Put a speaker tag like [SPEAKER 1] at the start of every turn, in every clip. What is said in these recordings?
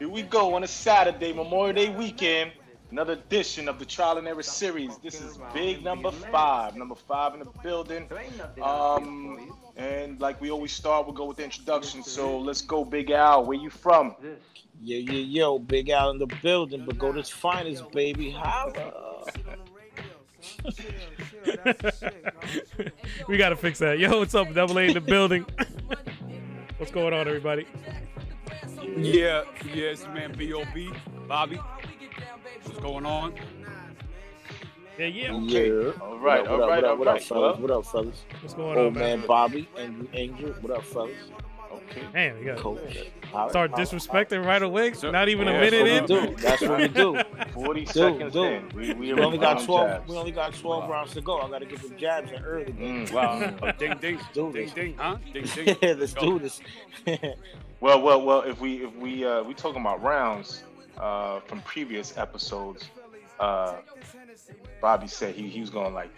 [SPEAKER 1] we go on a Saturday, Memorial Day weekend. Another edition of the Trial and Error series. This is big number five, number five in the building. Um, and like we always start, we'll go with the introduction. So let's go, Big Al. Where you from?
[SPEAKER 2] Yo, yo, yo, big out in the building, but go to his finest, baby. Holla.
[SPEAKER 3] we gotta fix that. Yo, what's up? Double A in the building. what's going on, everybody?
[SPEAKER 4] Yeah, yeah, it's the man B.O.B. Bobby. What's going on?
[SPEAKER 3] Yeah, yeah.
[SPEAKER 4] Oh,
[SPEAKER 2] Yeah.
[SPEAKER 1] All right,
[SPEAKER 2] What up,
[SPEAKER 1] all
[SPEAKER 2] what
[SPEAKER 1] right,
[SPEAKER 2] up,
[SPEAKER 1] all
[SPEAKER 2] what up,
[SPEAKER 1] right.
[SPEAKER 2] fellas?
[SPEAKER 1] Well,
[SPEAKER 2] What up, fellas?
[SPEAKER 3] What's going
[SPEAKER 4] oh,
[SPEAKER 3] on,
[SPEAKER 2] Old
[SPEAKER 3] man?
[SPEAKER 2] man Bobby and Angel. What up, fellas?
[SPEAKER 1] okay.
[SPEAKER 3] Damn, we gotta
[SPEAKER 2] Coach. Holla,
[SPEAKER 3] start
[SPEAKER 2] holla,
[SPEAKER 3] disrespecting right away.
[SPEAKER 4] Sir.
[SPEAKER 3] Not even a
[SPEAKER 1] Yeah,
[SPEAKER 3] minute
[SPEAKER 2] That's
[SPEAKER 3] in.
[SPEAKER 2] what we do. That's what we do.
[SPEAKER 1] 40
[SPEAKER 2] Dude,
[SPEAKER 1] seconds
[SPEAKER 2] dude.
[SPEAKER 1] in. We, we,
[SPEAKER 2] We only got
[SPEAKER 1] around
[SPEAKER 2] twelve.
[SPEAKER 1] jabs.
[SPEAKER 2] We only got twelve rounds to go. I gotta get some jabs in early.
[SPEAKER 1] Mm.
[SPEAKER 4] Wow. Oh, ding, ding,
[SPEAKER 2] do
[SPEAKER 4] ding,
[SPEAKER 2] this.
[SPEAKER 4] ding, huh? Ding, ding.
[SPEAKER 2] Yeah, let's do
[SPEAKER 4] Go.
[SPEAKER 2] this. Uh,
[SPEAKER 1] Well, well, well. If we if we uh, we talking about rounds uh, from previous episodes, uh, Bobby said he he was gonna like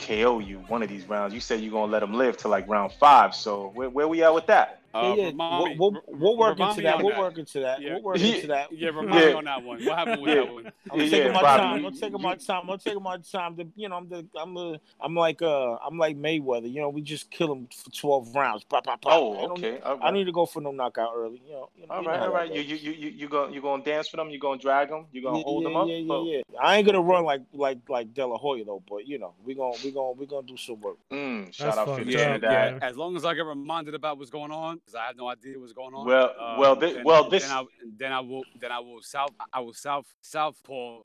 [SPEAKER 1] KO you one of these rounds. You said you gonna let him live to like round five. So where where we at with that?
[SPEAKER 4] Uh,
[SPEAKER 2] yeah, yeah.
[SPEAKER 4] remind me-
[SPEAKER 2] We'll,
[SPEAKER 4] re-
[SPEAKER 2] we'll, we'll work
[SPEAKER 4] remind
[SPEAKER 2] into
[SPEAKER 4] me
[SPEAKER 2] that.
[SPEAKER 4] on
[SPEAKER 2] We'll work into that.
[SPEAKER 4] Yeah.
[SPEAKER 2] We'll work
[SPEAKER 1] Yeah.
[SPEAKER 2] into that.
[SPEAKER 4] Yeah, remind me
[SPEAKER 1] Yeah.
[SPEAKER 4] on that one. What happened with
[SPEAKER 1] Yeah.
[SPEAKER 4] that one?
[SPEAKER 2] I'm
[SPEAKER 1] Yeah,
[SPEAKER 2] taking
[SPEAKER 1] yeah,
[SPEAKER 2] my
[SPEAKER 1] Bobby,
[SPEAKER 2] time.
[SPEAKER 1] you-
[SPEAKER 2] I'm taking
[SPEAKER 1] you-
[SPEAKER 2] my time. I'm taking my time. To, you know, I'm the, I'm the, I'm like, uh, I'm like Mayweather. You know, we just kill him for twelve rounds. Pop, pop, pop. I
[SPEAKER 1] Oh,
[SPEAKER 2] don't
[SPEAKER 1] okay. All
[SPEAKER 2] I don't
[SPEAKER 1] right,
[SPEAKER 2] need to go for no knockout early. You know, you know
[SPEAKER 1] all
[SPEAKER 2] you know
[SPEAKER 1] right,
[SPEAKER 2] how
[SPEAKER 1] all
[SPEAKER 2] that
[SPEAKER 1] right.
[SPEAKER 2] goes.
[SPEAKER 1] You you you you you gonna you gonna dance with him? You gonna drag him? You gonna
[SPEAKER 2] yeah,
[SPEAKER 1] hold
[SPEAKER 2] yeah,
[SPEAKER 1] him up? Oh.
[SPEAKER 2] Yeah, yeah,
[SPEAKER 1] Well,
[SPEAKER 2] yeah. I ain't gonna run like like like De La Hoya though, but you know, we gonna we gonna we gonna do some work.
[SPEAKER 1] Mm, shout out
[SPEAKER 3] fucked
[SPEAKER 1] Felipe
[SPEAKER 3] Yeah,
[SPEAKER 4] Yeah,
[SPEAKER 3] up,
[SPEAKER 1] Trinidad.
[SPEAKER 3] yeah.
[SPEAKER 4] As long as I get reminded about what's going on, because I have no idea what's going on. uh,
[SPEAKER 1] Well, well, thi-
[SPEAKER 4] then,
[SPEAKER 1] well, this-
[SPEAKER 4] Then I, then I will. Then I will south. I will south southpaw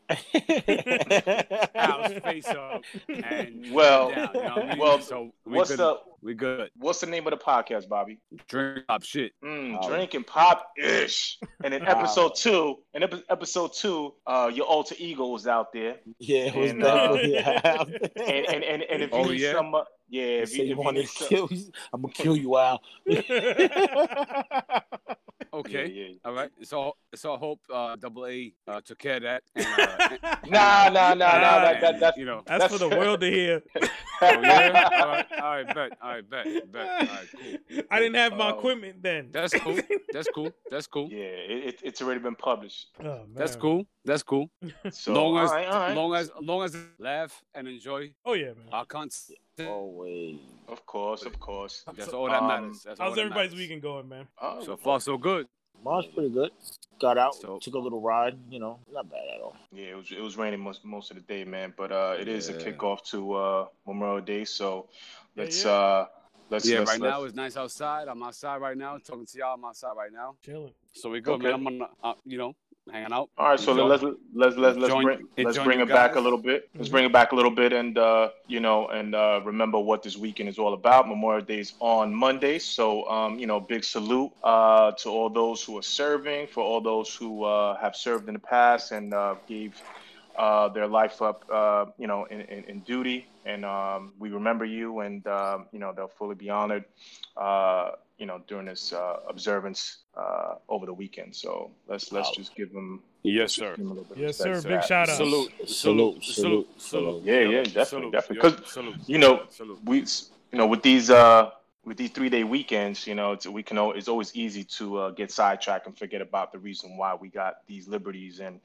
[SPEAKER 4] Al's face up and
[SPEAKER 1] Well,
[SPEAKER 4] down. You know what I mean?
[SPEAKER 1] well,
[SPEAKER 4] so we
[SPEAKER 1] What's
[SPEAKER 4] good.
[SPEAKER 1] the
[SPEAKER 4] We good.
[SPEAKER 1] what's the name of the podcast, Bobby?
[SPEAKER 4] Drink up shit.
[SPEAKER 1] Mm,
[SPEAKER 2] Oh.
[SPEAKER 1] Drink and pop ish. And in
[SPEAKER 2] Wow.
[SPEAKER 1] episode two, in epi- episode two, uh, your alter ego was out there.
[SPEAKER 2] yeah, it was
[SPEAKER 1] And, uh,
[SPEAKER 2] definitely.
[SPEAKER 1] And and and, and if you
[SPEAKER 4] Oh,
[SPEAKER 1] need
[SPEAKER 4] yeah?
[SPEAKER 1] some, uh, yeah, if
[SPEAKER 2] Say
[SPEAKER 1] you,
[SPEAKER 2] you
[SPEAKER 1] if you
[SPEAKER 2] want to
[SPEAKER 1] need some,
[SPEAKER 2] kill? I'm gonna kill you, Al.
[SPEAKER 1] yeah,
[SPEAKER 4] Okay.
[SPEAKER 1] yeah.
[SPEAKER 4] All right. So so I hope uh, Double A uh, took care of that. And, uh,
[SPEAKER 1] Nah, nah, nah, nah.
[SPEAKER 3] Nah,
[SPEAKER 1] That, that, that's
[SPEAKER 4] you know.
[SPEAKER 3] That's for the world to hear.
[SPEAKER 4] Oh, yeah? all, right, all right, bet, all right, bet, bet. All right, cool. Uh,
[SPEAKER 3] I didn't have my
[SPEAKER 1] Oh.
[SPEAKER 3] equipment then.
[SPEAKER 4] That's cool. That's cool. That's cool.
[SPEAKER 1] yeah, it, it, it's already been published.
[SPEAKER 3] Oh, man.
[SPEAKER 4] That's cool. That's cool.
[SPEAKER 1] So
[SPEAKER 4] long as,
[SPEAKER 1] all right, all right.
[SPEAKER 4] long as, long as, laugh and enjoy
[SPEAKER 3] Oh yeah, man.
[SPEAKER 4] our content.
[SPEAKER 2] Oh, Always.
[SPEAKER 1] of course, of course.
[SPEAKER 4] That's all that
[SPEAKER 1] Um,
[SPEAKER 4] matters. That's all
[SPEAKER 3] How's
[SPEAKER 4] that
[SPEAKER 3] everybody's
[SPEAKER 4] matters.
[SPEAKER 3] weekend going, man?
[SPEAKER 1] Oh,
[SPEAKER 4] So far, so good.
[SPEAKER 2] Mine's pretty good. Got out,
[SPEAKER 4] So-
[SPEAKER 2] took a little ride. You know, not bad at all.
[SPEAKER 1] yeah, it was it was raining most most of the day, man. But uh, it is
[SPEAKER 4] Yeah.
[SPEAKER 1] a kickoff to uh, Memorial Day, so
[SPEAKER 3] Yeah,
[SPEAKER 1] let's
[SPEAKER 3] yeah.
[SPEAKER 1] uh, let's
[SPEAKER 4] Yeah,
[SPEAKER 1] let's,
[SPEAKER 4] right
[SPEAKER 1] let's,
[SPEAKER 4] now it's nice outside. I'm outside right now, talking to y'all. I'm outside right now,
[SPEAKER 3] Chilling.
[SPEAKER 4] so we good,
[SPEAKER 1] Okay.
[SPEAKER 4] man. I'm on, the- uh, you know, hanging out.
[SPEAKER 1] All right, so
[SPEAKER 4] Enjoy.
[SPEAKER 1] let's let's let's let's
[SPEAKER 4] Enjoy-
[SPEAKER 1] bring let's
[SPEAKER 4] enjoy
[SPEAKER 1] bring
[SPEAKER 4] you
[SPEAKER 1] it back a
[SPEAKER 4] guys.
[SPEAKER 1] little bit. Let's
[SPEAKER 3] Mhm.
[SPEAKER 1] bring it back a little bit, and uh, you know, and uh, remember what this weekend is all about. Memorial Day is on Monday, so um, you know, big salute uh, to all those who are serving, for all those who uh, have served in the past and uh, gave uh, their life up, uh, you know, in, in, in duty. And um, we remember you, and um, you know, they'll fully be honored, uh, you know, during this uh, observance uh, over the weekend. So let's let's
[SPEAKER 2] Wow.
[SPEAKER 1] just give them.
[SPEAKER 4] Yes, sir.
[SPEAKER 1] Give 'em a little bit of
[SPEAKER 3] Yes,
[SPEAKER 1] respect
[SPEAKER 3] sir.
[SPEAKER 1] for
[SPEAKER 3] Big
[SPEAKER 1] that.
[SPEAKER 3] shout out.
[SPEAKER 4] Salute,
[SPEAKER 2] Salute,
[SPEAKER 4] salute,
[SPEAKER 2] salute,
[SPEAKER 4] salute, salute.
[SPEAKER 1] Yeah, yeah, definitely, definitely. 'Cause,
[SPEAKER 4] salute,
[SPEAKER 1] you know,
[SPEAKER 4] salute.
[SPEAKER 1] we you know with these uh with these three day weekends you know it's, we can al- it's always easy to uh, get sidetracked and forget about the reason why we got these liberties and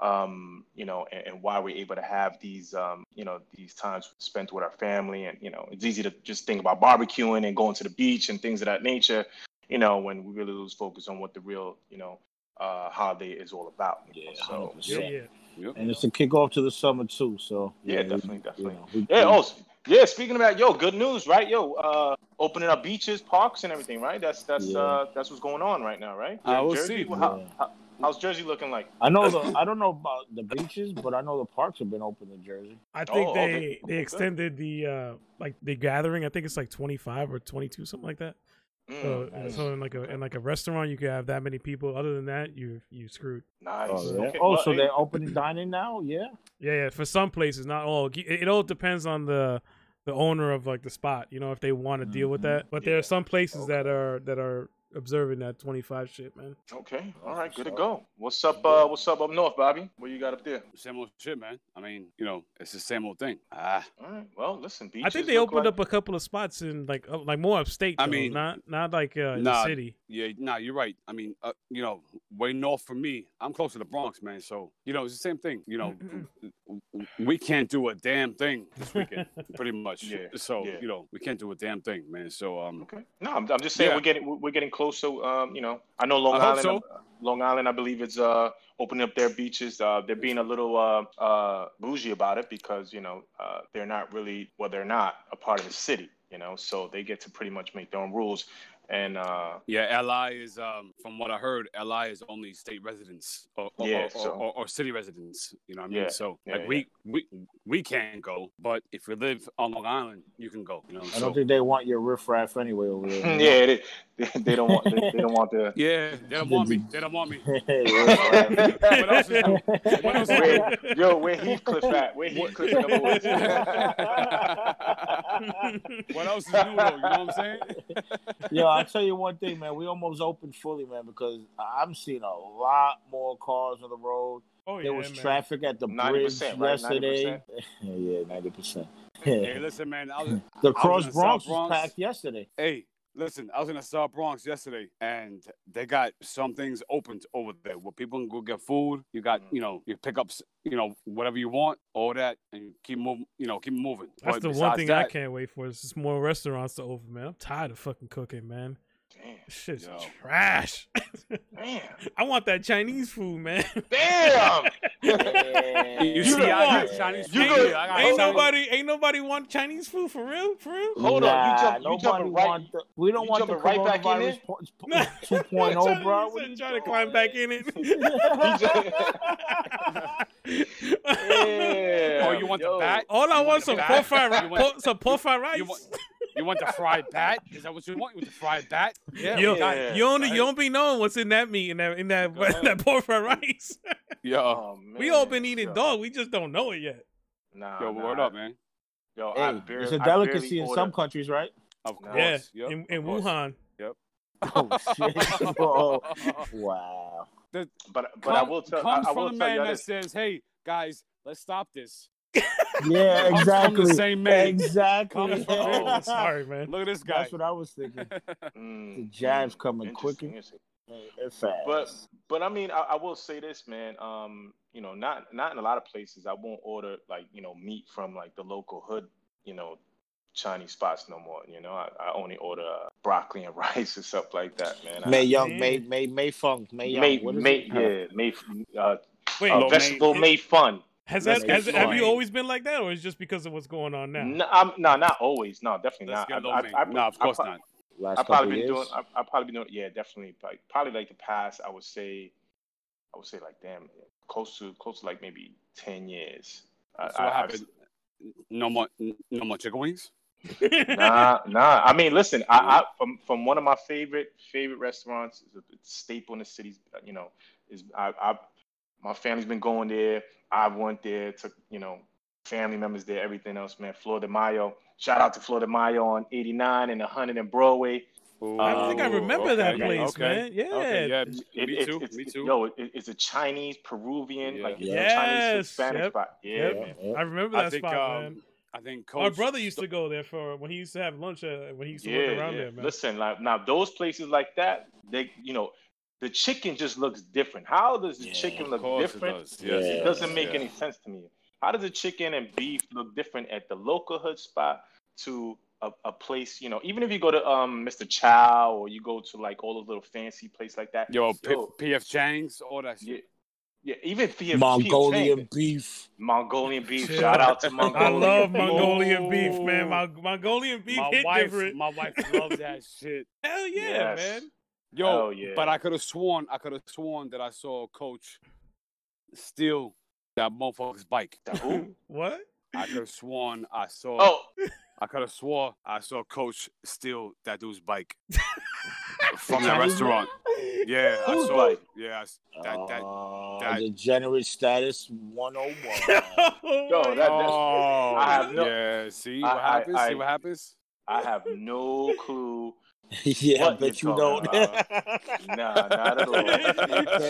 [SPEAKER 1] um you know and, and why we're able to have these um you know these times spent with our family and you know it's easy to just think about barbecuing and going to the beach and things of that nature you know when we really lose focus on what the real you know uh holiday is all about you know,
[SPEAKER 2] Yeah,
[SPEAKER 1] so
[SPEAKER 2] 100%.
[SPEAKER 3] Yeah, yeah.
[SPEAKER 2] And it's a kickoff to the summer too. So
[SPEAKER 1] Yeah,
[SPEAKER 2] we-
[SPEAKER 1] definitely, definitely.
[SPEAKER 2] know, we-
[SPEAKER 1] Yeah. Oh, s- yeah. Speaking of that, yo, good news, right? Yo, uh, opening up beaches, parks, and everything, right? That's that's
[SPEAKER 2] Yeah.
[SPEAKER 1] uh, that's what's going on right now, right?
[SPEAKER 4] I
[SPEAKER 1] Jer-
[SPEAKER 4] will
[SPEAKER 1] Jersey,
[SPEAKER 4] see.
[SPEAKER 1] well, how- how- how's Jersey looking like?
[SPEAKER 2] I know the I don't know about the beaches, but I know the parks have been open in Jersey.
[SPEAKER 3] I think
[SPEAKER 1] Oh, oh,
[SPEAKER 3] they,
[SPEAKER 1] they-
[SPEAKER 3] they extended the uh like the gathering. I think it's like twenty five or twenty two, something like that.
[SPEAKER 1] Mm,
[SPEAKER 3] Uh, So,
[SPEAKER 2] nice.
[SPEAKER 3] so in like a in like a restaurant, you could have that many people. Other than that, you you screwed.
[SPEAKER 1] nice.
[SPEAKER 2] Oh, yeah.
[SPEAKER 1] Okay,
[SPEAKER 2] oh
[SPEAKER 1] well,
[SPEAKER 2] so
[SPEAKER 1] hey,
[SPEAKER 2] they're opening dining now? Yeah.
[SPEAKER 3] Yeah, yeah. For some places, not all. It, it all depends on the the owner of like the spot. You know, if they want to deal with
[SPEAKER 2] Mhm.
[SPEAKER 3] that. But there
[SPEAKER 1] Yeah.
[SPEAKER 3] are some places that are that are observing that 25 shit, man.
[SPEAKER 1] Okay. All right. Good to go. What's up? Uh, what's up up north, Bobby? What you got up there?
[SPEAKER 4] Same old shit, man. I mean, you know, it's the same old thing. Ah,
[SPEAKER 1] All right. Well, listen. Beaches
[SPEAKER 3] I think they
[SPEAKER 1] look
[SPEAKER 3] opened
[SPEAKER 1] like-
[SPEAKER 3] up a couple of spots in like up like more upstate. Though,
[SPEAKER 4] I mean,
[SPEAKER 3] not not like uh, in the
[SPEAKER 4] nah.
[SPEAKER 3] city.
[SPEAKER 4] yeah, nah, you're right. I mean, uh, you know, way north for me. I'm close to the Bronx, man. So, you know, it's the same thing. You know, we can't do a damn thing this weekend, pretty much.
[SPEAKER 1] Yeah,
[SPEAKER 4] So,
[SPEAKER 1] yeah.
[SPEAKER 4] you know, we can't do a damn thing, man. So, um,
[SPEAKER 1] Okay. No, I'm, I'm just saying
[SPEAKER 4] Yeah.
[SPEAKER 1] we're getting we're- we're getting closer. Um, you know, I know Long
[SPEAKER 4] I hope
[SPEAKER 1] Island. uh, Long Island, I believe, is uh opening up their beaches. Uh, they're being a little uh uh bougie about it because you know uh they're not really well they're not a part of the city. You know, so they get to pretty much make their own rules. And uh,
[SPEAKER 4] yeah, LI is, um, from what I heard, LI is only state residents or, or,
[SPEAKER 1] Yeah,
[SPEAKER 4] or,
[SPEAKER 1] so-
[SPEAKER 4] or, or city residents. You know what I mean?
[SPEAKER 1] Yeah,
[SPEAKER 4] So,
[SPEAKER 1] yeah,
[SPEAKER 4] like,
[SPEAKER 1] yeah.
[SPEAKER 4] we, we we can't go, but if you live on Long Island, you can go. You know,
[SPEAKER 2] I
[SPEAKER 4] so-
[SPEAKER 2] don't think they want your riffraff anyway over there.
[SPEAKER 1] yeah, they, they, they don't want they, they don't want the
[SPEAKER 4] Yeah, they don't want me. They don't want me.
[SPEAKER 1] What
[SPEAKER 4] else is- what else is-
[SPEAKER 1] Where, yo, where Heathcliff at? Where Heathcliff number one?
[SPEAKER 4] What else is new, though? You know what I'm saying?
[SPEAKER 2] Yo, I'll tell you one thing, man. We almost opened fully, man, because I'm seeing a lot more cars on the road.
[SPEAKER 3] Oh yeah,
[SPEAKER 2] There was
[SPEAKER 3] man.
[SPEAKER 2] traffic at the bridge
[SPEAKER 1] 90%, right?
[SPEAKER 2] yesterday. yeah, ninety percent.
[SPEAKER 4] Hey, listen, man. I was,
[SPEAKER 2] The
[SPEAKER 4] I
[SPEAKER 2] cross
[SPEAKER 4] was in the
[SPEAKER 2] Bronx was
[SPEAKER 4] South
[SPEAKER 2] packed yesterday.
[SPEAKER 4] Hey, listen, I was in the South Bronx yesterday, and they got some things opened over there where people can go get food. You got,
[SPEAKER 1] Mm.
[SPEAKER 4] you know, you pick up, s- you know, whatever you want, all that, and you keep moving. You know, keep moving.
[SPEAKER 3] That's
[SPEAKER 4] But
[SPEAKER 3] the one
[SPEAKER 4] besides
[SPEAKER 3] thing I
[SPEAKER 4] that,
[SPEAKER 3] can't wait for. Is just more restaurants to open, man. I'm tired of fucking cooking, man.
[SPEAKER 1] Damn,
[SPEAKER 3] This shit's
[SPEAKER 4] Yo.
[SPEAKER 3] trash.
[SPEAKER 1] damn,
[SPEAKER 3] I want that Chinese food, man.
[SPEAKER 1] damn.
[SPEAKER 2] Yeah.
[SPEAKER 4] You,
[SPEAKER 1] You
[SPEAKER 4] see,
[SPEAKER 1] don't
[SPEAKER 4] I
[SPEAKER 1] want-
[SPEAKER 4] got Chinese
[SPEAKER 1] you
[SPEAKER 4] food.
[SPEAKER 1] go-
[SPEAKER 4] I got
[SPEAKER 3] ain't
[SPEAKER 1] Hold on.
[SPEAKER 3] nobody, ain't nobody want Chinese food for real, for real.
[SPEAKER 1] Hold on, you jump- you
[SPEAKER 2] nobody
[SPEAKER 1] jumping right-
[SPEAKER 2] want the, we don't
[SPEAKER 1] you
[SPEAKER 2] want the
[SPEAKER 1] jumping right back in
[SPEAKER 2] coronavirus
[SPEAKER 1] it?
[SPEAKER 2] po- po-
[SPEAKER 3] Nah.
[SPEAKER 2] 2.0,
[SPEAKER 4] oh,
[SPEAKER 3] Trying-
[SPEAKER 2] bro.
[SPEAKER 3] he
[SPEAKER 2] What are
[SPEAKER 3] said
[SPEAKER 2] you
[SPEAKER 3] trying to
[SPEAKER 2] doing?
[SPEAKER 3] climb back in it.
[SPEAKER 1] Yeah.
[SPEAKER 4] Oh, you want
[SPEAKER 1] Yo.
[SPEAKER 4] the bat?
[SPEAKER 3] All I
[SPEAKER 4] You
[SPEAKER 3] want
[SPEAKER 4] the
[SPEAKER 3] some
[SPEAKER 4] bat?
[SPEAKER 3] pork fried
[SPEAKER 4] You
[SPEAKER 3] rice.
[SPEAKER 4] want-
[SPEAKER 3] Some pork fried rice.
[SPEAKER 4] You want, you want the fried bat? Is that what you want? You want the fried bat? Yeah.
[SPEAKER 3] Yo,
[SPEAKER 4] we got it.
[SPEAKER 3] you only you don't be knowing what's in that meat in that in that
[SPEAKER 1] Go ahead.
[SPEAKER 3] that pork fried rice.
[SPEAKER 4] Yo,
[SPEAKER 1] Oh,
[SPEAKER 3] we all been
[SPEAKER 1] man,
[SPEAKER 3] eating
[SPEAKER 1] yo.
[SPEAKER 3] dog. We just don't know it yet.
[SPEAKER 1] Nah,
[SPEAKER 4] yo,
[SPEAKER 1] nah,
[SPEAKER 4] word up, man.
[SPEAKER 1] Yo, I
[SPEAKER 2] Hey,
[SPEAKER 1] barely,
[SPEAKER 2] it's a
[SPEAKER 1] I barely
[SPEAKER 2] delicacy in
[SPEAKER 1] order.
[SPEAKER 2] some countries, right?
[SPEAKER 4] Of
[SPEAKER 1] Nah.
[SPEAKER 4] course.
[SPEAKER 3] yeah,
[SPEAKER 4] Yep,
[SPEAKER 3] in,
[SPEAKER 4] of
[SPEAKER 3] in
[SPEAKER 4] course.
[SPEAKER 3] Wuhan.
[SPEAKER 2] Oh shit! Whoa. Wow.
[SPEAKER 1] But but I
[SPEAKER 4] Come-
[SPEAKER 1] will tell. I,
[SPEAKER 4] comes
[SPEAKER 1] I
[SPEAKER 4] from
[SPEAKER 1] will tell
[SPEAKER 4] the man
[SPEAKER 1] you
[SPEAKER 4] that
[SPEAKER 1] this.
[SPEAKER 4] says, "Hey guys, let's stop this."
[SPEAKER 2] Yeah,
[SPEAKER 4] Comes from the
[SPEAKER 2] exactly.
[SPEAKER 4] same man.
[SPEAKER 2] Exactly.
[SPEAKER 4] Comes from-
[SPEAKER 3] Oh, sorry, man.
[SPEAKER 4] Look at this guy.
[SPEAKER 2] That's what I was thinking.
[SPEAKER 1] Mm,
[SPEAKER 2] The jab's
[SPEAKER 1] mm,
[SPEAKER 2] coming
[SPEAKER 1] interesting,
[SPEAKER 2] quicker.
[SPEAKER 1] interesting.
[SPEAKER 2] They're fast.
[SPEAKER 1] But but I mean, I, I will say this, man. Um, you know, not not in a lot of places. I won't order like you know meat from like the local hood, you know, Chinese spots no more. You know, I, I only order uh, broccoli and rice and stuff like that, man. I-
[SPEAKER 2] May Young,
[SPEAKER 3] Man.
[SPEAKER 2] May May May Funk, May Young.
[SPEAKER 1] May,
[SPEAKER 2] what is
[SPEAKER 1] May,
[SPEAKER 2] it?
[SPEAKER 1] yeah, May, uh,
[SPEAKER 3] Wait,
[SPEAKER 1] uh,
[SPEAKER 4] Lo-
[SPEAKER 1] vegetable
[SPEAKER 3] May-
[SPEAKER 1] May fun.
[SPEAKER 3] has that
[SPEAKER 2] Let's
[SPEAKER 3] has,
[SPEAKER 2] get
[SPEAKER 3] have you
[SPEAKER 1] going.
[SPEAKER 3] always been like that, or is just because of what's going on now?
[SPEAKER 1] No, I'm, no, um, not always. No, definitely not.
[SPEAKER 4] Let's get
[SPEAKER 1] I,
[SPEAKER 4] low
[SPEAKER 1] I,
[SPEAKER 4] man.
[SPEAKER 1] I,
[SPEAKER 4] no, of
[SPEAKER 1] I
[SPEAKER 4] course
[SPEAKER 1] pro-
[SPEAKER 4] not.
[SPEAKER 2] Last
[SPEAKER 1] I
[SPEAKER 2] couple
[SPEAKER 1] probably been
[SPEAKER 2] years.
[SPEAKER 1] doing. I, I probably been doing. Yeah, definitely. Like probably like the past. I would say, I would say like damn, close to close to like maybe ten years. I,
[SPEAKER 4] So
[SPEAKER 1] I,
[SPEAKER 4] what
[SPEAKER 1] I-
[SPEAKER 4] happened? No more, no more chicken wings.
[SPEAKER 1] Nah, nah. I mean, listen. I, I from from one of my favorite favorite restaurants. It's a it's a staple in the city. You know, is I, I my family's been going there. I went there. Took you know family members there. Everything else, man. Flor de Mayo. Shout out to Flor de Mayo on 89 and 100 and Broadway.
[SPEAKER 3] I think I
[SPEAKER 1] Ooh,
[SPEAKER 3] remember that
[SPEAKER 1] okay,
[SPEAKER 3] place, man. Yeah.
[SPEAKER 4] Oh, Okay, yeah,
[SPEAKER 1] It-
[SPEAKER 4] me
[SPEAKER 1] it-
[SPEAKER 4] too.
[SPEAKER 1] it's-
[SPEAKER 4] Me
[SPEAKER 1] it-
[SPEAKER 4] too.
[SPEAKER 1] Yo, it, it's a Chinese Peruvian,
[SPEAKER 4] Yeah.
[SPEAKER 1] like it's
[SPEAKER 3] Yes,
[SPEAKER 1] a Chinese Hispanic
[SPEAKER 3] yep,
[SPEAKER 1] spot. Yeah,
[SPEAKER 3] yep.
[SPEAKER 1] man.
[SPEAKER 2] Yeah.
[SPEAKER 3] I remember that
[SPEAKER 4] I think,
[SPEAKER 3] spot, man.
[SPEAKER 4] um, I think Coach.
[SPEAKER 3] My brother used to go there for when he used to have lunch. Uh, when he used to
[SPEAKER 1] yeah,
[SPEAKER 3] work around
[SPEAKER 1] yeah.
[SPEAKER 3] there, man.
[SPEAKER 1] Listen, like now those places like that, they you know, the chicken just looks different. How does the
[SPEAKER 2] Yeah,
[SPEAKER 1] chicken
[SPEAKER 4] Of
[SPEAKER 1] look
[SPEAKER 4] course it
[SPEAKER 1] different?
[SPEAKER 4] does. Yes,
[SPEAKER 1] It
[SPEAKER 2] Yeah.
[SPEAKER 1] doesn't make
[SPEAKER 4] yeah.
[SPEAKER 1] any sense to me. How does the chicken and beef look different at the local hood spot to a, a place, you know, even if you go to um Mr. Chow or you go to like all those little fancy places like that.
[SPEAKER 4] Yo, P-
[SPEAKER 1] Yo,
[SPEAKER 4] PF Chang's, all that shit.
[SPEAKER 1] yeah, yeah, even if you-
[SPEAKER 2] Mongolian beef.
[SPEAKER 1] Mongolian beef.
[SPEAKER 3] Yeah.
[SPEAKER 1] Shout out to
[SPEAKER 3] I
[SPEAKER 1] Mongolian.
[SPEAKER 3] love
[SPEAKER 1] beef.
[SPEAKER 3] Mongolian beef, man.
[SPEAKER 4] Ooh.
[SPEAKER 3] My, Mongolian beef
[SPEAKER 4] My
[SPEAKER 3] hit
[SPEAKER 4] wife,
[SPEAKER 3] different.
[SPEAKER 4] my wife loves that shit.
[SPEAKER 3] Hell yeah,
[SPEAKER 1] Yes.
[SPEAKER 3] man.
[SPEAKER 4] Yo,
[SPEAKER 1] Hell yeah.
[SPEAKER 4] but I could have sworn, I could have sworn that I saw Coach steal that motherfucker's bike.
[SPEAKER 1] The who?
[SPEAKER 3] What?
[SPEAKER 4] I could have sworn I saw.
[SPEAKER 1] Oh,
[SPEAKER 4] I could have swore I saw Coach steal that dude's bike from that
[SPEAKER 2] Chinese
[SPEAKER 4] restaurant. Yeah, I
[SPEAKER 1] Whose
[SPEAKER 4] saw.
[SPEAKER 1] bike?
[SPEAKER 4] Yeah, I s- that that.
[SPEAKER 2] Oh,
[SPEAKER 4] that-
[SPEAKER 2] degenerate status 101.
[SPEAKER 1] Yo,
[SPEAKER 3] my
[SPEAKER 1] that-
[SPEAKER 4] oh,
[SPEAKER 1] I have no-
[SPEAKER 4] yeah. See
[SPEAKER 1] I-
[SPEAKER 4] what
[SPEAKER 1] I-
[SPEAKER 4] happens.
[SPEAKER 1] I-
[SPEAKER 4] see what happens.
[SPEAKER 1] I have no clue
[SPEAKER 2] yeah,
[SPEAKER 1] What
[SPEAKER 2] I bet
[SPEAKER 1] you
[SPEAKER 2] you don't.
[SPEAKER 1] talking Nah, not at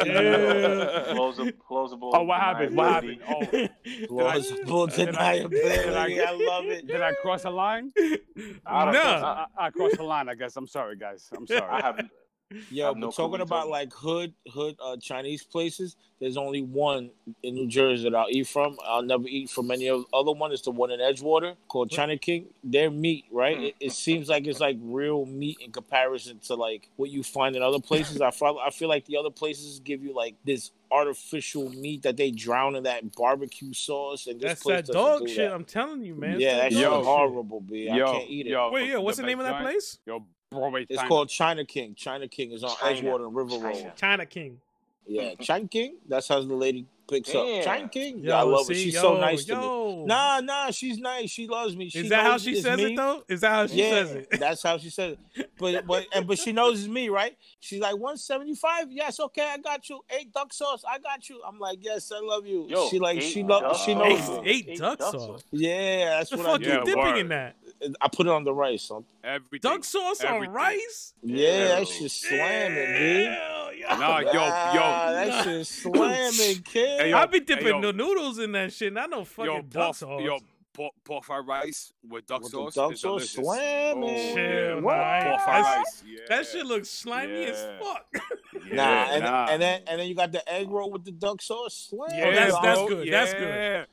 [SPEAKER 3] Yeah.
[SPEAKER 1] all. Plausible. plausible
[SPEAKER 4] Oh, what happened? What happened? Oh,
[SPEAKER 2] Plausible
[SPEAKER 4] Did I- did I-
[SPEAKER 2] deniability. I love it.
[SPEAKER 4] did I cross a line?
[SPEAKER 1] I don't
[SPEAKER 3] no.
[SPEAKER 4] I, I crossed the line. I guess. I'm sorry, guys. I'm
[SPEAKER 1] I
[SPEAKER 4] sorry.
[SPEAKER 1] have.
[SPEAKER 2] Yo,
[SPEAKER 1] have
[SPEAKER 2] but
[SPEAKER 1] no clue what
[SPEAKER 2] talking
[SPEAKER 1] you're
[SPEAKER 2] about
[SPEAKER 1] talking
[SPEAKER 2] like hood, hood uh, Chinese places. There's only one in New Jersey that I'll eat from. I'll never eat from any of- other one. It's the one in Edgewater called China King. Their meat, right? It, it seems like it's like real meat in comparison to like what you find in other places. I feel, I feel like the other places give you like this artificial meat that they drown in that barbecue sauce and this
[SPEAKER 3] That's
[SPEAKER 2] place
[SPEAKER 3] that
[SPEAKER 2] doesn't
[SPEAKER 3] dog
[SPEAKER 2] do
[SPEAKER 3] shit.
[SPEAKER 2] That.
[SPEAKER 3] I'm telling you, man.
[SPEAKER 2] yeah, that
[SPEAKER 3] It's
[SPEAKER 2] shit
[SPEAKER 3] that
[SPEAKER 4] Yo.
[SPEAKER 3] dog
[SPEAKER 2] is horrible, B. I can't eat it.
[SPEAKER 3] Wait, yeah, what's the name of that place?
[SPEAKER 4] Yo, Broadway.
[SPEAKER 2] It's
[SPEAKER 4] China.
[SPEAKER 2] called China King. China King is on
[SPEAKER 1] China.
[SPEAKER 2] Edgewater and River Road.
[SPEAKER 1] China.
[SPEAKER 3] China King.
[SPEAKER 2] Yeah, Chang King. That's how the lady picks
[SPEAKER 1] Yeah.
[SPEAKER 2] up. Chang King.
[SPEAKER 3] Yo,
[SPEAKER 2] yeah, I love her.
[SPEAKER 3] see,
[SPEAKER 2] She's
[SPEAKER 3] yo,
[SPEAKER 2] so nice to me.
[SPEAKER 3] yo.
[SPEAKER 2] Nah, nah, she's nice. She loves me. She
[SPEAKER 3] Is that how
[SPEAKER 2] knows
[SPEAKER 3] she
[SPEAKER 2] it's
[SPEAKER 3] says
[SPEAKER 2] me.
[SPEAKER 3] it though? Is that how she
[SPEAKER 2] yeah,
[SPEAKER 3] says it?
[SPEAKER 2] that's how she says it. But but and but she knows it's me, right? She's like 175. Yes, okay, I got you. Eight duck sauce, I got you. I'm like, yes, I love you.
[SPEAKER 1] Yo,
[SPEAKER 2] she like
[SPEAKER 1] eight
[SPEAKER 2] she loves
[SPEAKER 1] duck
[SPEAKER 2] she
[SPEAKER 1] sauce.
[SPEAKER 2] knows.
[SPEAKER 3] Eight,
[SPEAKER 2] me.
[SPEAKER 3] eight,
[SPEAKER 1] Eight
[SPEAKER 3] duck
[SPEAKER 1] duck
[SPEAKER 3] sauce.
[SPEAKER 1] sauce.
[SPEAKER 2] Yeah, that's
[SPEAKER 3] The
[SPEAKER 2] what
[SPEAKER 3] fuck
[SPEAKER 4] Yeah,
[SPEAKER 3] you dipping
[SPEAKER 4] word.
[SPEAKER 3] in that?
[SPEAKER 2] I, I put it on the rice. So.
[SPEAKER 4] Everything.
[SPEAKER 3] Duck sauce
[SPEAKER 4] Everything.
[SPEAKER 3] on rice?
[SPEAKER 2] Yeah,
[SPEAKER 1] Ew.
[SPEAKER 2] that shit's slamming, dude.
[SPEAKER 3] Ew, yo.
[SPEAKER 4] Nah, yo, yo.
[SPEAKER 2] Ah, that shit's slamming, kid.
[SPEAKER 4] Hey, yo,
[SPEAKER 3] I be
[SPEAKER 4] hey,
[SPEAKER 3] dipping
[SPEAKER 4] yo.
[SPEAKER 3] the noodles in that shit. Not no fucking
[SPEAKER 4] yo,
[SPEAKER 3] duck
[SPEAKER 4] pork,
[SPEAKER 3] sauce.
[SPEAKER 4] yo, pork, pork fried rice with duck
[SPEAKER 2] With the
[SPEAKER 4] sauce.
[SPEAKER 2] duck
[SPEAKER 4] is
[SPEAKER 2] sauce
[SPEAKER 4] delicious.
[SPEAKER 2] slamming.
[SPEAKER 4] Oh,
[SPEAKER 3] Chill,
[SPEAKER 4] yeah,
[SPEAKER 3] nah,
[SPEAKER 4] Pork
[SPEAKER 3] I-
[SPEAKER 4] fried rice. Yeah.
[SPEAKER 3] that shit looks slimy as
[SPEAKER 4] Yeah.
[SPEAKER 3] fuck.
[SPEAKER 4] Yeah,
[SPEAKER 2] Nah, and, and then and then you got the egg roll with the duck sauce. Slam,
[SPEAKER 4] Yeah,
[SPEAKER 3] that's-
[SPEAKER 2] dog.
[SPEAKER 3] that's
[SPEAKER 4] bro,
[SPEAKER 3] good, that's good.
[SPEAKER 4] yeah.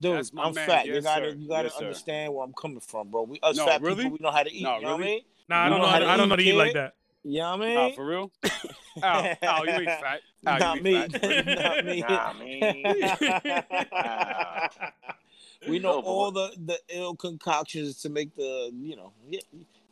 [SPEAKER 2] dude.
[SPEAKER 4] that's my
[SPEAKER 2] I'm
[SPEAKER 4] man.
[SPEAKER 2] fat. you
[SPEAKER 4] Yes,
[SPEAKER 2] gotta
[SPEAKER 4] sir.
[SPEAKER 2] you gotta
[SPEAKER 4] Yes, sir.
[SPEAKER 2] understand where I'm coming from, bro. We us
[SPEAKER 4] No,
[SPEAKER 2] fat
[SPEAKER 4] really?
[SPEAKER 2] people, we know how to eat.
[SPEAKER 4] No,
[SPEAKER 2] you know what I
[SPEAKER 4] really?
[SPEAKER 2] mean?
[SPEAKER 3] Nah, I
[SPEAKER 4] You
[SPEAKER 3] don't know.
[SPEAKER 4] know
[SPEAKER 3] How
[SPEAKER 4] how
[SPEAKER 3] to,
[SPEAKER 4] to
[SPEAKER 3] I don't
[SPEAKER 2] eat,
[SPEAKER 3] know to eat like
[SPEAKER 2] kid?
[SPEAKER 3] that.
[SPEAKER 2] You know what I
[SPEAKER 4] Nah,
[SPEAKER 2] mean?
[SPEAKER 4] for real? Ow, ow, you ain't fat. Ow,
[SPEAKER 2] Not
[SPEAKER 4] you
[SPEAKER 2] me.
[SPEAKER 4] ain't fat.
[SPEAKER 2] Not me.
[SPEAKER 1] Nah, man.
[SPEAKER 2] we know
[SPEAKER 1] No, but
[SPEAKER 2] all the the ill concoctions to make the you know y-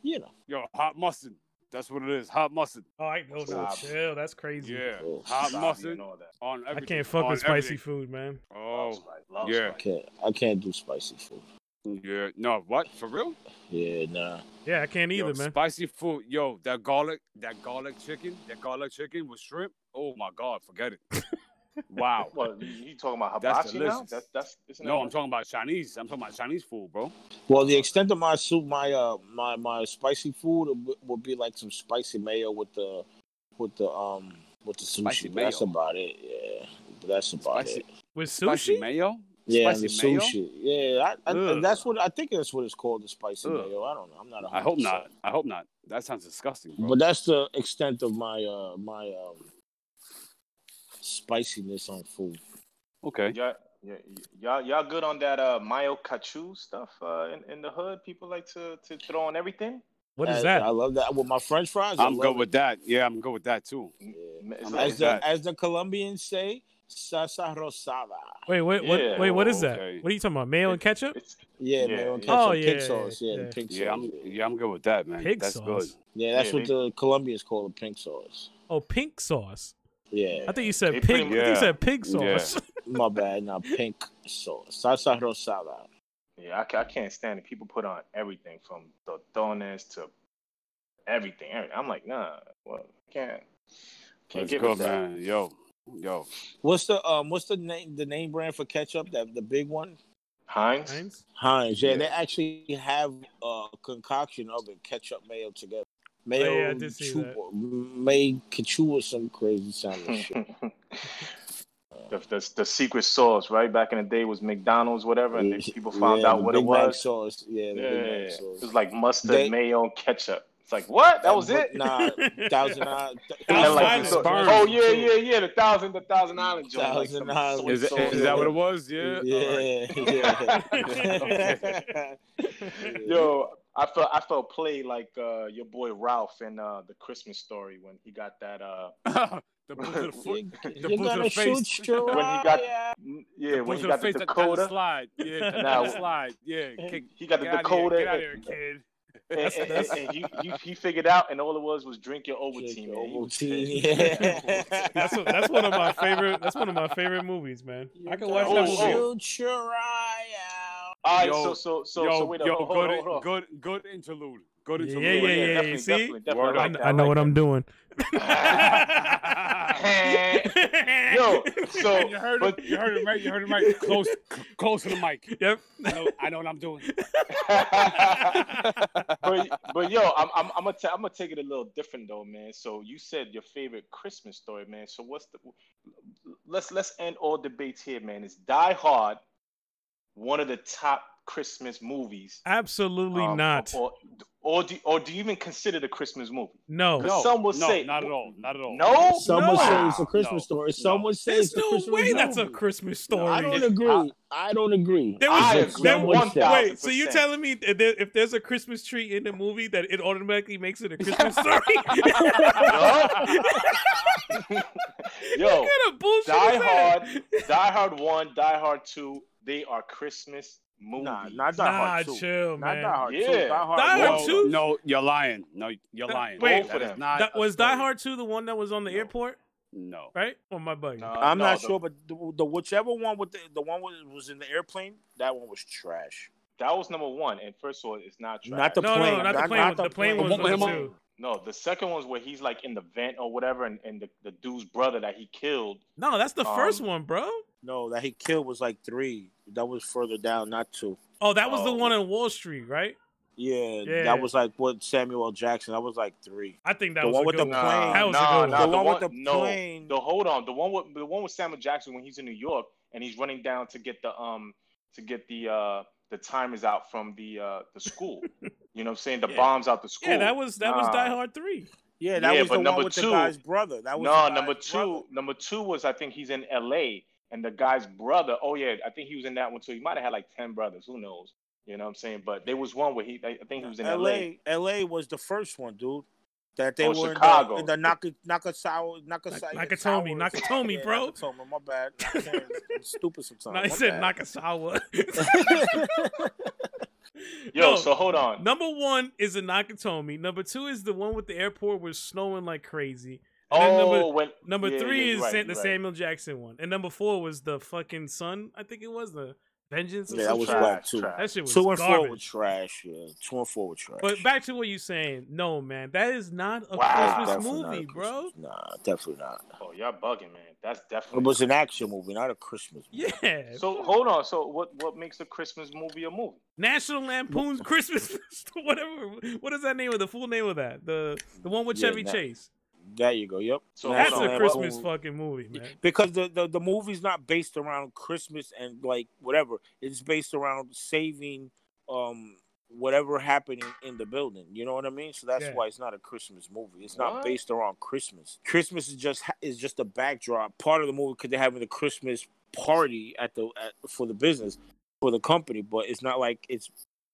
[SPEAKER 2] you know.
[SPEAKER 4] Yo, hot mustard. That's what it is. Hot mustard.
[SPEAKER 3] Oh, I know that.
[SPEAKER 1] Stop.
[SPEAKER 3] Chill. That's crazy.
[SPEAKER 4] Yeah.
[SPEAKER 2] Oh,
[SPEAKER 4] Hot
[SPEAKER 1] Wasabi
[SPEAKER 4] mustard
[SPEAKER 1] and all that.
[SPEAKER 4] on
[SPEAKER 3] I
[SPEAKER 4] everything.
[SPEAKER 3] can't fuck
[SPEAKER 4] on
[SPEAKER 3] with spicy
[SPEAKER 4] everything.
[SPEAKER 3] food, man.
[SPEAKER 1] Love
[SPEAKER 4] Oh,
[SPEAKER 1] spice, love
[SPEAKER 4] yeah.
[SPEAKER 1] spice.
[SPEAKER 2] Can't I can't do spicy food.
[SPEAKER 4] yeah. No, what? For real?
[SPEAKER 2] Yeah, nah.
[SPEAKER 3] Yeah, I can't
[SPEAKER 4] Yo,
[SPEAKER 3] either, man.
[SPEAKER 4] Spicy food, yo, that garlic, that garlic chicken, that garlic chicken with shrimp. Oh my god, forget it. wow.
[SPEAKER 1] What, you, you talking about
[SPEAKER 4] That's
[SPEAKER 1] hibachi now?
[SPEAKER 4] delicious.
[SPEAKER 1] That's that's isn't
[SPEAKER 4] No,
[SPEAKER 1] that
[SPEAKER 4] I'm talking about Chinese. I'm talking about Chinese food, bro.
[SPEAKER 2] Well, the extent of my soup, my uh, my my spicy food would- would be like some spicy mayo with the, with the um, with the
[SPEAKER 4] Spicy
[SPEAKER 2] sushi. But that's
[SPEAKER 4] mayo.
[SPEAKER 2] about it. Yeah, but that's about
[SPEAKER 4] Spicy,
[SPEAKER 2] it.
[SPEAKER 3] With
[SPEAKER 4] spicy
[SPEAKER 3] sushi?
[SPEAKER 4] mayo.
[SPEAKER 2] Yeah, and the
[SPEAKER 4] spicy mayo?
[SPEAKER 2] sushi. Yeah, I, I,
[SPEAKER 4] Ugh.
[SPEAKER 2] and that's what I think that's what it's called, the spicy
[SPEAKER 4] Ugh.
[SPEAKER 2] mayo. I don't know. I'm not. 100%.
[SPEAKER 4] I hope not. I hope not. That sounds disgusting, bro.
[SPEAKER 2] But that's the extent of my uh my um spiciness on food.
[SPEAKER 4] okay.
[SPEAKER 1] Y'all, y- y- y'all, y'all good on that uh mayo cachu stuff uh, in, in the hood? People like to, to throw on everything.
[SPEAKER 3] What
[SPEAKER 2] I-
[SPEAKER 3] is that?
[SPEAKER 2] I love that with my French fries. I
[SPEAKER 4] I'm
[SPEAKER 2] love
[SPEAKER 4] good with that. Yeah, I'm good with that too.
[SPEAKER 2] it. Yeah.
[SPEAKER 1] It's
[SPEAKER 4] I'm
[SPEAKER 1] like-
[SPEAKER 2] As
[SPEAKER 4] Is that-
[SPEAKER 2] the as the Colombians say, salsa rosada.
[SPEAKER 3] Wait, wait, what?
[SPEAKER 1] Yeah.
[SPEAKER 3] Wait, what is
[SPEAKER 4] Okay.
[SPEAKER 3] that? What are you talking about? Mayo and ketchup?
[SPEAKER 1] it's-
[SPEAKER 2] Yeah,
[SPEAKER 1] Yeah,
[SPEAKER 2] mayo and
[SPEAKER 1] yeah.
[SPEAKER 2] ketchup,
[SPEAKER 3] Oh,
[SPEAKER 2] pig
[SPEAKER 3] yeah,
[SPEAKER 2] sauce. Yeah,
[SPEAKER 3] yeah.
[SPEAKER 2] the pink
[SPEAKER 4] Yeah,
[SPEAKER 2] sauce.
[SPEAKER 4] I'm yeah, I'm good with that, man.
[SPEAKER 3] Pig
[SPEAKER 4] That's
[SPEAKER 3] sauce.
[SPEAKER 4] good.
[SPEAKER 2] yeah, that's
[SPEAKER 1] Yeah,
[SPEAKER 2] what the Colombians call the pink sauce.
[SPEAKER 3] Oh, pink sauce.
[SPEAKER 2] Yeah,
[SPEAKER 3] I think you said
[SPEAKER 1] They
[SPEAKER 3] pig.
[SPEAKER 1] pretty
[SPEAKER 3] I think you
[SPEAKER 4] much-
[SPEAKER 3] said pig
[SPEAKER 4] Yeah.
[SPEAKER 3] sauce.
[SPEAKER 2] my bad. Not pink sauce. Salsa rosada.
[SPEAKER 1] yeah, I, ca- I can't stand it. People put on everything from totones to everything. everything. I'm like, nah, well, can't can't
[SPEAKER 4] That's
[SPEAKER 1] get
[SPEAKER 4] good,
[SPEAKER 1] with that.
[SPEAKER 4] man. Yo, yo.
[SPEAKER 2] What's the um? What's the name? The name brand for ketchup? That the big one.
[SPEAKER 1] Heinz,
[SPEAKER 3] Heinz?
[SPEAKER 2] Heinz. Yeah,
[SPEAKER 1] Yeah.
[SPEAKER 2] they actually have a concoction of it, ketchup mayo together. Mayo,
[SPEAKER 3] Oh, yeah, I did see
[SPEAKER 2] chu-
[SPEAKER 3] that.
[SPEAKER 2] may cachu or some crazy sounding shit.
[SPEAKER 1] The, the, the secret sauce, right? Back in the day was McDonald's, whatever, and then people found
[SPEAKER 2] Yeah,
[SPEAKER 1] out
[SPEAKER 2] the
[SPEAKER 1] what
[SPEAKER 2] Big
[SPEAKER 1] it
[SPEAKER 2] Mac
[SPEAKER 1] was.
[SPEAKER 2] sauce. Yeah, the
[SPEAKER 1] Yeah,
[SPEAKER 2] Big
[SPEAKER 1] it
[SPEAKER 2] Mac sauce.
[SPEAKER 1] was like mustard,
[SPEAKER 2] They-
[SPEAKER 1] mayo, and ketchup. It's like what? That was
[SPEAKER 2] But
[SPEAKER 1] it.
[SPEAKER 2] Nah, thousand nine.
[SPEAKER 1] And
[SPEAKER 3] Thousand
[SPEAKER 1] then, like,
[SPEAKER 3] Island
[SPEAKER 1] you saw-
[SPEAKER 4] Burn.
[SPEAKER 1] oh yeah, yeah, yeah, the thousand, the thousand island joint. like
[SPEAKER 2] Thousand
[SPEAKER 1] some
[SPEAKER 2] Island.
[SPEAKER 1] soy
[SPEAKER 4] Is, it,
[SPEAKER 2] So
[SPEAKER 1] sauce.
[SPEAKER 4] is that what it was? Yeah. All right.
[SPEAKER 2] Yeah, yeah.
[SPEAKER 1] Yo, I felt I felt played like uh, your boy Ralph in uh, the Christmas story when he got that uh,
[SPEAKER 4] the bullet to the foot.
[SPEAKER 2] You-
[SPEAKER 4] The
[SPEAKER 2] you're
[SPEAKER 4] bullet to
[SPEAKER 2] gonna
[SPEAKER 4] the
[SPEAKER 2] shoot
[SPEAKER 4] face.
[SPEAKER 2] your
[SPEAKER 1] When he got- n- yeah
[SPEAKER 4] The
[SPEAKER 1] when
[SPEAKER 4] bullet
[SPEAKER 1] he
[SPEAKER 4] to the
[SPEAKER 1] got the
[SPEAKER 4] face that kind of
[SPEAKER 1] Dakota.
[SPEAKER 4] slide. Yeah, that
[SPEAKER 1] Nah,
[SPEAKER 4] kind of slide. Yeah. Kick,
[SPEAKER 1] He got the
[SPEAKER 4] get outta
[SPEAKER 1] Dakota.
[SPEAKER 4] Here, get out
[SPEAKER 1] and-
[SPEAKER 4] of here, kid.
[SPEAKER 1] and- and- and- and he, he, he figured out, and all it was was drink your Ovaltine. man. He was
[SPEAKER 2] Ovaltine,
[SPEAKER 1] pissed.
[SPEAKER 2] yeah.
[SPEAKER 3] That's what, that's one of my favorite. That's one of my favorite movies, man. I can watch
[SPEAKER 1] Oh,
[SPEAKER 3] that
[SPEAKER 1] shit.
[SPEAKER 3] movie.
[SPEAKER 2] Shoot your eye out.
[SPEAKER 1] All right,
[SPEAKER 4] Yo,
[SPEAKER 1] so so so
[SPEAKER 4] yo,
[SPEAKER 1] so wait up,
[SPEAKER 4] yo,
[SPEAKER 1] hold,
[SPEAKER 4] good,
[SPEAKER 1] hold, hold, hold.
[SPEAKER 4] good, good interlude. Good
[SPEAKER 3] Yeah,
[SPEAKER 4] interlude.
[SPEAKER 3] yeah, yeah, yeah.
[SPEAKER 1] definitely,
[SPEAKER 3] see?
[SPEAKER 1] definitely, definitely.
[SPEAKER 4] Word
[SPEAKER 1] I
[SPEAKER 3] I,
[SPEAKER 1] like
[SPEAKER 3] kn-
[SPEAKER 1] that,
[SPEAKER 3] I know
[SPEAKER 1] like
[SPEAKER 3] what I'm doing.
[SPEAKER 1] that. Yo, so
[SPEAKER 4] And you heard
[SPEAKER 1] but-
[SPEAKER 4] him. You heard him right. You heard him right. Close, c- close to the mic.
[SPEAKER 3] Yep.
[SPEAKER 4] I know, I know what I'm doing.
[SPEAKER 1] but but yo, I'm I'm I'm gonna i I'm gonna take it a little different though, man. So you said your favorite Christmas story, man. So what's the let's let's end all debates here, man. Is Die Hard one of the top Christmas movies?
[SPEAKER 3] Absolutely
[SPEAKER 1] um,
[SPEAKER 3] not.
[SPEAKER 1] Or, or do or do you even consider the Christmas movie?
[SPEAKER 3] No.
[SPEAKER 4] No,
[SPEAKER 1] some will
[SPEAKER 4] no,
[SPEAKER 1] say-
[SPEAKER 4] not at all. Not at
[SPEAKER 3] Oh.
[SPEAKER 4] all.
[SPEAKER 1] No,
[SPEAKER 2] Some
[SPEAKER 3] No.
[SPEAKER 2] would say it's a
[SPEAKER 4] No.
[SPEAKER 2] Christmas story. Some would say
[SPEAKER 3] There's
[SPEAKER 2] it's a
[SPEAKER 3] no
[SPEAKER 2] Christmas
[SPEAKER 3] way that's a
[SPEAKER 2] movie.
[SPEAKER 3] Christmas
[SPEAKER 2] No,
[SPEAKER 3] story.
[SPEAKER 2] I don't
[SPEAKER 1] It's-
[SPEAKER 2] agree. I don't agree.
[SPEAKER 3] There was-
[SPEAKER 1] I
[SPEAKER 2] That's
[SPEAKER 1] agree.
[SPEAKER 2] what
[SPEAKER 3] There
[SPEAKER 2] someone
[SPEAKER 3] was
[SPEAKER 1] one
[SPEAKER 2] said.
[SPEAKER 1] thousand
[SPEAKER 3] wait. So you're
[SPEAKER 1] percent.
[SPEAKER 3] telling me that there- if there's a Christmas tree in the movie, that it automatically makes it a Christmas story?
[SPEAKER 1] yo,
[SPEAKER 3] what kind of bullshit
[SPEAKER 1] Die
[SPEAKER 3] is that?
[SPEAKER 1] Hard, Die Hard One, Die Hard Two, they are Christmas movies.
[SPEAKER 5] Nah, not Die
[SPEAKER 3] Nah,
[SPEAKER 5] Hard 2.
[SPEAKER 3] chill,
[SPEAKER 5] Not
[SPEAKER 3] man.
[SPEAKER 5] Die Hard 2.
[SPEAKER 1] Yeah.
[SPEAKER 5] Die Hard,
[SPEAKER 3] Die Hard
[SPEAKER 5] one.
[SPEAKER 3] two?
[SPEAKER 4] No, you're lying. No, you're
[SPEAKER 3] Uh,
[SPEAKER 4] lying.
[SPEAKER 3] wait.
[SPEAKER 4] That is
[SPEAKER 1] Both of
[SPEAKER 4] not
[SPEAKER 3] That-
[SPEAKER 4] a
[SPEAKER 3] was Die
[SPEAKER 4] story.
[SPEAKER 3] Hard 2 the one that was on the
[SPEAKER 4] No.
[SPEAKER 3] airport,
[SPEAKER 4] No.
[SPEAKER 3] right? On my buggy.
[SPEAKER 1] No,
[SPEAKER 5] I'm
[SPEAKER 1] no,
[SPEAKER 5] not
[SPEAKER 1] the-
[SPEAKER 5] sure,
[SPEAKER 2] But the, the whichever one with the, the one was, was in the airplane, that one was trash.
[SPEAKER 1] That was number one, and first of all, it's not trash.
[SPEAKER 5] Not the
[SPEAKER 3] no,
[SPEAKER 5] plane.
[SPEAKER 3] no, not the
[SPEAKER 5] Not-
[SPEAKER 3] plane.
[SPEAKER 5] not
[SPEAKER 3] one.
[SPEAKER 5] the
[SPEAKER 3] the plane
[SPEAKER 5] plane.
[SPEAKER 3] was
[SPEAKER 4] Him on-
[SPEAKER 3] number
[SPEAKER 4] him
[SPEAKER 3] two.
[SPEAKER 1] No, the second one's where he's like in the vent or whatever, and, and the, the dude's brother that he killed.
[SPEAKER 3] No, that's the
[SPEAKER 1] Um,
[SPEAKER 3] first one, bro.
[SPEAKER 2] No, that he killed was like three. That was further down, not two.
[SPEAKER 3] Oh, that was the
[SPEAKER 1] Oh.
[SPEAKER 3] one on Wall Street, right?
[SPEAKER 2] Yeah,
[SPEAKER 3] Yeah.
[SPEAKER 2] that was like what Samuel L. Jackson. That was like three.
[SPEAKER 3] I think that
[SPEAKER 2] The
[SPEAKER 3] was
[SPEAKER 2] one
[SPEAKER 3] a
[SPEAKER 2] with
[SPEAKER 3] good
[SPEAKER 2] the
[SPEAKER 3] one.
[SPEAKER 2] plane.
[SPEAKER 3] That was a
[SPEAKER 1] nah,
[SPEAKER 3] good
[SPEAKER 1] nah,
[SPEAKER 3] one.
[SPEAKER 2] the one with the
[SPEAKER 1] no,
[SPEAKER 2] plane.
[SPEAKER 1] The hold on, the one with the one with Samuel Jackson when he's in New York and he's running down to get the um to get the uh the timers out from the uh the school. you know what I'm saying? The
[SPEAKER 3] Yeah.
[SPEAKER 1] bombs out the school.
[SPEAKER 3] Yeah, that was that was
[SPEAKER 1] Nah.
[SPEAKER 3] Die Hard 3.
[SPEAKER 2] Yeah, that
[SPEAKER 1] Yeah,
[SPEAKER 2] was
[SPEAKER 1] but
[SPEAKER 2] the one
[SPEAKER 1] number
[SPEAKER 2] with
[SPEAKER 1] two-
[SPEAKER 2] the guy's brother. That was
[SPEAKER 1] no,
[SPEAKER 2] the
[SPEAKER 1] number
[SPEAKER 2] guy's
[SPEAKER 1] two,
[SPEAKER 2] brother.
[SPEAKER 1] number two was I think he's in L.A. and the guy's brother. Oh yeah, I think he was in that one too. He might have had like ten brothers. Who knows? You know what I'm saying? But there was one where he, I I think he was in L.A.
[SPEAKER 2] LA, LA was the first one, dude. That they
[SPEAKER 1] Oh,
[SPEAKER 2] were
[SPEAKER 1] Chicago.
[SPEAKER 2] in the, in the Naka, Nakasawa, Nakasawa,
[SPEAKER 3] Nak-
[SPEAKER 2] Towers.
[SPEAKER 3] Nakatomi, Nakatomi,
[SPEAKER 2] Yeah,
[SPEAKER 3] bro.
[SPEAKER 2] Nakatomi, my bad. I can't- I'm stupid sometimes.
[SPEAKER 3] No,
[SPEAKER 2] my
[SPEAKER 3] he said
[SPEAKER 2] bad.
[SPEAKER 3] Nakasawa.
[SPEAKER 1] Yo,
[SPEAKER 3] No,
[SPEAKER 1] so hold on.
[SPEAKER 3] number one is a Nakatomi. Number two is the one with the airport was snowing like crazy. And then
[SPEAKER 1] oh,
[SPEAKER 3] number-
[SPEAKER 1] when,
[SPEAKER 3] Number
[SPEAKER 1] yeah,
[SPEAKER 3] three
[SPEAKER 1] yeah,
[SPEAKER 3] is
[SPEAKER 1] you're right,
[SPEAKER 3] Sa-
[SPEAKER 1] you're
[SPEAKER 3] the
[SPEAKER 1] right.
[SPEAKER 3] Samuel Jackson one, and number four was the fucking son. I think it was the Vengeance. Or
[SPEAKER 2] Yeah, that
[SPEAKER 3] some
[SPEAKER 2] was
[SPEAKER 3] shit.
[SPEAKER 1] Trash,
[SPEAKER 2] whack too.
[SPEAKER 1] trash.
[SPEAKER 3] That shit was
[SPEAKER 2] Two and four
[SPEAKER 3] garbage.
[SPEAKER 2] were trash. Yeah, two and four were trash.
[SPEAKER 3] But back to what you're saying, no man, that is not a
[SPEAKER 1] Wow.
[SPEAKER 2] Yeah,
[SPEAKER 3] Christmas
[SPEAKER 2] definitely not a
[SPEAKER 3] movie, bro.
[SPEAKER 2] Christmas- Nah, definitely not.
[SPEAKER 1] Oh, y'all bugging, man. That's definitely.
[SPEAKER 2] It was an action movie, not a Christmas movie.
[SPEAKER 3] Yeah.
[SPEAKER 1] So hold on. So what? What makes a Christmas movie a movie?
[SPEAKER 3] National Lampoon's Christmas, Fest, whatever. What is that name of the full name of that? The the one with
[SPEAKER 2] Yeah,
[SPEAKER 3] Chevy
[SPEAKER 2] nah.
[SPEAKER 3] Chase.
[SPEAKER 2] There you go. Yep.
[SPEAKER 1] So
[SPEAKER 3] That's
[SPEAKER 1] hold on,
[SPEAKER 3] a
[SPEAKER 1] what-
[SPEAKER 3] Christmas fucking movie, man.
[SPEAKER 2] Because the, the the movie's not based around Christmas and like whatever. It's based around saving um whatever happened in, in the building. You know what I mean? So that's
[SPEAKER 3] Yeah.
[SPEAKER 2] why it's not a Christmas movie. It's not
[SPEAKER 1] What?
[SPEAKER 2] based around Christmas. Christmas is just ha- is just a backdrop part of the movie because they're having the Christmas party at the at, for the business for the company, but it's not like it's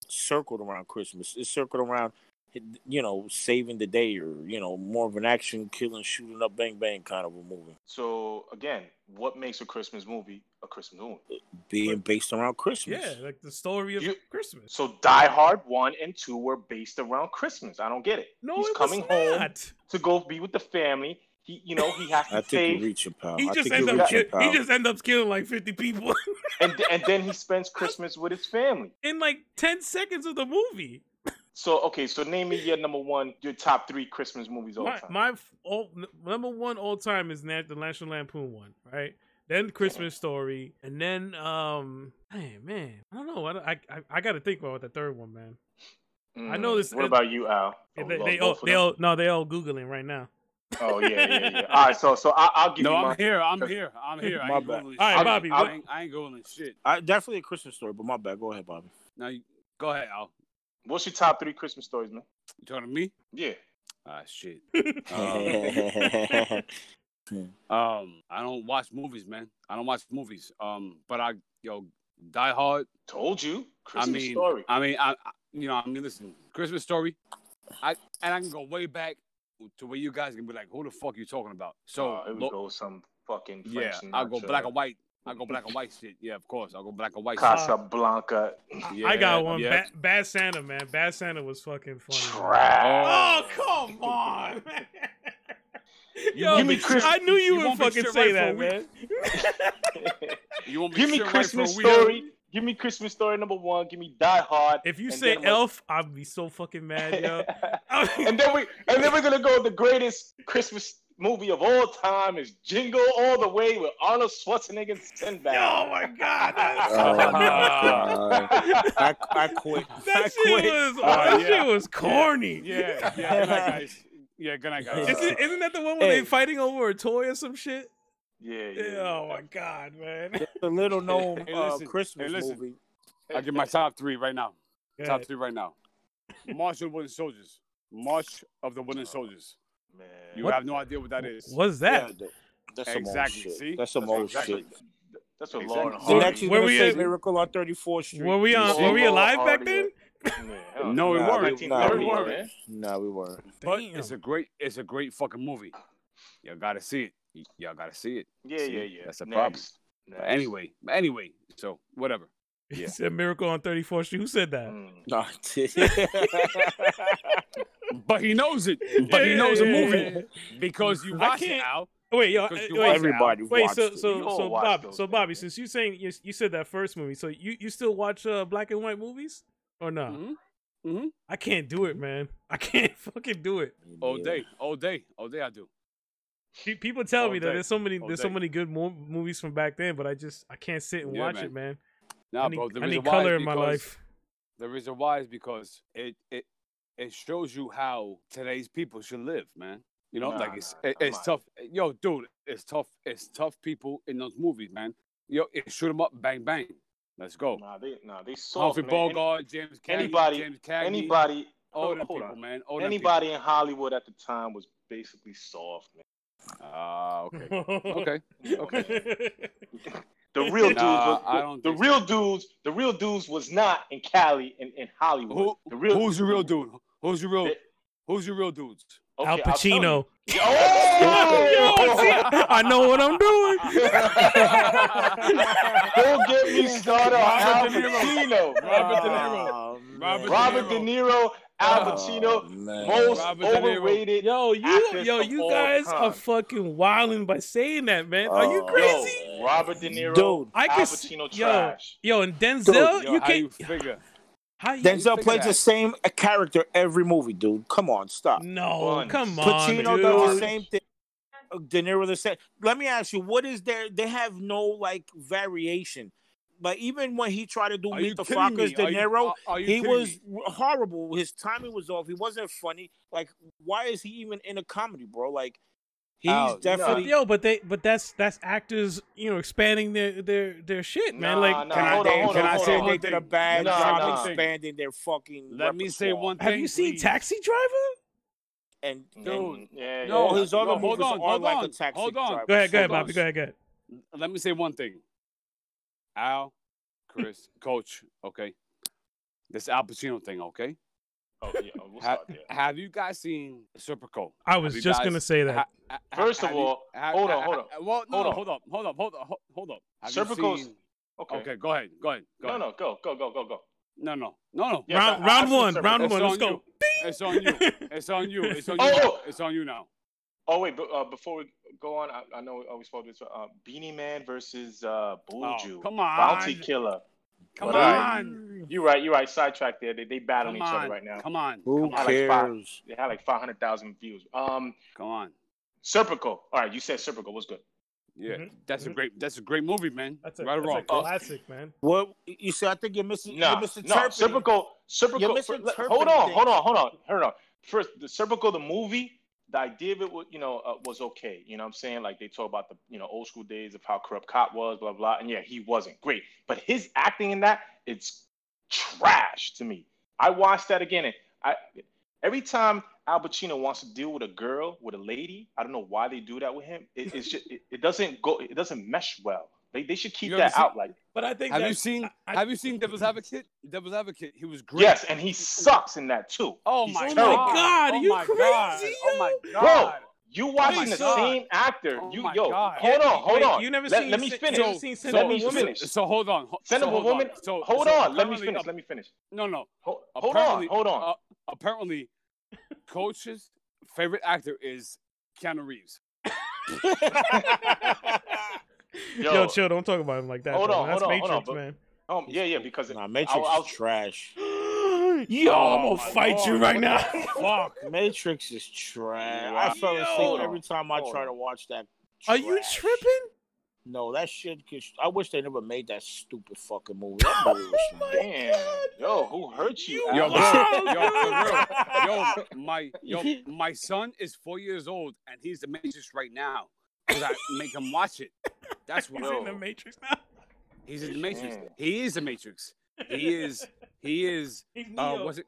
[SPEAKER 2] circled around Christmas. It's circled around you know saving the day or you know more of an action killing shooting up bang bang kind of a movie.
[SPEAKER 1] So again, what makes a Christmas movie a Christmas movie?
[SPEAKER 2] being based around Christmas.
[SPEAKER 3] Yeah, like the story of
[SPEAKER 1] You-
[SPEAKER 3] Christmas.
[SPEAKER 1] So Die Hard one and two were based around Christmas. I don't get it.
[SPEAKER 3] No,
[SPEAKER 1] he's
[SPEAKER 3] it
[SPEAKER 1] coming
[SPEAKER 3] was
[SPEAKER 1] home
[SPEAKER 3] not.
[SPEAKER 1] to go be with the family. He, you know, he has to
[SPEAKER 2] I think
[SPEAKER 1] save,
[SPEAKER 2] you reach your power.
[SPEAKER 3] He
[SPEAKER 2] I
[SPEAKER 3] just
[SPEAKER 2] think
[SPEAKER 3] ends
[SPEAKER 2] you
[SPEAKER 3] up
[SPEAKER 2] reach
[SPEAKER 3] ki-
[SPEAKER 2] your
[SPEAKER 3] he
[SPEAKER 2] power.
[SPEAKER 3] just end up killing like fifty people
[SPEAKER 1] and and then he spends Christmas with his family.
[SPEAKER 3] in like ten seconds of the movie.
[SPEAKER 1] So okay, so name me your number one, your top three Christmas movies all
[SPEAKER 3] My,
[SPEAKER 1] time.
[SPEAKER 3] my f- all, n- number one all time is Nat- the National Lampoon one, right? Then Christmas Story, and then um, hey man, I don't know. I don't- I I, I got to think about the third one, man. I
[SPEAKER 4] Mm.
[SPEAKER 3] know this-
[SPEAKER 1] What about you, Al? Oh,
[SPEAKER 3] they
[SPEAKER 1] Lord,
[SPEAKER 3] they, all,
[SPEAKER 1] both of
[SPEAKER 3] they
[SPEAKER 1] them.
[SPEAKER 3] all no, they all googling right now.
[SPEAKER 1] Oh yeah, yeah, yeah. All right, so so I, I'll give
[SPEAKER 4] No,
[SPEAKER 1] you
[SPEAKER 4] I'm
[SPEAKER 1] mine.
[SPEAKER 4] here. I'm here. I'm here. I
[SPEAKER 2] My
[SPEAKER 4] ain't
[SPEAKER 2] bad.
[SPEAKER 4] Googling shit.
[SPEAKER 3] All right,
[SPEAKER 4] I-
[SPEAKER 3] Bobby,
[SPEAKER 4] I
[SPEAKER 3] what-
[SPEAKER 4] ain't, I ain't Googling shit.
[SPEAKER 2] I, definitely a Christmas story, but my bad. Go ahead, Bobby.
[SPEAKER 4] Now, you, go ahead, Al.
[SPEAKER 1] What's your top three Christmas stories, man?
[SPEAKER 4] You talking to me?
[SPEAKER 1] Yeah.
[SPEAKER 4] Ah, shit.
[SPEAKER 2] Oh,
[SPEAKER 4] Um,
[SPEAKER 2] That's
[SPEAKER 4] um, I don't watch movies, man. I don't watch movies. Um, but I, yo, Die Hard.
[SPEAKER 1] Told you. Christmas
[SPEAKER 4] I mean,
[SPEAKER 1] story.
[SPEAKER 4] I mean, I, I- you know, I mean, listen, Christmas story. I and I can go way back to where you guys can be like, who the fuck you talking about? So
[SPEAKER 1] Oh, it would
[SPEAKER 4] lo-
[SPEAKER 1] go some fucking
[SPEAKER 4] yeah,
[SPEAKER 1] French
[SPEAKER 4] I'll go
[SPEAKER 1] Sinatra,
[SPEAKER 4] black and white. I'll go black and white shit. Yeah, of course, I'll go black and white. shit.
[SPEAKER 1] Casablanca.
[SPEAKER 3] I
[SPEAKER 4] Yeah,
[SPEAKER 3] got one.
[SPEAKER 4] yeah.
[SPEAKER 3] Ba- Bad Santa, man. Bad Santa was fucking funny. man.
[SPEAKER 1] Trash.
[SPEAKER 3] Oh come on, man.
[SPEAKER 4] You
[SPEAKER 3] Yo,
[SPEAKER 1] Give me Chris-
[SPEAKER 3] I knew you,
[SPEAKER 4] you
[SPEAKER 3] would
[SPEAKER 4] won't be
[SPEAKER 3] fucking
[SPEAKER 4] shit
[SPEAKER 3] say that,
[SPEAKER 4] right for a
[SPEAKER 3] man.
[SPEAKER 4] You won't be
[SPEAKER 1] Give me
[SPEAKER 4] shit right
[SPEAKER 1] Christmas
[SPEAKER 4] for a week.
[SPEAKER 1] story. Give me Christmas story number one. Give me Die Hard.
[SPEAKER 3] If you
[SPEAKER 1] and
[SPEAKER 3] say
[SPEAKER 1] then we're-
[SPEAKER 3] elf, I'd be so fucking mad, yo. Oh
[SPEAKER 1] and then we and then we're gonna go with the greatest Christmas movie of all time is Jingle All the Way with Arnold Schwarzenegger and Sinbad.
[SPEAKER 3] Oh my god.
[SPEAKER 1] Oh,
[SPEAKER 3] That,
[SPEAKER 1] my
[SPEAKER 2] Oh, my God.
[SPEAKER 1] God.
[SPEAKER 2] I, I quit. I
[SPEAKER 3] that shit
[SPEAKER 2] quit.
[SPEAKER 3] was
[SPEAKER 4] Uh,
[SPEAKER 3] that
[SPEAKER 4] yeah.
[SPEAKER 3] shit was corny.
[SPEAKER 4] Yeah, yeah, good night, guys. Yeah, good night, guys.
[SPEAKER 3] Isn't, isn't that the one where
[SPEAKER 2] Hey.
[SPEAKER 3] they fighting over a toy or some shit?
[SPEAKER 1] yeah, yeah.
[SPEAKER 3] Yeah, oh my god, man.
[SPEAKER 2] It's a little known
[SPEAKER 4] Hey,
[SPEAKER 2] uh,
[SPEAKER 4] listen.
[SPEAKER 2] Christmas
[SPEAKER 4] Hey, listen.
[SPEAKER 2] movie.
[SPEAKER 4] I'll give my top three right now. Top
[SPEAKER 3] God.
[SPEAKER 4] three right now. March of the Wooden Soldiers. March of the Wooden Soldiers.
[SPEAKER 1] Man.
[SPEAKER 4] You
[SPEAKER 3] What?
[SPEAKER 4] have no idea what that is.
[SPEAKER 3] What's that?
[SPEAKER 2] Yeah, That's some
[SPEAKER 4] Exactly,
[SPEAKER 2] old shit.
[SPEAKER 4] see?
[SPEAKER 2] That's some
[SPEAKER 4] That's
[SPEAKER 2] old
[SPEAKER 4] exactly-
[SPEAKER 2] shit.
[SPEAKER 1] That's a
[SPEAKER 4] Exactly.
[SPEAKER 1] Lauren
[SPEAKER 4] So
[SPEAKER 2] So
[SPEAKER 1] Hardy.
[SPEAKER 2] next
[SPEAKER 3] you
[SPEAKER 2] you're
[SPEAKER 3] Where
[SPEAKER 2] gonna
[SPEAKER 3] we
[SPEAKER 2] say
[SPEAKER 3] at?
[SPEAKER 2] Miracle on 34th Street.
[SPEAKER 3] Were we on?
[SPEAKER 1] Yeah.
[SPEAKER 3] Were we alive
[SPEAKER 1] Laurel
[SPEAKER 3] back
[SPEAKER 1] Hardy,
[SPEAKER 3] then?
[SPEAKER 1] Yeah.
[SPEAKER 4] No, it
[SPEAKER 2] Nah,
[SPEAKER 4] weren't.
[SPEAKER 2] we-
[SPEAKER 1] 1930s,
[SPEAKER 4] nah, we-
[SPEAKER 1] man.
[SPEAKER 2] Nah, we were.
[SPEAKER 4] But
[SPEAKER 3] Damn.
[SPEAKER 4] it's a great, it's a great fucking movie. Y'all gotta see it. Y- Y'all gotta see it.
[SPEAKER 1] Yeah,
[SPEAKER 4] See,
[SPEAKER 1] yeah, yeah.
[SPEAKER 4] that's a
[SPEAKER 1] Next.
[SPEAKER 4] problem. But
[SPEAKER 1] Next.
[SPEAKER 4] anyway, but anyway, so whatever. Yeah.
[SPEAKER 3] It's a miracle on 34th Street. Who said that?
[SPEAKER 1] Mm.
[SPEAKER 2] Nah,
[SPEAKER 4] But he knows it. Mm. But he
[SPEAKER 3] Yeah,
[SPEAKER 4] knows the
[SPEAKER 3] yeah,
[SPEAKER 4] movie
[SPEAKER 3] yeah, yeah.
[SPEAKER 4] because you
[SPEAKER 3] I
[SPEAKER 4] watch it,
[SPEAKER 3] can't-
[SPEAKER 4] Al.
[SPEAKER 3] Wait, yo, uh,
[SPEAKER 4] Because you
[SPEAKER 3] wait,
[SPEAKER 4] watched it, Al.
[SPEAKER 2] Everybody
[SPEAKER 3] wait.
[SPEAKER 2] watched
[SPEAKER 3] So,
[SPEAKER 2] it.
[SPEAKER 1] You
[SPEAKER 3] so,
[SPEAKER 1] all
[SPEAKER 3] so,
[SPEAKER 1] watched
[SPEAKER 3] Bobby,
[SPEAKER 1] those
[SPEAKER 3] so
[SPEAKER 1] things,
[SPEAKER 3] Bobby,
[SPEAKER 1] man.
[SPEAKER 3] since you saying you, you said that first movie, so you you still watch uh, black and white movies or no?
[SPEAKER 4] Mhm.
[SPEAKER 3] I can't do it, man. I can't fucking do it.
[SPEAKER 4] All
[SPEAKER 2] Yeah.
[SPEAKER 4] day, all day, all day. I do.
[SPEAKER 3] Pe- People tell
[SPEAKER 4] All
[SPEAKER 3] me that
[SPEAKER 4] day.
[SPEAKER 3] there's so many
[SPEAKER 4] All
[SPEAKER 3] there's so
[SPEAKER 4] day.
[SPEAKER 3] many good mo- movies from back then, but I just I can't sit and
[SPEAKER 4] Yeah,
[SPEAKER 3] watch
[SPEAKER 4] man.
[SPEAKER 3] it, man.
[SPEAKER 4] Nah,
[SPEAKER 3] I need,
[SPEAKER 4] bro. The
[SPEAKER 3] I
[SPEAKER 4] reason
[SPEAKER 3] need
[SPEAKER 4] why is
[SPEAKER 3] color in my
[SPEAKER 4] because-
[SPEAKER 3] life.
[SPEAKER 4] The reason why is because it it it shows you how today's people should live, man. You know,
[SPEAKER 1] Nah,
[SPEAKER 4] like it's
[SPEAKER 1] nah,
[SPEAKER 4] it,
[SPEAKER 1] nah,
[SPEAKER 4] it's
[SPEAKER 1] nah.
[SPEAKER 4] tough. Yo, dude, it's tough. It's tough people in those movies, man. Yo, it, shoot 'em up, bang bang. Let's go.
[SPEAKER 1] Nah, they, nah, they soft,
[SPEAKER 4] Oh. Humphrey
[SPEAKER 1] man. Any-
[SPEAKER 4] Bogart, James Cagney,
[SPEAKER 1] anybody-
[SPEAKER 4] James Cagney,
[SPEAKER 1] Anybody,
[SPEAKER 4] all
[SPEAKER 1] hold,
[SPEAKER 4] them
[SPEAKER 1] hold
[SPEAKER 4] people,
[SPEAKER 1] on.
[SPEAKER 4] man. All them
[SPEAKER 1] Anybody in Hollywood at the time was basically soft, man.
[SPEAKER 4] people. Ah, okay, okay. Okay.
[SPEAKER 1] The real dudes,
[SPEAKER 4] Nah,
[SPEAKER 1] was,
[SPEAKER 4] I don't
[SPEAKER 1] the
[SPEAKER 4] think
[SPEAKER 1] real dudes, the real dudes was not in Cali and in Hollywood.
[SPEAKER 4] Who,
[SPEAKER 1] the real,
[SPEAKER 4] who's the real dude? Who's the real?
[SPEAKER 1] They-
[SPEAKER 4] Who's the real dudes?
[SPEAKER 1] Okay,
[SPEAKER 3] Al
[SPEAKER 1] I'll tell you.
[SPEAKER 3] Pacino. Yo, see,
[SPEAKER 1] Oh!
[SPEAKER 3] I know what I'm doing.
[SPEAKER 1] Don't get me started on Al
[SPEAKER 4] Robert De Niro.
[SPEAKER 1] Pacino.
[SPEAKER 4] Robert De Niro.
[SPEAKER 2] Oh,
[SPEAKER 4] Robert
[SPEAKER 2] man.
[SPEAKER 1] Robert De Niro, Al
[SPEAKER 2] Oh,
[SPEAKER 1] Pacino,
[SPEAKER 2] man.
[SPEAKER 1] most
[SPEAKER 4] Robert De Niro.
[SPEAKER 1] overrated.
[SPEAKER 3] Yo, you,
[SPEAKER 1] Actors
[SPEAKER 3] yo,
[SPEAKER 1] of
[SPEAKER 3] you
[SPEAKER 1] all
[SPEAKER 3] guys are
[SPEAKER 1] time.
[SPEAKER 3] fucking wilding by saying that, man. Are you
[SPEAKER 4] Uh,
[SPEAKER 2] Oh,
[SPEAKER 1] Yo,
[SPEAKER 3] crazy?
[SPEAKER 1] Robert De Niro,
[SPEAKER 2] Dude.
[SPEAKER 3] I
[SPEAKER 1] Al
[SPEAKER 3] can s-
[SPEAKER 1] Pacino
[SPEAKER 3] yo.
[SPEAKER 1] trash.
[SPEAKER 3] Yo, and
[SPEAKER 2] Dude,
[SPEAKER 3] Denzel,
[SPEAKER 4] Yo,
[SPEAKER 3] Oh, you
[SPEAKER 4] how
[SPEAKER 3] can't.
[SPEAKER 4] you figure?
[SPEAKER 3] how you-
[SPEAKER 4] figure
[SPEAKER 2] Denzel plays
[SPEAKER 4] that?
[SPEAKER 2] the same character every movie, dude. Come on, stop.
[SPEAKER 3] no,
[SPEAKER 1] Buns.
[SPEAKER 3] come on,
[SPEAKER 2] Pacino does
[SPEAKER 3] dude.
[SPEAKER 1] dude.
[SPEAKER 2] the same thing. De Niro the same. Let me ask you, what is there? They have no like variation. But even when he tried to do
[SPEAKER 4] Are you
[SPEAKER 2] Meet the
[SPEAKER 4] kidding me?
[SPEAKER 2] Fockers, De
[SPEAKER 4] Are you-
[SPEAKER 2] Niro,
[SPEAKER 4] are- are you
[SPEAKER 2] he
[SPEAKER 4] kidding
[SPEAKER 2] was
[SPEAKER 4] me?
[SPEAKER 2] horrible. His timing was off. He wasn't funny. Like, why is he even in a comedy, bro? Like, he's
[SPEAKER 4] Oh,
[SPEAKER 2] definitely.
[SPEAKER 3] Yo, but they, but that's that's actors, you know, expanding their their their shit, man.
[SPEAKER 1] Nah,
[SPEAKER 3] like,
[SPEAKER 1] nah,
[SPEAKER 2] Can I,
[SPEAKER 1] hold
[SPEAKER 2] they,
[SPEAKER 1] on, hold
[SPEAKER 2] can
[SPEAKER 1] on,
[SPEAKER 2] I
[SPEAKER 1] hold
[SPEAKER 2] say
[SPEAKER 1] on.
[SPEAKER 2] they did a bad
[SPEAKER 1] Nah,
[SPEAKER 2] job
[SPEAKER 1] nah.
[SPEAKER 2] expanding their fucking?
[SPEAKER 4] Let me say
[SPEAKER 2] repertoire.
[SPEAKER 4] one thing.
[SPEAKER 3] have you seen
[SPEAKER 4] please.
[SPEAKER 3] Taxi Driver?
[SPEAKER 2] And, and
[SPEAKER 4] Dude,
[SPEAKER 1] yeah,
[SPEAKER 4] no,
[SPEAKER 1] yeah.
[SPEAKER 2] all his other
[SPEAKER 4] hold
[SPEAKER 2] movies
[SPEAKER 4] on,
[SPEAKER 2] are
[SPEAKER 4] hold
[SPEAKER 2] like
[SPEAKER 4] on,
[SPEAKER 2] a taxi
[SPEAKER 4] hold on.
[SPEAKER 2] driver.
[SPEAKER 3] Go ahead, go ahead,
[SPEAKER 4] Hold on.
[SPEAKER 3] Bobby. Go ahead, go ahead.
[SPEAKER 4] Let me say one thing. Al, Chris, Coach, okay. This Al Pacino thing, okay.
[SPEAKER 1] Oh, yeah, we'll
[SPEAKER 4] Ha-
[SPEAKER 1] start there.
[SPEAKER 4] have you guys seen Serpico?
[SPEAKER 3] I was
[SPEAKER 4] Have you
[SPEAKER 3] just
[SPEAKER 4] guys-
[SPEAKER 3] gonna say that.
[SPEAKER 4] ha- ha-
[SPEAKER 1] First of
[SPEAKER 4] have you-
[SPEAKER 1] all,
[SPEAKER 4] ha-
[SPEAKER 1] hold on,
[SPEAKER 4] ha-
[SPEAKER 1] hold
[SPEAKER 4] ha- Well, no,
[SPEAKER 1] Hold on.
[SPEAKER 4] hold up, hold up, hold up, ho- hold up. Have you
[SPEAKER 1] Serpico's-
[SPEAKER 4] seen-
[SPEAKER 1] Okay.
[SPEAKER 4] Okay, go ahead, go ahead, go
[SPEAKER 1] No,
[SPEAKER 4] ahead.
[SPEAKER 1] no, go, go, go, go, go.
[SPEAKER 4] No, no, no, no.
[SPEAKER 1] Yeah,
[SPEAKER 3] round
[SPEAKER 1] I- I
[SPEAKER 3] round
[SPEAKER 1] see
[SPEAKER 3] one,
[SPEAKER 1] Serpico.
[SPEAKER 3] round
[SPEAKER 4] It's
[SPEAKER 3] one.
[SPEAKER 4] on
[SPEAKER 3] Let's go.
[SPEAKER 4] It's on you. It's on you. It's on you.
[SPEAKER 1] Oh,
[SPEAKER 4] now.
[SPEAKER 1] oh.
[SPEAKER 4] It's on you now.
[SPEAKER 1] Oh wait, but uh, before we go on, I, I know I was supposed to this. Uh, Beanie Man versus uh, Buju,
[SPEAKER 4] Oh, come on.
[SPEAKER 1] Bounty Killer.
[SPEAKER 4] Come
[SPEAKER 1] But, uh,
[SPEAKER 4] on.
[SPEAKER 1] You're right. You're right. Sidetrack there. They they battling
[SPEAKER 4] Come
[SPEAKER 1] each
[SPEAKER 4] on.
[SPEAKER 1] other right now.
[SPEAKER 4] Come on.
[SPEAKER 2] Who
[SPEAKER 4] Come on.
[SPEAKER 1] cares?
[SPEAKER 2] cares?
[SPEAKER 1] They had like 500,000 views. Um,
[SPEAKER 4] Come on.
[SPEAKER 1] Serpico. All right, you said Serpico. What's good?
[SPEAKER 4] Yeah,
[SPEAKER 3] Mhm.
[SPEAKER 4] that's a
[SPEAKER 3] Mhm.
[SPEAKER 4] great. That's a great movie, man.
[SPEAKER 3] That's a,
[SPEAKER 4] right or
[SPEAKER 3] that's
[SPEAKER 4] wrong. Oh.
[SPEAKER 3] a classic, man.
[SPEAKER 2] Well, you see, I think you're missing.
[SPEAKER 1] No,
[SPEAKER 2] you're missing
[SPEAKER 1] no. Serpico.
[SPEAKER 2] You're
[SPEAKER 1] Serpico. for-
[SPEAKER 2] misinterpreting
[SPEAKER 1] hold on.
[SPEAKER 2] things.
[SPEAKER 1] Hold on. Hold on. Hold on. First, the Serpico, the movie. The idea of it, was, you know, uh, was okay. You know, what I'm saying like they talk about the, you know, old school days of how corrupt cop was, blah blah. And yeah, he wasn't great, but his acting in that, it's trash to me. I watched that again, and I every time Al Pacino wants to deal with a girl, with a lady, I don't know why they do that with him. It, it's just it, it doesn't go, it doesn't mesh well. They, they should keep
[SPEAKER 4] You ever
[SPEAKER 1] that
[SPEAKER 4] seen-
[SPEAKER 1] out like.
[SPEAKER 3] But I think
[SPEAKER 4] Have you
[SPEAKER 3] that's-
[SPEAKER 4] seen?
[SPEAKER 3] I-
[SPEAKER 4] have you seen Devil's Advocate? Devil's Advocate. He was great.
[SPEAKER 1] Yes, and he sucks in that too.
[SPEAKER 4] Oh
[SPEAKER 1] He's
[SPEAKER 4] my
[SPEAKER 1] terrible.
[SPEAKER 3] Oh
[SPEAKER 4] God.
[SPEAKER 3] my God,
[SPEAKER 4] Oh
[SPEAKER 3] are you
[SPEAKER 4] my
[SPEAKER 3] crazy,
[SPEAKER 4] God. Oh
[SPEAKER 3] yo?
[SPEAKER 4] my
[SPEAKER 1] Bro,
[SPEAKER 4] God.
[SPEAKER 1] you watching
[SPEAKER 4] my
[SPEAKER 1] the
[SPEAKER 4] God.
[SPEAKER 1] same actor.
[SPEAKER 4] Oh
[SPEAKER 1] you
[SPEAKER 4] my
[SPEAKER 1] yo,
[SPEAKER 4] God.
[SPEAKER 1] hold
[SPEAKER 3] Yeah,
[SPEAKER 1] on, hold
[SPEAKER 3] wait,
[SPEAKER 1] on.
[SPEAKER 3] you never
[SPEAKER 1] let,
[SPEAKER 3] seen
[SPEAKER 1] let me
[SPEAKER 3] Sen-
[SPEAKER 1] finish.
[SPEAKER 3] you never seen Sen-
[SPEAKER 1] let me
[SPEAKER 3] so-
[SPEAKER 1] finish.
[SPEAKER 4] So, so hold on. Ho-
[SPEAKER 1] Send
[SPEAKER 4] so
[SPEAKER 1] him a
[SPEAKER 4] hold
[SPEAKER 1] woman.
[SPEAKER 4] on. So,
[SPEAKER 1] hold
[SPEAKER 4] so
[SPEAKER 1] on. Let me
[SPEAKER 4] apparently-
[SPEAKER 1] finish. Let me finish.
[SPEAKER 4] No, no.
[SPEAKER 1] Ho- Hold on.
[SPEAKER 4] Apparently-
[SPEAKER 1] Hold on.
[SPEAKER 4] uh, apparently, coach's favorite actor is Keanu Reeves.
[SPEAKER 3] Yo,
[SPEAKER 1] Yo.
[SPEAKER 3] chill. Don't talk about him like that.
[SPEAKER 1] Hold
[SPEAKER 3] bro.
[SPEAKER 1] on,
[SPEAKER 3] That's
[SPEAKER 1] hold on, hold
[SPEAKER 3] Matrix,
[SPEAKER 1] on, but-
[SPEAKER 3] man.
[SPEAKER 1] Um, yeah, yeah. Because
[SPEAKER 2] Nah, Matrix
[SPEAKER 1] I'll- I'll-
[SPEAKER 2] is trash.
[SPEAKER 5] Yo, I'm gonna
[SPEAKER 1] Oh, my
[SPEAKER 5] fight you
[SPEAKER 1] Lord.
[SPEAKER 5] right now.
[SPEAKER 3] Fuck.
[SPEAKER 2] Matrix is trash. I
[SPEAKER 1] Wow.
[SPEAKER 2] fell
[SPEAKER 1] Yo.
[SPEAKER 2] asleep every time I
[SPEAKER 1] Hold
[SPEAKER 2] try
[SPEAKER 1] on.
[SPEAKER 2] to watch that.
[SPEAKER 3] Are you
[SPEAKER 2] trash.
[SPEAKER 3] tripping?
[SPEAKER 2] No, that shit. Could, I wish they never made that stupid fucking movie. That movie was ridiculous.
[SPEAKER 1] Damn. Yo, who hurt you?
[SPEAKER 4] Yo,
[SPEAKER 1] Alex?
[SPEAKER 4] bro, yo, for real. Yo, my yo,
[SPEAKER 2] Yeah.
[SPEAKER 4] my son is four years old and he's the Matrix right now because I make him watch it. That's
[SPEAKER 3] He's
[SPEAKER 4] what
[SPEAKER 1] Yo.
[SPEAKER 3] in the Matrix now.
[SPEAKER 4] he's in the Matrix.
[SPEAKER 1] Man.
[SPEAKER 4] He is the Matrix. He is. He is.
[SPEAKER 3] He's Neo.
[SPEAKER 4] Uh, what's it?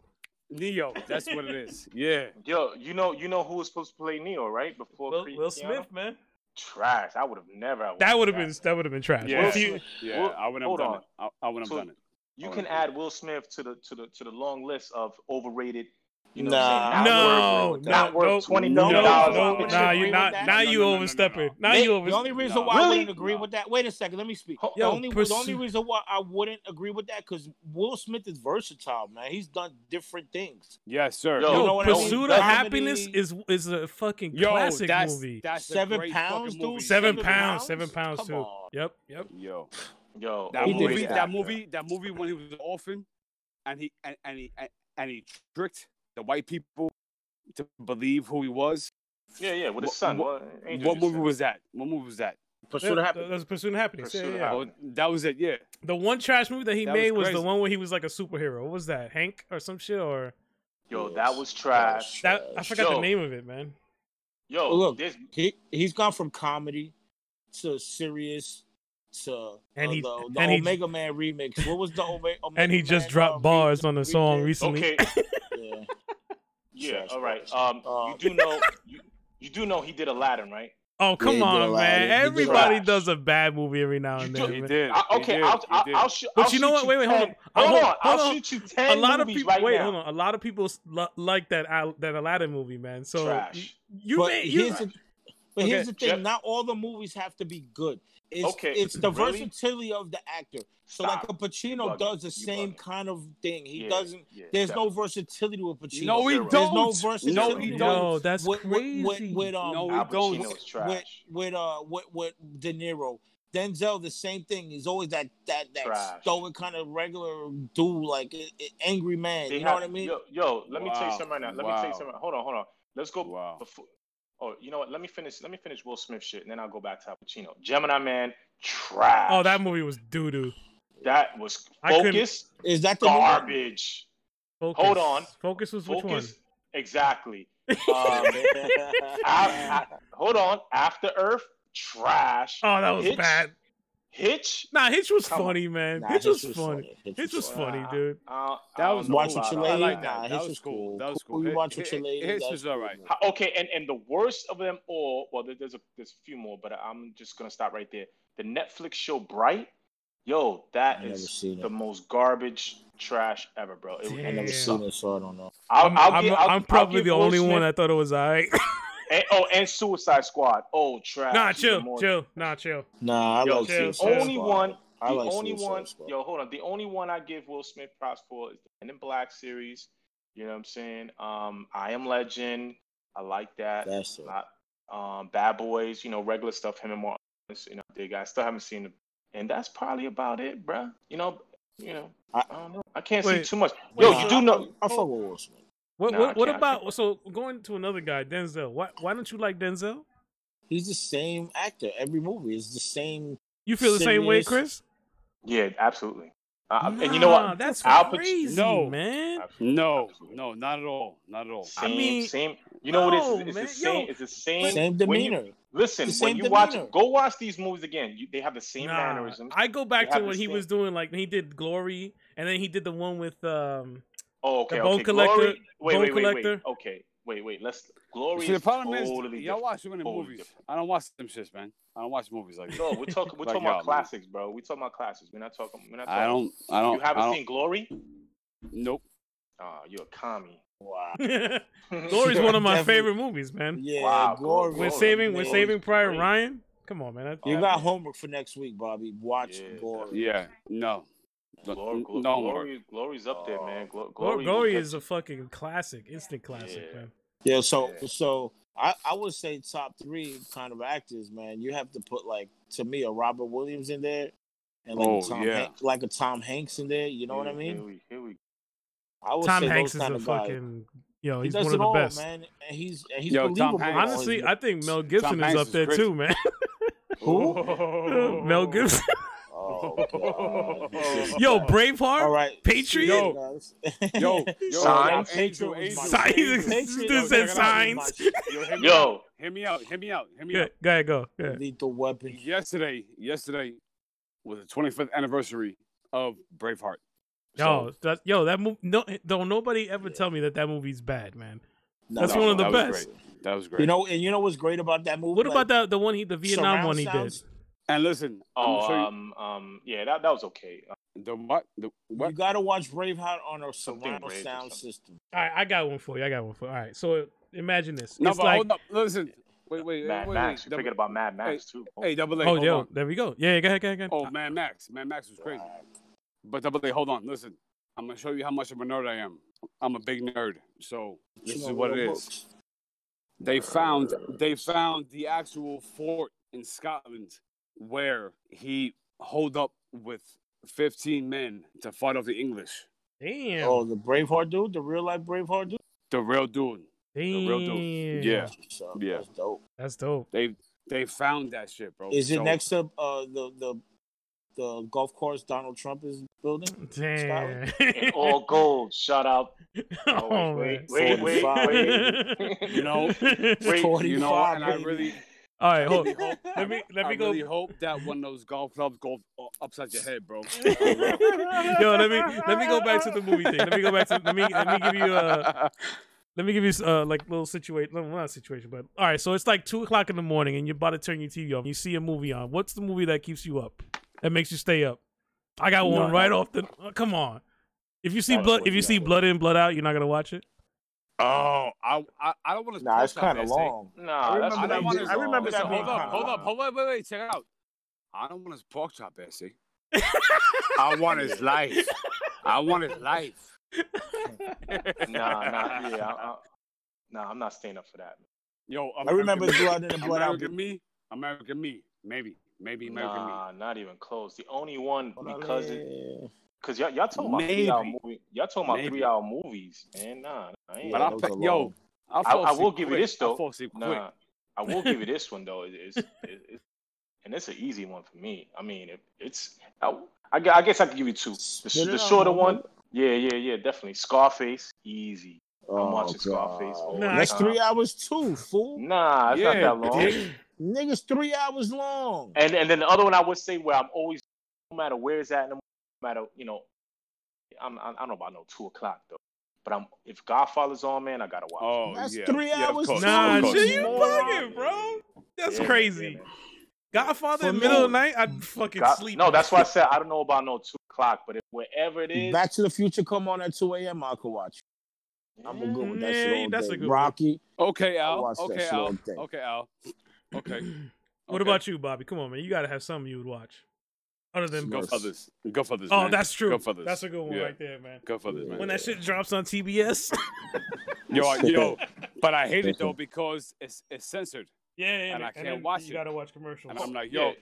[SPEAKER 4] Neo. That's what it is. Yeah.
[SPEAKER 1] Yo, you know, you know who was supposed to play Neo, right? Before
[SPEAKER 3] Will,
[SPEAKER 1] Cre-
[SPEAKER 3] Will
[SPEAKER 1] Keanu?
[SPEAKER 3] Smith, man.
[SPEAKER 1] Trash. I would have never.
[SPEAKER 3] That would have been that would have been trash.
[SPEAKER 4] Yeah.
[SPEAKER 3] If you-
[SPEAKER 4] Yeah.
[SPEAKER 1] Well,
[SPEAKER 4] I wouldn't have
[SPEAKER 1] hold
[SPEAKER 4] done
[SPEAKER 1] on.
[SPEAKER 4] it. I, I wouldn't have
[SPEAKER 1] So-
[SPEAKER 4] done it.
[SPEAKER 1] You
[SPEAKER 4] Oh,
[SPEAKER 1] can
[SPEAKER 4] okay.
[SPEAKER 1] add Will Smith to the to the to the long list of overrated. You know,
[SPEAKER 2] Nah.
[SPEAKER 1] what I'm saying? Not
[SPEAKER 3] No,
[SPEAKER 1] worth,
[SPEAKER 3] no,
[SPEAKER 1] not worth
[SPEAKER 3] nope,
[SPEAKER 1] twenty
[SPEAKER 3] No,
[SPEAKER 1] million dollars.
[SPEAKER 3] Oh, no,
[SPEAKER 2] Would you
[SPEAKER 3] nah,
[SPEAKER 2] agree
[SPEAKER 3] you're
[SPEAKER 2] with
[SPEAKER 3] not.
[SPEAKER 2] that?
[SPEAKER 3] Now
[SPEAKER 4] No,
[SPEAKER 3] you
[SPEAKER 4] no, no, no,
[SPEAKER 3] overstepping.
[SPEAKER 4] no.
[SPEAKER 3] Now
[SPEAKER 2] They-
[SPEAKER 3] you over.
[SPEAKER 2] the only reason
[SPEAKER 4] no.
[SPEAKER 2] why I
[SPEAKER 1] Really?
[SPEAKER 2] wouldn't agree
[SPEAKER 4] No.
[SPEAKER 2] with that. Wait a second, let me speak.
[SPEAKER 1] Ho-
[SPEAKER 2] the
[SPEAKER 3] yo,
[SPEAKER 2] only
[SPEAKER 3] pursu-
[SPEAKER 2] the only reason why I wouldn't agree with that because Will Smith is versatile, man. He's done different things.
[SPEAKER 4] Yes, sir.
[SPEAKER 1] Yo,
[SPEAKER 2] You know
[SPEAKER 3] Yo,
[SPEAKER 2] what I mean?
[SPEAKER 3] Pursuit of
[SPEAKER 2] Comedy-
[SPEAKER 3] Happiness is is a fucking
[SPEAKER 4] Yo,
[SPEAKER 3] classic
[SPEAKER 4] that's,
[SPEAKER 3] movie.
[SPEAKER 4] That's a
[SPEAKER 2] seven
[SPEAKER 4] great
[SPEAKER 2] pounds,
[SPEAKER 4] fucking
[SPEAKER 2] dude.
[SPEAKER 4] movie.
[SPEAKER 3] Seven
[SPEAKER 2] Seven
[SPEAKER 3] pounds,
[SPEAKER 2] Pounds?
[SPEAKER 3] seven pounds
[SPEAKER 2] Come
[SPEAKER 3] too.
[SPEAKER 2] on.
[SPEAKER 3] Yep, yep.
[SPEAKER 4] Yo,
[SPEAKER 1] Yo,
[SPEAKER 4] that
[SPEAKER 2] He did
[SPEAKER 4] movie,
[SPEAKER 2] great
[SPEAKER 4] that movie, that movie when he was an orphan, and he and, and he and, and he tricked the white people to believe who he was.
[SPEAKER 1] Yeah, yeah, with his
[SPEAKER 4] Wh-
[SPEAKER 1] son.
[SPEAKER 4] wh-
[SPEAKER 1] What,
[SPEAKER 4] What movie was that? What movie was that?
[SPEAKER 2] Pursuit of
[SPEAKER 3] Yeah,
[SPEAKER 2] happiness.
[SPEAKER 3] That's Pursuit of Happiness. Yeah,
[SPEAKER 1] Pursuit of
[SPEAKER 2] Uh,
[SPEAKER 3] yeah.
[SPEAKER 4] Oh, that was it. Yeah.
[SPEAKER 3] The one trash movie that he
[SPEAKER 4] That was
[SPEAKER 3] made was, the
[SPEAKER 4] crazy.
[SPEAKER 3] one where he was like a superhero. What was that? Hank or some shit or
[SPEAKER 1] Yo, that was trash.
[SPEAKER 3] that? I forgot the
[SPEAKER 1] Yo.
[SPEAKER 3] name of it, man.
[SPEAKER 1] Yo,
[SPEAKER 2] Well, look,
[SPEAKER 1] this
[SPEAKER 2] He he's gone from comedy to serious to
[SPEAKER 3] And he-
[SPEAKER 2] the, the
[SPEAKER 3] and he-
[SPEAKER 2] Omega Man remix. What was the Omega? Omega
[SPEAKER 3] And he just
[SPEAKER 2] Man, uh,
[SPEAKER 3] dropped bars
[SPEAKER 2] remix-
[SPEAKER 3] on the song
[SPEAKER 2] remix?
[SPEAKER 3] recently.
[SPEAKER 1] okay.
[SPEAKER 2] Yeah.
[SPEAKER 1] Yeah,
[SPEAKER 2] Trash
[SPEAKER 1] all right.
[SPEAKER 2] boys.
[SPEAKER 1] Um,
[SPEAKER 2] Um,
[SPEAKER 1] you do know you, you do know he did Aladdin, right?
[SPEAKER 3] Oh come
[SPEAKER 2] he did a
[SPEAKER 3] on,
[SPEAKER 2] lot.
[SPEAKER 3] man!
[SPEAKER 2] He did a
[SPEAKER 3] Everybody
[SPEAKER 1] lot.
[SPEAKER 3] does a bad movie every now
[SPEAKER 1] You
[SPEAKER 3] and
[SPEAKER 1] do-
[SPEAKER 3] then.
[SPEAKER 4] He
[SPEAKER 3] man.
[SPEAKER 4] did.
[SPEAKER 1] I,
[SPEAKER 4] he
[SPEAKER 1] okay,
[SPEAKER 4] did,
[SPEAKER 1] I'll,
[SPEAKER 4] he
[SPEAKER 1] I'll,
[SPEAKER 4] did.
[SPEAKER 1] I'll shoot.
[SPEAKER 3] But
[SPEAKER 1] I'll
[SPEAKER 3] you know
[SPEAKER 1] shoot
[SPEAKER 3] what? Wait, wait, hold on.
[SPEAKER 1] 10.
[SPEAKER 3] I'll-
[SPEAKER 1] Hold on.
[SPEAKER 3] hold
[SPEAKER 1] I'll
[SPEAKER 3] on.
[SPEAKER 1] shoot you ten.
[SPEAKER 3] A lot of
[SPEAKER 1] movies
[SPEAKER 3] people.
[SPEAKER 1] right
[SPEAKER 3] wait,
[SPEAKER 1] now.
[SPEAKER 3] hold on. A lot of people s- li- like that Al- that Aladdin movie, man. So
[SPEAKER 1] Trash.
[SPEAKER 3] you
[SPEAKER 2] but
[SPEAKER 3] may, you
[SPEAKER 2] here's the, but here's the
[SPEAKER 1] Okay,
[SPEAKER 2] thing:
[SPEAKER 1] Jeff-
[SPEAKER 2] not all the movies have to be good. It's
[SPEAKER 1] Okay,
[SPEAKER 2] it's the
[SPEAKER 1] really?
[SPEAKER 2] versatility of the actor. So
[SPEAKER 1] Stop.
[SPEAKER 2] like a Pacino
[SPEAKER 1] bugging.
[SPEAKER 2] does the
[SPEAKER 1] You
[SPEAKER 2] same
[SPEAKER 1] bugging.
[SPEAKER 2] kind of thing. He
[SPEAKER 1] Yeah,
[SPEAKER 2] doesn't.
[SPEAKER 1] yeah,
[SPEAKER 2] There's
[SPEAKER 1] yeah.
[SPEAKER 2] no versatility with Pacino.
[SPEAKER 4] No, he
[SPEAKER 1] Zero.
[SPEAKER 4] don't.
[SPEAKER 2] There's no versatility.
[SPEAKER 4] No, he
[SPEAKER 2] with-
[SPEAKER 4] don't.
[SPEAKER 3] Yo, that's
[SPEAKER 2] with,
[SPEAKER 3] crazy.
[SPEAKER 2] With, with,
[SPEAKER 1] uh,
[SPEAKER 2] with, um,
[SPEAKER 4] No, he
[SPEAKER 1] Al
[SPEAKER 4] don't.
[SPEAKER 1] Pacino is trash.
[SPEAKER 2] with with uh with, with De Niro. Denzel, the same thing. He's always that that that
[SPEAKER 1] Trash.
[SPEAKER 2] stoic kind of regular dude, like a- a- angry man.
[SPEAKER 1] They
[SPEAKER 2] you know
[SPEAKER 1] have-
[SPEAKER 2] what I mean?
[SPEAKER 1] Yo, yo let me tell you
[SPEAKER 4] Wow.
[SPEAKER 1] something right now. Let me tell you
[SPEAKER 4] Wow.
[SPEAKER 1] something. Hold on, hold on. Let's go.
[SPEAKER 4] Wow.
[SPEAKER 1] Before, oh, you know what? Let me finish. Let me finish Will Smith shit, and then I'll go back to Al Pacino. Gemini Man, trash.
[SPEAKER 3] Oh, that movie was doo doo.
[SPEAKER 1] that was
[SPEAKER 3] I couldn't-
[SPEAKER 1] focus
[SPEAKER 2] Is that the
[SPEAKER 1] garbage.
[SPEAKER 3] Focus.
[SPEAKER 1] Hold on.
[SPEAKER 3] Focus was which one?
[SPEAKER 1] Focus exactly. Um, af- a- hold on. After Earth, trash.
[SPEAKER 3] Oh, that was
[SPEAKER 1] Hitch?
[SPEAKER 3] bad.
[SPEAKER 1] Hitch.
[SPEAKER 3] Nah, Hitch was
[SPEAKER 1] Come on.
[SPEAKER 3] funny, man.
[SPEAKER 2] Nah,
[SPEAKER 3] Hitch,
[SPEAKER 2] Hitch
[SPEAKER 3] was,
[SPEAKER 2] was
[SPEAKER 3] funny.
[SPEAKER 2] funny. Hitch
[SPEAKER 3] Hitch
[SPEAKER 2] was
[SPEAKER 3] was
[SPEAKER 1] funny.
[SPEAKER 3] funny, dude.
[SPEAKER 1] Uh,
[SPEAKER 4] That was
[SPEAKER 1] know
[SPEAKER 2] Watch
[SPEAKER 1] about
[SPEAKER 2] with your
[SPEAKER 1] that.
[SPEAKER 4] I
[SPEAKER 2] lady. nah,
[SPEAKER 4] like that.
[SPEAKER 2] Hitch
[SPEAKER 4] That was cool. That was cool.
[SPEAKER 2] You
[SPEAKER 4] Hi-
[SPEAKER 2] watch with
[SPEAKER 4] hi-
[SPEAKER 2] your lady.
[SPEAKER 4] Hitch
[SPEAKER 2] that's
[SPEAKER 4] was all right.
[SPEAKER 1] How- Okay, and, and the worst of them all, well, there- there's a there's a few more, but I'm just gonna stop right there. The Netflix show Bright, yo, that
[SPEAKER 2] I've never
[SPEAKER 1] is
[SPEAKER 2] seen it.
[SPEAKER 1] the most garbage trash ever, bro. It,
[SPEAKER 3] Damn.
[SPEAKER 2] I never seen it, so I don't know.
[SPEAKER 1] I'll,
[SPEAKER 3] I'm,
[SPEAKER 1] I'll
[SPEAKER 3] I'm-
[SPEAKER 1] give- I'll-
[SPEAKER 3] I'm probably
[SPEAKER 1] I'll give
[SPEAKER 3] the
[SPEAKER 1] Will
[SPEAKER 3] only
[SPEAKER 1] Smith-
[SPEAKER 3] one that thought it was alright.
[SPEAKER 1] And, oh, and Suicide Squad. Oh, trash.
[SPEAKER 3] nah,
[SPEAKER 1] even
[SPEAKER 3] chill,
[SPEAKER 1] more.
[SPEAKER 3] chill. Nah, chill.
[SPEAKER 2] Nah, I
[SPEAKER 1] Yo,
[SPEAKER 2] like
[SPEAKER 3] chill.
[SPEAKER 2] Suicide
[SPEAKER 1] Only
[SPEAKER 2] Squad.
[SPEAKER 1] one. The
[SPEAKER 2] I like
[SPEAKER 1] only
[SPEAKER 2] Suicide
[SPEAKER 1] one.
[SPEAKER 2] Squad.
[SPEAKER 1] Yo, hold on. The only one I give Will Smith props for is the Men in Black series. You know what I'm saying? Um, I Am Legend. I like that.
[SPEAKER 2] That's it.
[SPEAKER 1] not um, Bad Boys, you know, regular stuff. Him and Martin, you know, dig. I still haven't seen them, and that's probably about it, bruh. You know, you know, I,
[SPEAKER 2] I-
[SPEAKER 1] don't know. I can't
[SPEAKER 3] Wait.
[SPEAKER 1] see too much. Yo,
[SPEAKER 2] Nah,
[SPEAKER 1] you do know?
[SPEAKER 2] I fuck with Will Smith.
[SPEAKER 3] What
[SPEAKER 1] Nah, I
[SPEAKER 3] what, what
[SPEAKER 1] can't- I can't.
[SPEAKER 3] about so going to another guy, Denzel? Why why don't you like Denzel?
[SPEAKER 2] He's the same actor. Every movie is the same.
[SPEAKER 3] You feel the same way,
[SPEAKER 2] Serious?
[SPEAKER 3] Chris?
[SPEAKER 1] Yeah, absolutely. Uh, and you know what?
[SPEAKER 3] Nah, That's
[SPEAKER 1] Al Pac-
[SPEAKER 3] crazy,
[SPEAKER 4] No.
[SPEAKER 3] man.
[SPEAKER 1] Absolutely,
[SPEAKER 4] No,
[SPEAKER 1] absolutely.
[SPEAKER 4] no, not at all. Not at all.
[SPEAKER 1] Same,
[SPEAKER 3] mean,
[SPEAKER 1] same. You know
[SPEAKER 3] no,
[SPEAKER 1] what it is? It's
[SPEAKER 3] man,
[SPEAKER 1] the same.
[SPEAKER 3] yo,
[SPEAKER 1] it's the same.
[SPEAKER 2] Same
[SPEAKER 1] when you-
[SPEAKER 2] demeanor.
[SPEAKER 1] listen,
[SPEAKER 2] It's the
[SPEAKER 1] when
[SPEAKER 2] same
[SPEAKER 1] you watch,
[SPEAKER 2] demeanor.
[SPEAKER 1] go watch these movies again. You, they have the same
[SPEAKER 3] Nah,
[SPEAKER 1] mannerisms.
[SPEAKER 3] I go
[SPEAKER 1] You
[SPEAKER 3] back to
[SPEAKER 1] haven't
[SPEAKER 3] when he
[SPEAKER 1] seen-
[SPEAKER 3] was doing like he did Glory, and then he did the one with um.
[SPEAKER 1] oh, okay,
[SPEAKER 3] the Bone
[SPEAKER 1] okay.
[SPEAKER 3] Collector-
[SPEAKER 1] Glory. Wait,
[SPEAKER 3] Bone
[SPEAKER 1] wait, wait,
[SPEAKER 3] Collector.
[SPEAKER 1] wait. Okay, wait, wait. Let's. Glory
[SPEAKER 4] See, the
[SPEAKER 1] is
[SPEAKER 4] problem is,
[SPEAKER 1] totally
[SPEAKER 4] y'all
[SPEAKER 1] different.
[SPEAKER 4] watch too many
[SPEAKER 1] Totally
[SPEAKER 4] movies.
[SPEAKER 1] different.
[SPEAKER 4] I don't watch them shits, man. I don't watch movies like that.
[SPEAKER 1] No, we're talking. We're talking
[SPEAKER 4] Like, y'all,
[SPEAKER 1] about
[SPEAKER 4] man.
[SPEAKER 1] classics, bro. We're talking about classics. We're not talking. We're not talking.
[SPEAKER 4] I don't. I don't.
[SPEAKER 1] you haven't
[SPEAKER 4] I don't,
[SPEAKER 1] seen Glory?
[SPEAKER 4] Nope.
[SPEAKER 1] Ah, you're a commie.
[SPEAKER 2] Wow.
[SPEAKER 3] Glory's one of my
[SPEAKER 2] Definitely.
[SPEAKER 3] favorite movies, man.
[SPEAKER 2] Yeah,
[SPEAKER 1] Wow,
[SPEAKER 2] glory.
[SPEAKER 3] We're
[SPEAKER 1] Glory,
[SPEAKER 3] saving, we're
[SPEAKER 1] man.
[SPEAKER 3] saving Prior
[SPEAKER 1] Great.
[SPEAKER 3] Ryan. Come on, man. I-
[SPEAKER 2] You
[SPEAKER 3] I-
[SPEAKER 2] got homework for next week, Bobby. Watch
[SPEAKER 1] Yeah.
[SPEAKER 2] glory.
[SPEAKER 4] Yeah. No. No,
[SPEAKER 1] Glory,
[SPEAKER 4] n-
[SPEAKER 1] Glo-
[SPEAKER 4] no
[SPEAKER 1] Glory, Glory's up there, man. Glo-
[SPEAKER 3] Glo-
[SPEAKER 1] Glory,
[SPEAKER 3] Glory
[SPEAKER 1] will
[SPEAKER 3] is
[SPEAKER 1] catch-
[SPEAKER 3] a fucking classic, instant classic,
[SPEAKER 1] Yeah.
[SPEAKER 3] man.
[SPEAKER 2] Yeah, so
[SPEAKER 1] Yeah.
[SPEAKER 2] so I, I would say top three kind of actors, man. You have to put like to me a Robert Williams in there, and like
[SPEAKER 4] Oh,
[SPEAKER 2] Tom
[SPEAKER 4] yeah.
[SPEAKER 2] Han- like a Tom Hanks in there. You know what I
[SPEAKER 1] Here
[SPEAKER 2] mean?
[SPEAKER 1] we, here we
[SPEAKER 2] I would
[SPEAKER 3] Tom
[SPEAKER 2] say
[SPEAKER 3] Hanks
[SPEAKER 2] those
[SPEAKER 3] is
[SPEAKER 2] kind
[SPEAKER 3] a
[SPEAKER 2] of guys.
[SPEAKER 3] fucking yo.
[SPEAKER 2] he
[SPEAKER 3] He's
[SPEAKER 2] does
[SPEAKER 3] one
[SPEAKER 2] it
[SPEAKER 3] of the
[SPEAKER 2] all,
[SPEAKER 3] best.
[SPEAKER 2] man. And he's and he's
[SPEAKER 4] Yo, Tom
[SPEAKER 2] believable.
[SPEAKER 4] Hanks-
[SPEAKER 3] Honestly, I think Mel Gibson is
[SPEAKER 4] Hanks
[SPEAKER 3] up
[SPEAKER 4] is
[SPEAKER 3] there
[SPEAKER 4] great.
[SPEAKER 3] too, man.
[SPEAKER 1] Who?
[SPEAKER 3] Mel Gibson.
[SPEAKER 2] Oh, God. This is-
[SPEAKER 3] Yo, Braveheart.
[SPEAKER 2] all right,
[SPEAKER 3] Patriot?
[SPEAKER 2] Yo,
[SPEAKER 4] Yo, yo,
[SPEAKER 1] Signs.
[SPEAKER 4] yo, Angel, Angel.
[SPEAKER 3] Signs.
[SPEAKER 4] Angel.
[SPEAKER 3] This
[SPEAKER 4] Yo,
[SPEAKER 3] is
[SPEAKER 4] check it out.
[SPEAKER 3] signs.
[SPEAKER 4] Yo, hear me out.
[SPEAKER 1] Yo,
[SPEAKER 4] Hear me out. Hear me out. Hear me
[SPEAKER 3] Yeah,
[SPEAKER 4] out.
[SPEAKER 3] go ahead, go. Yeah.
[SPEAKER 2] Lethal Weapon.
[SPEAKER 4] Yesterday, yesterday was the 25th anniversary of Braveheart.
[SPEAKER 3] Yo,
[SPEAKER 4] So-
[SPEAKER 3] that, yo, that movie. No, don't nobody ever
[SPEAKER 2] Yeah.
[SPEAKER 3] tell me that that movie's bad, man.
[SPEAKER 2] No,
[SPEAKER 3] That's
[SPEAKER 2] no,
[SPEAKER 3] one of the
[SPEAKER 2] no.
[SPEAKER 4] that was
[SPEAKER 3] best.
[SPEAKER 4] great. That was great.
[SPEAKER 2] You know, and you know what's great about that movie?
[SPEAKER 3] What
[SPEAKER 2] Like,
[SPEAKER 3] about that? The one he, the Vietnam
[SPEAKER 2] surround
[SPEAKER 3] one he did.
[SPEAKER 2] sounds?
[SPEAKER 4] and listen, I'm
[SPEAKER 1] oh,
[SPEAKER 4] gonna show you
[SPEAKER 1] um, um, yeah, that, that was okay. Uh,
[SPEAKER 4] the what? The what?
[SPEAKER 2] You gotta watch Braveheart on a
[SPEAKER 1] Something
[SPEAKER 2] surround
[SPEAKER 1] brave or
[SPEAKER 2] sound
[SPEAKER 1] something.
[SPEAKER 2] system.
[SPEAKER 3] All right, I got one for you. I got one for. you. All right, so imagine this.
[SPEAKER 4] no,
[SPEAKER 3] it's
[SPEAKER 4] but
[SPEAKER 3] like,
[SPEAKER 4] hold up. Listen. Wait, wait,
[SPEAKER 1] Mad
[SPEAKER 4] wait, wait.
[SPEAKER 1] Max. You're
[SPEAKER 4] double-
[SPEAKER 1] thinking about Mad Max too.
[SPEAKER 4] Hey, double A.
[SPEAKER 3] oh,
[SPEAKER 4] hold
[SPEAKER 3] yo,
[SPEAKER 4] on.
[SPEAKER 3] there we go. Yeah, go ahead, go ahead, go ahead.
[SPEAKER 4] Oh, Mad Max. Mad Max was crazy. But double A, hold on. Listen, I'm gonna show you how much of a nerd I am. I'm a big nerd, so this is what it is. They found they found the actual fort in Scotland where he holed up with 15 men to fight off the English.
[SPEAKER 3] Damn,
[SPEAKER 2] Oh, the Braveheart dude, the real life Braveheart dude.
[SPEAKER 4] The real dude.
[SPEAKER 3] damn,
[SPEAKER 4] real dude. Yeah.
[SPEAKER 2] So,
[SPEAKER 4] Yeah.
[SPEAKER 2] that's dope.
[SPEAKER 3] that's dope.
[SPEAKER 4] They they found that shit, bro.
[SPEAKER 2] Is it
[SPEAKER 4] So-
[SPEAKER 2] next to uh, the the the golf course Donald Trump is building?
[SPEAKER 3] Damn.
[SPEAKER 1] In
[SPEAKER 4] Oh,
[SPEAKER 1] all gold. Shout out.
[SPEAKER 3] oh,
[SPEAKER 1] wait,
[SPEAKER 3] man.
[SPEAKER 1] wait, wait, wait,
[SPEAKER 3] You
[SPEAKER 1] You
[SPEAKER 4] know,
[SPEAKER 1] wait.
[SPEAKER 4] You know, and I
[SPEAKER 2] baby.
[SPEAKER 4] really
[SPEAKER 3] All right,
[SPEAKER 4] hold,
[SPEAKER 1] Oh,
[SPEAKER 3] hold.
[SPEAKER 4] hold,
[SPEAKER 3] Let me let
[SPEAKER 4] I
[SPEAKER 3] me go.
[SPEAKER 4] really hope that one of those golf clubs go upside your head, bro.
[SPEAKER 3] Yo, let me let me go back to the movie thing. Let me go back to let me let me give you uh let me give you uh like little situation. Well, not situation, but all right. So it's like two o'clock in the morning, and you're about to turn your TV off. and You see a movie on. What's the movie that keeps you up? That makes you stay up? I got one
[SPEAKER 4] No,
[SPEAKER 3] right off the. oh, come on. If you see
[SPEAKER 4] Not a
[SPEAKER 3] blood, if
[SPEAKER 4] choice,
[SPEAKER 3] you see
[SPEAKER 4] no.
[SPEAKER 3] blood in, blood out, you're not gonna watch it.
[SPEAKER 4] Oh, I I, I don't want to.
[SPEAKER 2] Nah, it's kind of long.
[SPEAKER 1] Nah, that's
[SPEAKER 4] I,
[SPEAKER 1] what
[SPEAKER 4] don't
[SPEAKER 1] I,
[SPEAKER 4] wanna,
[SPEAKER 1] did.
[SPEAKER 4] I remember that.
[SPEAKER 1] being
[SPEAKER 4] Hold up,
[SPEAKER 1] kinda
[SPEAKER 4] hold
[SPEAKER 1] long.
[SPEAKER 4] up, hold up, wait, wait, check it out. I don't want his pork chop, Essie. I want his life. I want his life.
[SPEAKER 1] Nah, nah, yeah. I, I, nah, I'm not staying up for that.
[SPEAKER 4] Yo,
[SPEAKER 2] I remember
[SPEAKER 4] American
[SPEAKER 2] blood in and
[SPEAKER 4] Me,
[SPEAKER 2] blood out.
[SPEAKER 4] American me, American me, maybe, maybe American
[SPEAKER 1] Nah, not even close. The only one because it,
[SPEAKER 2] Hold
[SPEAKER 1] because y'all y'all talking about three hour
[SPEAKER 4] Maybe.
[SPEAKER 1] movie. Y'all talking about
[SPEAKER 4] Maybe.
[SPEAKER 1] three hour movies, man. Nah, I
[SPEAKER 4] me.
[SPEAKER 1] ain't.
[SPEAKER 4] But
[SPEAKER 2] Yeah,
[SPEAKER 4] I,
[SPEAKER 2] those
[SPEAKER 4] pe-
[SPEAKER 2] are
[SPEAKER 4] yo,
[SPEAKER 2] long.
[SPEAKER 4] I'll
[SPEAKER 1] I-
[SPEAKER 4] fall
[SPEAKER 1] I will
[SPEAKER 4] asleep
[SPEAKER 1] give you
[SPEAKER 4] quick.
[SPEAKER 1] this,
[SPEAKER 4] I'll
[SPEAKER 1] though.
[SPEAKER 4] fall asleep quick.
[SPEAKER 1] Nah, I will give you this one though. It- It's, it- it's and it's an easy one for me. I mean, it, it's I, I gu- I guess I could give you two. The, sh-
[SPEAKER 2] Spit it Oh,
[SPEAKER 1] the
[SPEAKER 2] out,
[SPEAKER 1] shorter
[SPEAKER 2] homie.
[SPEAKER 1] one, yeah, yeah, yeah, definitely. Scarface, easy.
[SPEAKER 2] Oh,
[SPEAKER 1] watching
[SPEAKER 2] God.
[SPEAKER 1] Scarface all
[SPEAKER 3] the
[SPEAKER 2] That's
[SPEAKER 1] time.
[SPEAKER 2] three hours too, fool.
[SPEAKER 1] Nah, it's
[SPEAKER 4] Yeah,
[SPEAKER 1] not that long.
[SPEAKER 4] dick.
[SPEAKER 1] Mm-hmm.
[SPEAKER 2] Niggas three hours long.
[SPEAKER 1] And and then the other one I would say where I'm always, no matter where it's at, no matter you know, I'm I, I don't know about no two o'clock though, but I'm if Godfather's on, man, I gotta watch. it.
[SPEAKER 4] Oh,
[SPEAKER 2] That's
[SPEAKER 4] yeah.
[SPEAKER 2] three
[SPEAKER 4] yeah, of
[SPEAKER 2] hours
[SPEAKER 4] course,
[SPEAKER 3] Nah,
[SPEAKER 4] of
[SPEAKER 2] long.
[SPEAKER 4] course.
[SPEAKER 3] shit, you
[SPEAKER 2] Moron.
[SPEAKER 3] bugging, bro. That's
[SPEAKER 1] Yeah,
[SPEAKER 3] crazy.
[SPEAKER 1] yeah, man.
[SPEAKER 3] Godfather
[SPEAKER 2] For
[SPEAKER 3] in
[SPEAKER 2] me-
[SPEAKER 3] middle of the night, I'd fucking
[SPEAKER 1] God-
[SPEAKER 3] sleep.
[SPEAKER 1] no, that's why I said I don't know about no two o'clock, but if wherever it is,
[SPEAKER 2] Back to the Future come on at 2 a.m. I could watch. I'm
[SPEAKER 4] Mm-hmm.
[SPEAKER 2] a good with that shit.
[SPEAKER 3] Yeah,
[SPEAKER 2] all
[SPEAKER 3] that's
[SPEAKER 2] day.
[SPEAKER 3] a good one.
[SPEAKER 2] Rocky.
[SPEAKER 4] Okay,
[SPEAKER 2] I
[SPEAKER 4] Al.
[SPEAKER 2] watch that
[SPEAKER 4] Okay,
[SPEAKER 2] shit all
[SPEAKER 4] Al.
[SPEAKER 2] day.
[SPEAKER 4] Okay, Al. Okay.
[SPEAKER 3] What about you, Bobby? Come on, man. You gotta have something you would watch. Other than
[SPEAKER 4] Go for this. Go for this.
[SPEAKER 3] Oh,
[SPEAKER 4] man.
[SPEAKER 3] that's true.
[SPEAKER 4] Go for this.
[SPEAKER 3] That's a good one
[SPEAKER 4] Yeah.
[SPEAKER 3] right there, man.
[SPEAKER 4] Go for this, man.
[SPEAKER 3] When that shit drops on TBS.
[SPEAKER 4] Yo, I- yo, but I hate it though because it's it's censored,
[SPEAKER 3] yeah, yeah,
[SPEAKER 4] And I can't
[SPEAKER 3] then
[SPEAKER 4] watch
[SPEAKER 3] you
[SPEAKER 4] it.
[SPEAKER 3] gotta watch commercials.
[SPEAKER 4] and I'm like, yo,
[SPEAKER 1] Yeah.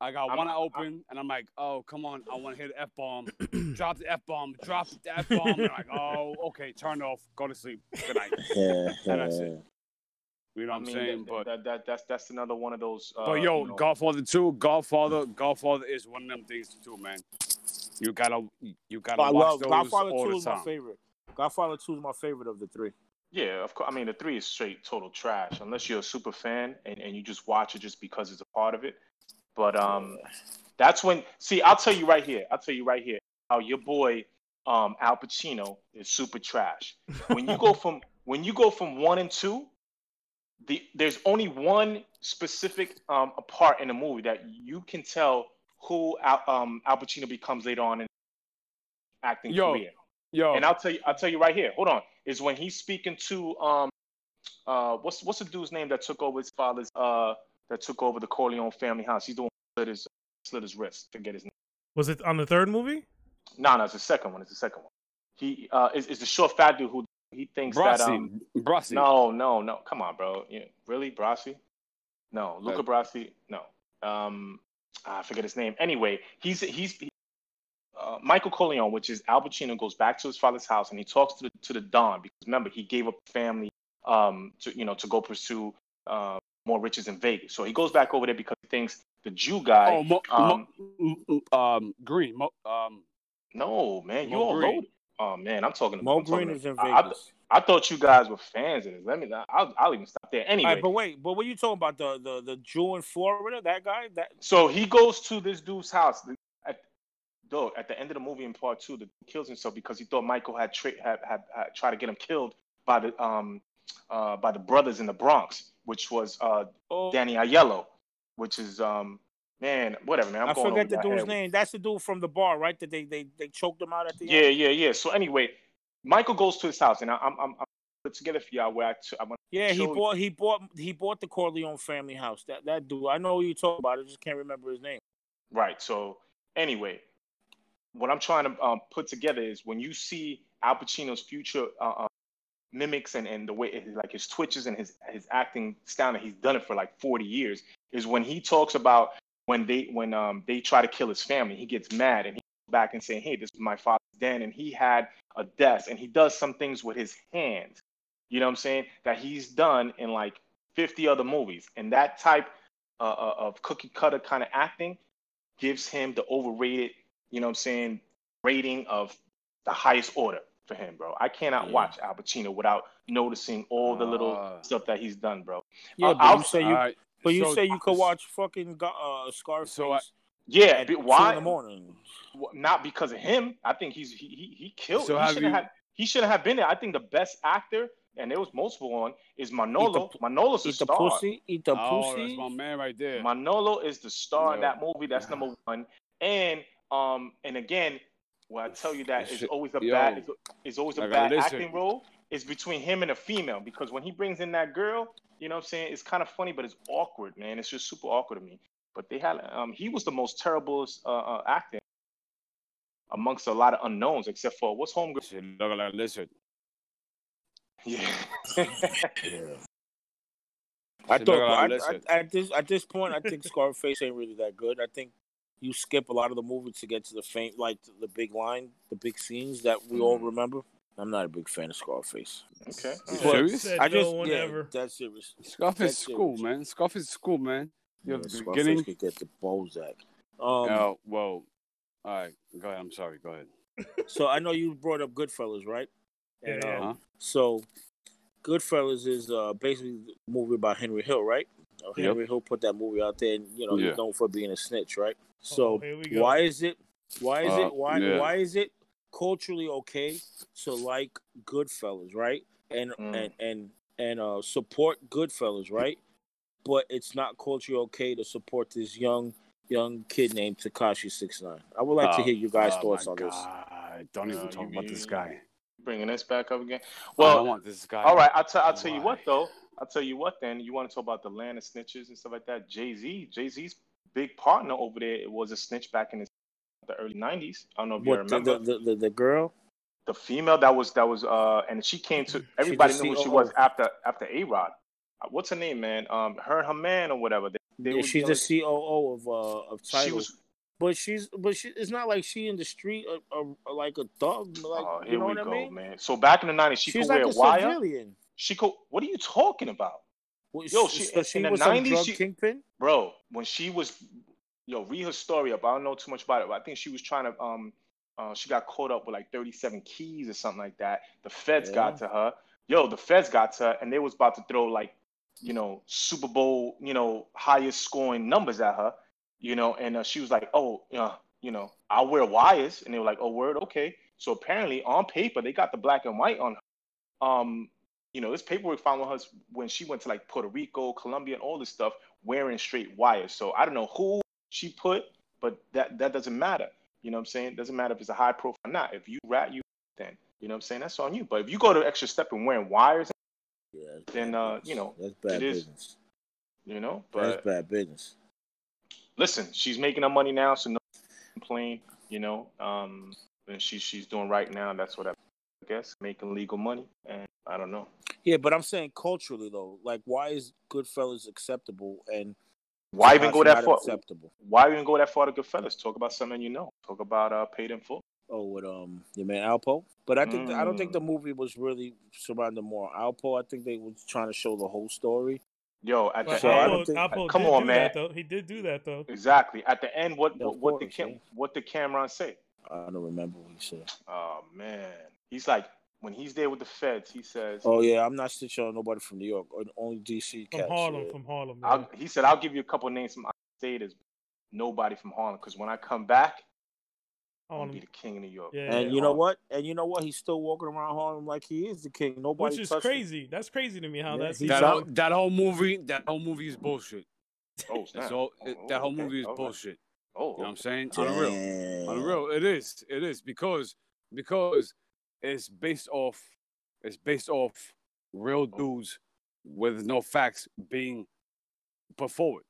[SPEAKER 4] I got
[SPEAKER 1] I'm-
[SPEAKER 4] one eye open, and I'm like, oh, come on, I want to hit the f bomb, drop the f bomb, drop the f bomb. I'm like, oh, okay, turn it off, go to sleep, good night.
[SPEAKER 2] Yeah,
[SPEAKER 4] And that's
[SPEAKER 2] yeah.
[SPEAKER 4] it. You know what
[SPEAKER 1] I
[SPEAKER 4] I'm
[SPEAKER 1] mean,
[SPEAKER 4] saying?
[SPEAKER 1] that,
[SPEAKER 4] But
[SPEAKER 1] that, that that's that's another one of those. Uh,
[SPEAKER 4] but yo,
[SPEAKER 1] you know,
[SPEAKER 4] Godfather two, Godfather, Godfather is one of them things too, man. You gotta you gotta
[SPEAKER 2] I
[SPEAKER 4] watch
[SPEAKER 2] love
[SPEAKER 4] those
[SPEAKER 2] Godfather
[SPEAKER 4] all
[SPEAKER 2] 2
[SPEAKER 4] the
[SPEAKER 2] is my
[SPEAKER 4] time.
[SPEAKER 2] favorite. Godfather 2 is my favorite of the three.
[SPEAKER 1] Yeah, of course. I mean, the three is straight total trash unless you're a super fan and, and you just watch it just because it's a part of it. But um, that's when. See, I'll tell you right here. I'll tell you right here how your boy um Al Pacino is super trash. When you go from when you go from one and two, the there's only one specific um a part in the movie that you can tell who Al, um Al Pacino becomes later on in acting
[SPEAKER 4] Yo,
[SPEAKER 1] career.
[SPEAKER 4] Yo,
[SPEAKER 1] And I'll tell you, I'll tell you right here. Hold on. Is when he's speaking to um, uh, what's what's the dude's name that took over his father's uh that took over the Corleone family house? He's the one who slit his slit his wrist. Forget his name.
[SPEAKER 3] Was it on the third movie?
[SPEAKER 1] No, no, it's the second one. It's the second one. He uh is, is the short fat dude who he thinks
[SPEAKER 4] Brossi,
[SPEAKER 1] that um
[SPEAKER 4] Brossi.
[SPEAKER 1] no no no come on bro yeah, really Brasi no ah, Luca
[SPEAKER 4] Right.
[SPEAKER 1] Brasi no um I forget his name anyway he's he's he, um Michael Corleone, which is Al Pacino, goes back to his father's house and he talks to the, to the Don because remember he gave up family um, to you know to go pursue uh, more riches in Vegas. So he goes back over there because he thinks the Jew guy.
[SPEAKER 4] Oh, Mo,
[SPEAKER 1] um,
[SPEAKER 4] Mo, mm, um, Green. Mo, um,
[SPEAKER 1] no, man, you
[SPEAKER 4] Mo
[SPEAKER 1] all
[SPEAKER 4] Green.
[SPEAKER 1] loaded. Oh man, I'm talking.
[SPEAKER 2] Mo
[SPEAKER 1] I'm talking-
[SPEAKER 2] Green is in Vegas.
[SPEAKER 1] I- I- I thought you guys were fans of this. Let me. I'll, I'll even stop there. Anyway,
[SPEAKER 2] All right, but wait, but what you talking about? The the the Jew in Florida, that guy? That
[SPEAKER 1] So he goes to this dude's house. At, though at the end of the movie in part two, the dude kills himself because he thought Michael had, tra- had, had had tried to get him killed by the um uh, by the brothers in the Bronx, which was uh,
[SPEAKER 2] oh,
[SPEAKER 1] Danny Aiello, which is um man whatever man. I'm
[SPEAKER 2] I
[SPEAKER 1] going
[SPEAKER 2] forget the
[SPEAKER 1] over my head.
[SPEAKER 2] dude's name. That's the dude from the bar, right? That they they they choked him out at the
[SPEAKER 1] Yeah,
[SPEAKER 2] end.
[SPEAKER 1] yeah, yeah. So anyway, Michael goes to his house, and I, I'm I'm, I'm put together for y'all where I t- I'm
[SPEAKER 2] Yeah, he
[SPEAKER 1] Show-
[SPEAKER 2] bought he bought he bought the Corleone family house. That that dude, I know who you talking about. I just can't remember his name.
[SPEAKER 1] Right. So anyway, what I'm trying to um, put together is when you see Al Pacino's future uh, uh, mimics and, and the way like his twitches and his his acting style and he's done it for like 40 years is when he talks about when they when um they try to kill his family he gets mad and he goes back and saying hey this is my father's den and he had a desk and he does some things with his hands you know what I'm saying that he's done in like 50 other movies and that type uh, uh, of cookie cutter kind of acting gives him the overrated, you know what I'm saying, rating of the highest order for him, bro. I cannot
[SPEAKER 2] Yeah. Uh.
[SPEAKER 1] watch Al Pacino without noticing all the little
[SPEAKER 4] Ah.
[SPEAKER 1] stuff that he's done, bro.
[SPEAKER 2] Yeah,
[SPEAKER 1] Uh,
[SPEAKER 2] but
[SPEAKER 1] I'll-
[SPEAKER 2] you say you
[SPEAKER 4] alright,
[SPEAKER 2] but you
[SPEAKER 4] so-
[SPEAKER 2] say you could watch fucking Go- uh Scarface
[SPEAKER 4] So I-
[SPEAKER 1] Yeah,
[SPEAKER 2] at
[SPEAKER 1] but
[SPEAKER 2] two
[SPEAKER 1] why?
[SPEAKER 2] in the morning.
[SPEAKER 1] w- Not because of him. I think he's he he, he killed.
[SPEAKER 4] So
[SPEAKER 1] he
[SPEAKER 4] have
[SPEAKER 1] shouldn't
[SPEAKER 4] you-
[SPEAKER 1] have he shouldn't have been there. I think the best actor, and there was multiple on, is Manolo.
[SPEAKER 2] p-
[SPEAKER 1] Manolo's a
[SPEAKER 2] Eat the
[SPEAKER 1] star.
[SPEAKER 2] pussy, eat the
[SPEAKER 4] Oh,
[SPEAKER 2] pussy.
[SPEAKER 4] that's my man right there.
[SPEAKER 1] Manolo is the star in
[SPEAKER 4] No.
[SPEAKER 1] that movie. That's number one. And um and again, when I tell you that it's
[SPEAKER 4] Shit,
[SPEAKER 1] always a
[SPEAKER 4] yo.
[SPEAKER 1] bad it's, it's always a
[SPEAKER 4] Like,
[SPEAKER 1] bad
[SPEAKER 4] listen.
[SPEAKER 1] acting role is between him and a female because when he brings in that girl, you know what I'm saying? It's kind of funny, but it's awkward, man. It's just super awkward to me. But they had um he was the most terrible uh, uh acting amongst a lot of unknowns except for what's homegirl?
[SPEAKER 4] Shit, look like a lizard.
[SPEAKER 1] Yeah.
[SPEAKER 2] I thought
[SPEAKER 4] Shit, look like a
[SPEAKER 2] I,
[SPEAKER 4] lizard.
[SPEAKER 2] I- at this at this point, I think Scarface ain't really that good. I think you skip a lot of the movies to get to the faint, like the big line, the big scenes that we all
[SPEAKER 3] Mm.
[SPEAKER 1] Mhm.
[SPEAKER 2] remember. I'm not a big fan of Scarface.
[SPEAKER 1] okay.
[SPEAKER 4] You
[SPEAKER 1] okay.
[SPEAKER 3] Well,
[SPEAKER 4] serious?
[SPEAKER 3] said
[SPEAKER 2] I just
[SPEAKER 3] no one
[SPEAKER 2] yeah,
[SPEAKER 3] ever.
[SPEAKER 2] that's serious.
[SPEAKER 4] Scarface
[SPEAKER 2] That's
[SPEAKER 4] is cool,
[SPEAKER 2] serious.
[SPEAKER 4] man. Scarface is cool, man. You
[SPEAKER 2] Yeah,
[SPEAKER 4] have the
[SPEAKER 2] Scarface
[SPEAKER 4] beginning.
[SPEAKER 2] could get the Bozak. Um,
[SPEAKER 4] oh, well, all right. Go ahead. I'm sorry. Go ahead.
[SPEAKER 2] so I know you brought up Goodfellas, right?
[SPEAKER 3] Yeah,
[SPEAKER 2] And,
[SPEAKER 3] yeah.
[SPEAKER 2] um,
[SPEAKER 4] Huh?
[SPEAKER 2] So, Goodfellas is uh, basically a movie about Henry Hill, right? Uh,
[SPEAKER 4] Yep.
[SPEAKER 2] Henry Hill put that movie out there, and you know
[SPEAKER 4] Yeah.
[SPEAKER 2] he's known for being a snitch, right?
[SPEAKER 3] Oh,
[SPEAKER 2] So
[SPEAKER 3] here we go.
[SPEAKER 2] why is it? Why is
[SPEAKER 4] Uh,
[SPEAKER 2] it? Why
[SPEAKER 4] yeah.
[SPEAKER 2] why is it culturally okay to like Goodfellas, right? And
[SPEAKER 1] Mm.
[SPEAKER 2] and and and uh, support Goodfellas, right? But it's not culturally okay to support this young young kid named Takashi Six Nine. I would like to
[SPEAKER 4] Oh,
[SPEAKER 2] hear you guys'
[SPEAKER 4] oh
[SPEAKER 2] thoughts
[SPEAKER 4] my
[SPEAKER 2] on this.
[SPEAKER 4] God. Don't even
[SPEAKER 1] No,
[SPEAKER 4] talk
[SPEAKER 1] you-
[SPEAKER 4] about this guy.
[SPEAKER 1] Bringing this back up again.
[SPEAKER 4] I
[SPEAKER 1] Well,
[SPEAKER 4] don't want this guy.
[SPEAKER 1] All right, I'll, t- I'll tell you
[SPEAKER 4] Why?
[SPEAKER 1] what though. I'll tell you what then. You want to talk about the land of snitches and stuff like that? Jay Z, Jay Z's big partner over there was a snitch back in his, the early '90s. I don't know if you
[SPEAKER 2] What the
[SPEAKER 1] remember
[SPEAKER 2] the,
[SPEAKER 1] the,
[SPEAKER 2] the, the, the girl?
[SPEAKER 1] female that was that was uh, and she came to everybody
[SPEAKER 2] the E
[SPEAKER 1] knew who she
[SPEAKER 2] COO.
[SPEAKER 1] was after after A Rod. What's her name, man? Um, her and her man or whatever. They, they
[SPEAKER 2] Yeah,
[SPEAKER 1] were
[SPEAKER 2] she's
[SPEAKER 1] dealing-
[SPEAKER 2] the COO of uh of
[SPEAKER 1] She
[SPEAKER 2] Title.
[SPEAKER 1] was.
[SPEAKER 2] But she's but she it's not like she in the street uh, uh, like a thug like
[SPEAKER 1] oh, here
[SPEAKER 2] you know
[SPEAKER 1] we
[SPEAKER 2] what
[SPEAKER 1] go,
[SPEAKER 2] I mean?
[SPEAKER 1] man. So back in the '90s, she
[SPEAKER 2] she's
[SPEAKER 1] could
[SPEAKER 2] like
[SPEAKER 1] wear
[SPEAKER 2] a
[SPEAKER 1] wire.
[SPEAKER 2] civilian.
[SPEAKER 1] She could. What are you talking about?
[SPEAKER 2] Well,
[SPEAKER 1] Yo, she-
[SPEAKER 2] she, so she
[SPEAKER 1] in the
[SPEAKER 2] was some
[SPEAKER 1] 90s,
[SPEAKER 2] drug
[SPEAKER 1] she-
[SPEAKER 2] kingpin.
[SPEAKER 1] bro, when she was, yo, read her story up. I don't know too much about it, but I think she was trying to, um, uh, she got caught up with like 37 keys or something like that. The feds
[SPEAKER 2] Yeah.
[SPEAKER 1] got to her. Yo, the feds got to her, and they was about to throw like, you know, Super Bowl, you know, highest scoring numbers at her, you know, and uh, she was like, oh, uh, you know, I wear wires, and they were like, oh, word, okay. So apparently, on paper, they got the black and white on her. Um, you know, this paperwork found on her when she went to like Puerto Rico, Colombia, and all this stuff wearing straight wires. So I don't know who she put, but that that doesn't matter. You know what I'm saying? doesn't matter if it's a high profile or not. If you rat, you then. You know what I'm saying? That's on you. But if you go to extra step and wearing wires,
[SPEAKER 2] Yeah, that's
[SPEAKER 1] Then,
[SPEAKER 2] bad
[SPEAKER 1] uh,
[SPEAKER 2] business.
[SPEAKER 1] you know,
[SPEAKER 2] that's bad
[SPEAKER 1] it is-
[SPEAKER 2] business.
[SPEAKER 1] you know.
[SPEAKER 2] that's
[SPEAKER 1] But
[SPEAKER 2] bad business.
[SPEAKER 1] listen, she's making her money now, so no complain. You know, um, and she she's doing right now. That's what I guess making legal money. And I don't know
[SPEAKER 2] Yeah, but I'm saying culturally though, like why is Goodfellas acceptable and
[SPEAKER 1] why even
[SPEAKER 2] Takashi
[SPEAKER 1] go that
[SPEAKER 2] not
[SPEAKER 1] far.
[SPEAKER 2] acceptable?
[SPEAKER 1] Why even go that far to Goodfellas? Talk about something you know. Talk about uh, paid in full.
[SPEAKER 2] or with um your man Alpo. But I think I don't think the
[SPEAKER 1] Mm.
[SPEAKER 2] movie was really surrounding more Alpo. I think they was trying to show the whole story.
[SPEAKER 1] Yo, at
[SPEAKER 3] But
[SPEAKER 1] the
[SPEAKER 2] So I
[SPEAKER 1] end,
[SPEAKER 2] don't
[SPEAKER 3] Alpo-
[SPEAKER 2] think-
[SPEAKER 3] Alpo
[SPEAKER 1] Come
[SPEAKER 3] did
[SPEAKER 1] on,
[SPEAKER 3] do
[SPEAKER 1] man.
[SPEAKER 3] that, though. He did do that though.
[SPEAKER 1] exactly. At the end, what
[SPEAKER 2] Yeah, of
[SPEAKER 1] what did
[SPEAKER 2] course,
[SPEAKER 1] Cam,
[SPEAKER 2] yeah.
[SPEAKER 1] what did Cameron say?
[SPEAKER 2] I don't remember what he said.
[SPEAKER 1] Oh man, he's like when he's there with the feds, he says,
[SPEAKER 2] Oh yeah, I'm not snitching on nobody from New York. on- Only DC
[SPEAKER 3] From
[SPEAKER 2] cats.
[SPEAKER 3] Harlem,
[SPEAKER 2] yeah.
[SPEAKER 3] from Harlem. yeah.
[SPEAKER 1] I'll, he said, I'll give you a couple names from out of state is nobody from Harlem because when I come back, I'm gonna be
[SPEAKER 3] Harlem.
[SPEAKER 1] the king of New York.
[SPEAKER 3] Yeah.
[SPEAKER 2] And you know what? And you know what? He's still walking around Harlem like he is the king. Nobody
[SPEAKER 3] Which is
[SPEAKER 2] touched him.
[SPEAKER 3] crazy. That's crazy to me how
[SPEAKER 2] Yeah,
[SPEAKER 3] that's
[SPEAKER 2] he's
[SPEAKER 4] That
[SPEAKER 2] out.
[SPEAKER 4] whole, that whole movie, that whole movie is bullshit.
[SPEAKER 1] Oh,
[SPEAKER 4] That's
[SPEAKER 1] snap.
[SPEAKER 4] all. it-
[SPEAKER 1] Oh,
[SPEAKER 4] that whole
[SPEAKER 1] okay.
[SPEAKER 4] movie is
[SPEAKER 1] All right.
[SPEAKER 4] bullshit.
[SPEAKER 1] Oh,
[SPEAKER 4] You know what I'm saying?
[SPEAKER 2] Damn.
[SPEAKER 4] Unreal. Unreal. It is. It is because because it's based off it's based off real dudes with no facts being put forward.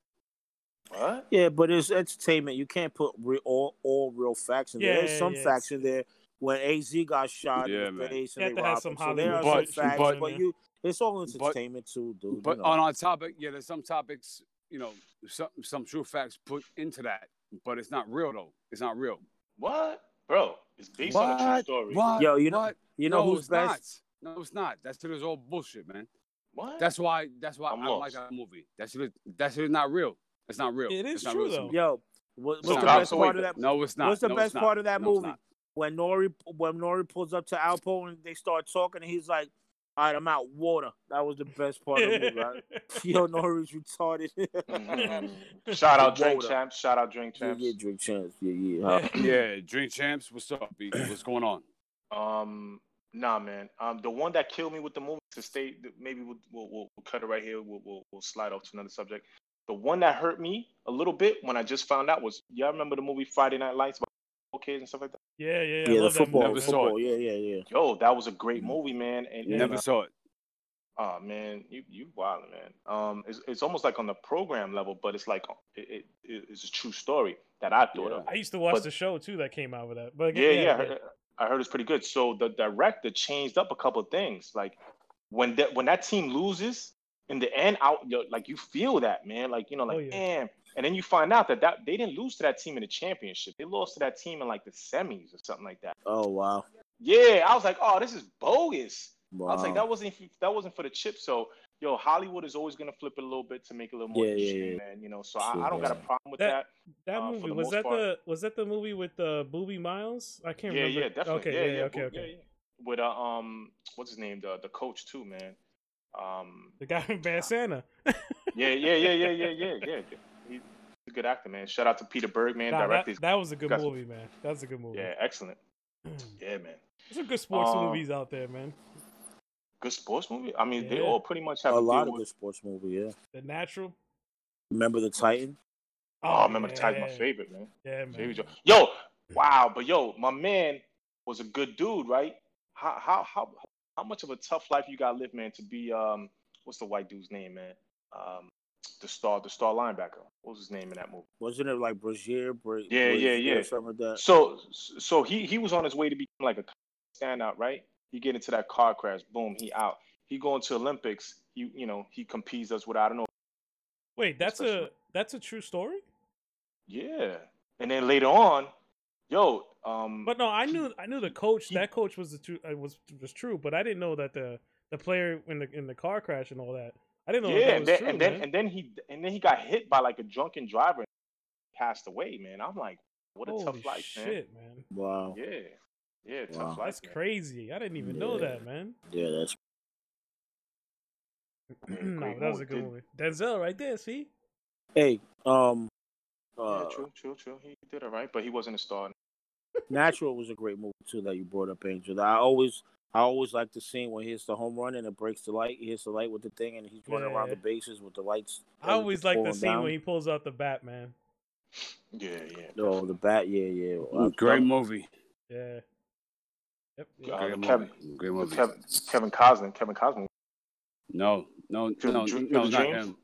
[SPEAKER 1] what?
[SPEAKER 2] Yeah, but it's entertainment. You can't put re- all all real facts in
[SPEAKER 3] Yeah,
[SPEAKER 2] there. There's
[SPEAKER 3] yeah,
[SPEAKER 2] some
[SPEAKER 3] yeah.
[SPEAKER 2] facts in there. When AZ got shot
[SPEAKER 4] Yeah,
[SPEAKER 2] in the
[SPEAKER 4] man.
[SPEAKER 2] face
[SPEAKER 3] You
[SPEAKER 2] and
[SPEAKER 3] have
[SPEAKER 2] they
[SPEAKER 3] to have
[SPEAKER 2] robbed
[SPEAKER 3] some
[SPEAKER 2] him, so there are
[SPEAKER 4] Hollywood
[SPEAKER 2] some facts.
[SPEAKER 4] facts
[SPEAKER 2] But,
[SPEAKER 3] in there.
[SPEAKER 2] you, it's all
[SPEAKER 4] But-
[SPEAKER 2] entertainment too, dude.
[SPEAKER 4] But
[SPEAKER 2] you know.
[SPEAKER 4] on our topic, yeah, there's some topics, you know, some some true facts put into that, but it's not real though. It's not real.
[SPEAKER 1] What? Bro, it's based on a true
[SPEAKER 4] What?
[SPEAKER 1] story.
[SPEAKER 2] Yo, you know-
[SPEAKER 4] What?
[SPEAKER 2] you know
[SPEAKER 4] no,
[SPEAKER 2] who's
[SPEAKER 4] it's
[SPEAKER 2] best?
[SPEAKER 4] not. No, it's not. That shit is all bullshit, man.
[SPEAKER 1] What?
[SPEAKER 4] That's why. That's why
[SPEAKER 1] I'm
[SPEAKER 4] I don't like
[SPEAKER 1] lost.
[SPEAKER 4] that movie. That shit. Is, that shit is not real. It's not real.
[SPEAKER 3] It is
[SPEAKER 4] It's not
[SPEAKER 3] true,
[SPEAKER 4] real. It's
[SPEAKER 3] though.
[SPEAKER 4] a-
[SPEAKER 2] Yo, what, what's
[SPEAKER 1] So,
[SPEAKER 2] the
[SPEAKER 1] Rob,
[SPEAKER 2] best
[SPEAKER 1] so
[SPEAKER 2] part
[SPEAKER 1] wait,
[SPEAKER 2] of that?
[SPEAKER 4] No, it's not.
[SPEAKER 2] what's the
[SPEAKER 4] No, it's
[SPEAKER 2] best
[SPEAKER 4] not.
[SPEAKER 2] part of that
[SPEAKER 4] No, it's
[SPEAKER 2] movie?
[SPEAKER 4] not.
[SPEAKER 2] When Nori when Nori pulls up to Alpo and they start talking, and he's like, "All right, I'm out. Water." That was the best part of the movie. Right? Yo, Nori's retarded.
[SPEAKER 1] Mhm. Shout out
[SPEAKER 2] Whoa,
[SPEAKER 1] Drink
[SPEAKER 2] though.
[SPEAKER 1] Champs. Shout out Drink
[SPEAKER 2] yeah,
[SPEAKER 1] Champs.
[SPEAKER 2] yeah, drink chance. Yeah, yeah. huh?
[SPEAKER 4] Yeah, Drink Champs, what's up? B? What's going on?
[SPEAKER 1] Um, nah, man. Um, the one that killed me with the movie to stay. Maybe we'll we'll, we'll we'll cut it right here. We'll, we'll we'll slide off to another subject. The one that hurt me a little bit when I just found out was y'all remember the movie Friday Night Lights about football kids and stuff like that.
[SPEAKER 3] Yeah, yeah, yeah. I
[SPEAKER 2] Yeah, the
[SPEAKER 3] love that
[SPEAKER 2] football,
[SPEAKER 4] Never
[SPEAKER 3] movie.
[SPEAKER 4] saw
[SPEAKER 2] football. Yeah, yeah, yeah.
[SPEAKER 1] Yo, that was a great
[SPEAKER 4] Mhm.
[SPEAKER 1] movie, man. And
[SPEAKER 2] Yeah.
[SPEAKER 4] Never saw it.
[SPEAKER 1] Oh man, you you wild man. Um, it's it's almost like on the program level, but it's like it, it it's a true story that I thought of.
[SPEAKER 3] I used to watch
[SPEAKER 1] But-
[SPEAKER 3] the show too that came out with that. But
[SPEAKER 1] Yeah, yeah, I heard, I heard it's pretty good. So the director changed up a couple of things. Like when that when that team loses in the end, out yo, like you feel that man. Like you know, like
[SPEAKER 3] Oh, yeah.
[SPEAKER 1] damn. And then you find out that that they didn't lose to that team in the championship. They lost to that team in like the semis or something like that.
[SPEAKER 2] Oh wow.
[SPEAKER 1] Yeah, I was like, oh, this is bogus.
[SPEAKER 2] wow.
[SPEAKER 1] I was like, that wasn't that wasn't for the chip. So, yo, Hollywood is always gonna flip it a little bit to make it a little more
[SPEAKER 2] Yeah, yeah,
[SPEAKER 1] interesting,
[SPEAKER 2] yeah.
[SPEAKER 1] man. You know, so I,
[SPEAKER 2] Sure,
[SPEAKER 1] I don't got a
[SPEAKER 2] yeah.
[SPEAKER 1] problem with that.
[SPEAKER 3] That- That
[SPEAKER 1] Uh, for
[SPEAKER 3] movie
[SPEAKER 1] the
[SPEAKER 3] was
[SPEAKER 1] most
[SPEAKER 3] that
[SPEAKER 1] part.
[SPEAKER 3] the was that the movie with uh, Booby Miles? I can't
[SPEAKER 1] Yeah,
[SPEAKER 3] remember.
[SPEAKER 1] yeah, definitely.
[SPEAKER 3] Okay,
[SPEAKER 1] yeah, yeah,
[SPEAKER 3] okay,
[SPEAKER 1] but-
[SPEAKER 3] okay.
[SPEAKER 1] yeah, yeah. With uh, um, what's his name? The the coach too, man. Um,
[SPEAKER 3] The guy from Bad Santa.
[SPEAKER 1] yeah, yeah, yeah, yeah, yeah, yeah, yeah. He's a good actor, man. Shout out to Peter Bergman,
[SPEAKER 3] Nah, that,
[SPEAKER 1] directed.
[SPEAKER 3] that was a good
[SPEAKER 1] Gus-
[SPEAKER 3] movie, man. That's a good movie.
[SPEAKER 1] Yeah, excellent. Yeah, man.
[SPEAKER 3] There's some good sports
[SPEAKER 1] Uh,
[SPEAKER 3] movies out there, man.
[SPEAKER 1] Good sports movie. I mean, they
[SPEAKER 3] Yeah.
[SPEAKER 1] all pretty much have
[SPEAKER 2] a
[SPEAKER 1] to
[SPEAKER 2] lot
[SPEAKER 1] do
[SPEAKER 2] of
[SPEAKER 1] with-
[SPEAKER 2] good sports movie. Yeah.
[SPEAKER 3] The Natural.
[SPEAKER 2] Remember the Titan?
[SPEAKER 1] Oh, I remember the Titans, my
[SPEAKER 3] yeah.
[SPEAKER 1] favorite, man.
[SPEAKER 3] Yeah,
[SPEAKER 1] There you
[SPEAKER 3] man.
[SPEAKER 1] go. Yo, wow, but yo, my man was a good dude, right? How how how how much of a tough life you gotta live, man, to be um what's the white dude's name, man? Um the star the star linebacker. What was his name in that movie?
[SPEAKER 2] Wasn't it like Brazier? Bra-
[SPEAKER 1] Yeah, yeah,
[SPEAKER 2] Brazier,
[SPEAKER 1] yeah.
[SPEAKER 2] Something like that.
[SPEAKER 1] So so he he was on his way to become like a standout, right? He get into that car crash, boom, he out. He going to Olympics, he you know, he competes us with I don't know.
[SPEAKER 3] Wait, that's a
[SPEAKER 1] Especially-
[SPEAKER 3] that's a true story?
[SPEAKER 1] Yeah. And then later on, yo, um
[SPEAKER 3] But no, I
[SPEAKER 1] He-
[SPEAKER 3] knew I knew the coach.
[SPEAKER 1] he-
[SPEAKER 3] that coach was the true uh, was was true, but I didn't know that the the player in the in the car crash and all that. I didn't know
[SPEAKER 1] yeah,
[SPEAKER 3] that
[SPEAKER 1] and
[SPEAKER 3] was
[SPEAKER 1] then
[SPEAKER 3] true.
[SPEAKER 1] and then
[SPEAKER 3] man.
[SPEAKER 1] and then he and then he got hit by like a drunken driver and passed away, man. I'm like, what a
[SPEAKER 3] Holy
[SPEAKER 1] tough life,
[SPEAKER 3] shit, man.
[SPEAKER 2] Wow.
[SPEAKER 1] man. Yeah, yeah, tough
[SPEAKER 2] Wow.
[SPEAKER 1] life.
[SPEAKER 3] That's
[SPEAKER 1] man.
[SPEAKER 3] crazy. I didn't even know
[SPEAKER 2] Yeah.
[SPEAKER 3] that, man.
[SPEAKER 2] Yeah, that's
[SPEAKER 1] Man,
[SPEAKER 3] no,
[SPEAKER 1] great
[SPEAKER 3] that was a
[SPEAKER 1] movie,
[SPEAKER 3] good
[SPEAKER 1] dude.
[SPEAKER 3] movie. Denzel right there, see?
[SPEAKER 2] Hey, um, uh,
[SPEAKER 1] yeah, true, true, true. He did all right, but he wasn't a star.
[SPEAKER 2] Natural was a great movie too that you brought up, Angel. I always, I always like the scene when he hits the home run and it breaks the light. He hits the light with the thing and he's running around
[SPEAKER 3] Yeah.
[SPEAKER 2] the bases with the lights. uh,
[SPEAKER 3] I always like the
[SPEAKER 2] falling
[SPEAKER 3] scene
[SPEAKER 2] down.
[SPEAKER 3] when he pulls out the bat, man.
[SPEAKER 1] Yeah, yeah.
[SPEAKER 2] Oh, the bat. Yeah, yeah. Uh, Wow.
[SPEAKER 4] Great movie.
[SPEAKER 3] Yeah. Yep.
[SPEAKER 1] Uh,
[SPEAKER 4] Great
[SPEAKER 1] the
[SPEAKER 4] movie.
[SPEAKER 1] Kevin-
[SPEAKER 4] Great
[SPEAKER 1] But
[SPEAKER 4] movie.
[SPEAKER 1] Kevin, Kevin Cosner, Kevin Cosner.
[SPEAKER 4] No, no,
[SPEAKER 1] Field of
[SPEAKER 4] no,
[SPEAKER 1] Dream-
[SPEAKER 4] no,
[SPEAKER 1] Field of
[SPEAKER 4] not
[SPEAKER 1] Dreams?
[SPEAKER 4] him.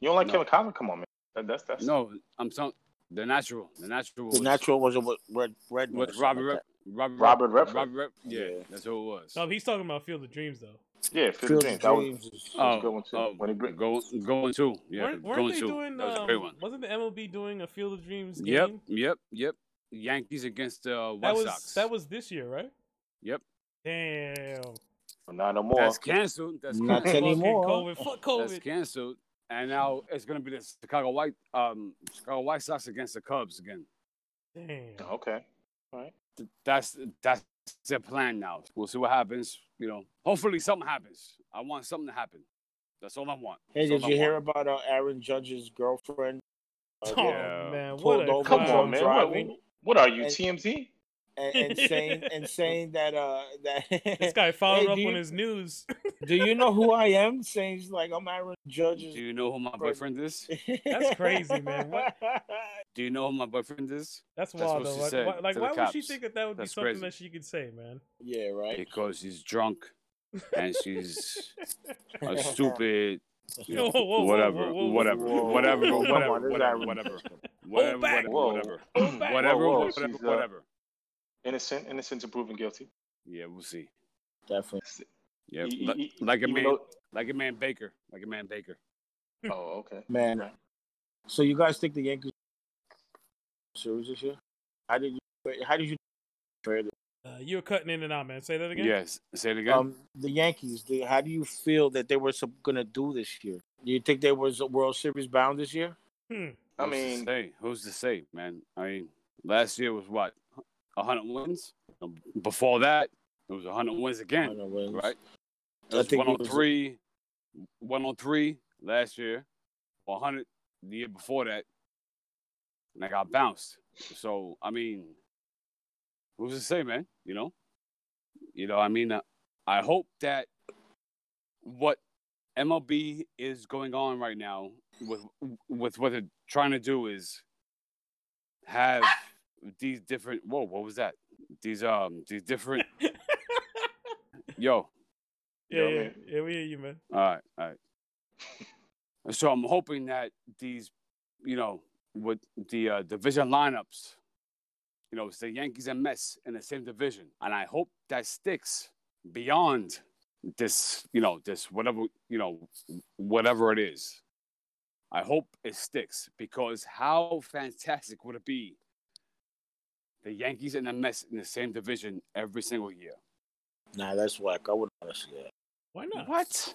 [SPEAKER 1] You don't like
[SPEAKER 4] No.
[SPEAKER 1] Kevin Cosner? Come on, man. That, that's that's
[SPEAKER 4] No, I'm some. The natural. The natural.
[SPEAKER 2] The
[SPEAKER 4] was-
[SPEAKER 2] natural was a what- red, red. one or
[SPEAKER 4] was
[SPEAKER 2] something
[SPEAKER 4] Robert.
[SPEAKER 2] like
[SPEAKER 4] Rep,
[SPEAKER 2] that.
[SPEAKER 4] Robert.
[SPEAKER 1] Robert Redford.
[SPEAKER 4] Robert. Rep, yeah,
[SPEAKER 2] Yeah.
[SPEAKER 4] that's who it was.
[SPEAKER 3] No, he's talking about Field of Dreams though.
[SPEAKER 1] Yeah, Field of
[SPEAKER 2] Field of
[SPEAKER 1] Dreams. That was,
[SPEAKER 2] Dreams is-
[SPEAKER 1] that was a good one too.
[SPEAKER 4] oh,
[SPEAKER 1] when he bring,
[SPEAKER 4] go, going to. Yeah,
[SPEAKER 3] weren't weren't
[SPEAKER 4] going
[SPEAKER 3] they
[SPEAKER 4] to.
[SPEAKER 3] doing
[SPEAKER 4] that was a
[SPEAKER 3] um,
[SPEAKER 4] great one.
[SPEAKER 3] wasn't the MLB doing a Field of Dreams game?
[SPEAKER 4] Yep, yep, yep. Yankees against the White
[SPEAKER 3] That was
[SPEAKER 4] Sox.
[SPEAKER 3] that was this year, right?
[SPEAKER 4] Yep.
[SPEAKER 3] Damn.
[SPEAKER 1] Well, not no more.
[SPEAKER 4] That's canceled. That's
[SPEAKER 2] Not
[SPEAKER 4] canceled.
[SPEAKER 3] Fucking
[SPEAKER 2] anymore.
[SPEAKER 3] COVID. Fuck
[SPEAKER 4] That's
[SPEAKER 3] COVID.
[SPEAKER 4] canceled. And now it's gonna be the Chicago White um Chicago White Sox against the Cubs again.
[SPEAKER 3] Damn.
[SPEAKER 4] Oh,
[SPEAKER 1] okay.
[SPEAKER 4] Th- That's that's their plan now. We'll see what happens. You know, hopefully something happens. I want something to happen. That's all I want.
[SPEAKER 2] Hey,
[SPEAKER 4] That's
[SPEAKER 2] did
[SPEAKER 4] all
[SPEAKER 2] you
[SPEAKER 4] I
[SPEAKER 2] hear
[SPEAKER 4] want.
[SPEAKER 2] about uh, Aaron Judge's girlfriend? Uh,
[SPEAKER 3] Oh
[SPEAKER 4] Yeah.
[SPEAKER 3] man,
[SPEAKER 2] Pulled
[SPEAKER 3] what a
[SPEAKER 2] over
[SPEAKER 1] Come
[SPEAKER 2] Cubs
[SPEAKER 1] on,
[SPEAKER 2] on
[SPEAKER 1] man.
[SPEAKER 2] driving.
[SPEAKER 1] What, what are you,
[SPEAKER 2] And-
[SPEAKER 1] TMZ?
[SPEAKER 2] and, and saying and saying that uh
[SPEAKER 3] This
[SPEAKER 2] that
[SPEAKER 3] guy followed
[SPEAKER 2] Hey,
[SPEAKER 3] up
[SPEAKER 2] do
[SPEAKER 3] on
[SPEAKER 2] you-
[SPEAKER 3] his news.
[SPEAKER 2] do you know who I am? Saying he's like I'm Aaron Judge's.
[SPEAKER 4] Do you know who my boyfriend is?
[SPEAKER 3] That's crazy, man. What-
[SPEAKER 4] Do you know who my boyfriend is?
[SPEAKER 3] That's
[SPEAKER 4] That's
[SPEAKER 3] wild
[SPEAKER 4] what she
[SPEAKER 3] though. Like,
[SPEAKER 4] said
[SPEAKER 3] why, like,
[SPEAKER 4] to the
[SPEAKER 3] why would she
[SPEAKER 4] cops.
[SPEAKER 3] think that that would
[SPEAKER 4] That's
[SPEAKER 3] be something
[SPEAKER 4] crazy.
[SPEAKER 3] that she could say, man?
[SPEAKER 2] yeah, right.
[SPEAKER 4] Because he's drunk and she's a stupid. You know,
[SPEAKER 3] Whoa, whoa, whoa,
[SPEAKER 4] whatever,
[SPEAKER 3] whoa, whoa,
[SPEAKER 4] whatever,
[SPEAKER 1] whoa.
[SPEAKER 4] whatever,
[SPEAKER 1] Come
[SPEAKER 4] whatever,
[SPEAKER 1] on, this is
[SPEAKER 4] whatever,
[SPEAKER 1] Aaron.
[SPEAKER 3] Hold back.
[SPEAKER 4] whatever, whatever,
[SPEAKER 1] Whoa.
[SPEAKER 4] whatever,
[SPEAKER 3] Hold back.
[SPEAKER 4] whatever,
[SPEAKER 1] Whoa, whoa,
[SPEAKER 4] whatever,
[SPEAKER 1] she's, uh,
[SPEAKER 4] whatever.
[SPEAKER 1] Innocent, innocent to proven guilty.
[SPEAKER 4] Yeah, we'll see.
[SPEAKER 2] Definitely.
[SPEAKER 4] Yeah,
[SPEAKER 1] E- e-
[SPEAKER 4] li-
[SPEAKER 1] e-
[SPEAKER 4] like a
[SPEAKER 1] even
[SPEAKER 4] man,
[SPEAKER 1] though-
[SPEAKER 4] like a man Baker, like a man Baker.
[SPEAKER 1] Oh, okay.
[SPEAKER 2] Man. So you guys think the Yankees series this year? How did you how did you
[SPEAKER 3] Uh, you're cutting in and out, man. Say that again.
[SPEAKER 4] Yes, say it again.
[SPEAKER 2] um the Yankees, the, how do you feel that they were sub- gonna do this year? Do you think they was World Series bound this year?
[SPEAKER 3] Hmm.
[SPEAKER 1] I
[SPEAKER 4] Who's to
[SPEAKER 1] mean,
[SPEAKER 4] say? who's to say, man? I mean, last year was what, hundred wins. Before that, it was hundred wins again.
[SPEAKER 2] I don't know, wins.
[SPEAKER 4] right? It
[SPEAKER 2] I
[SPEAKER 4] was
[SPEAKER 2] think it was-
[SPEAKER 4] 103, 103 last year, 100 the year before that, and I got bounced. So I mean, who's to say, man? You know, you know. I mean, uh, I hope that what MLB is going on right now with with what they're trying to do is have these different. Whoa, what was that? These um, these different. yo,
[SPEAKER 1] You know
[SPEAKER 3] Yeah,
[SPEAKER 1] what I
[SPEAKER 3] yeah,
[SPEAKER 1] mean?
[SPEAKER 3] yeah. We hear you, man.
[SPEAKER 4] all right, all right. so I'm hoping that these, you know, with the uh, division lineups, you know, it's the Yankees and Mets in the same division, and I hope that sticks beyond this, you know, this whatever, you know, whatever it is. I hope it sticks because how fantastic would it be? The Yankees and the Mets in the same division every single year.
[SPEAKER 2] Nah, that's whack. I wouldn't want to see that.
[SPEAKER 3] Why not?
[SPEAKER 4] What?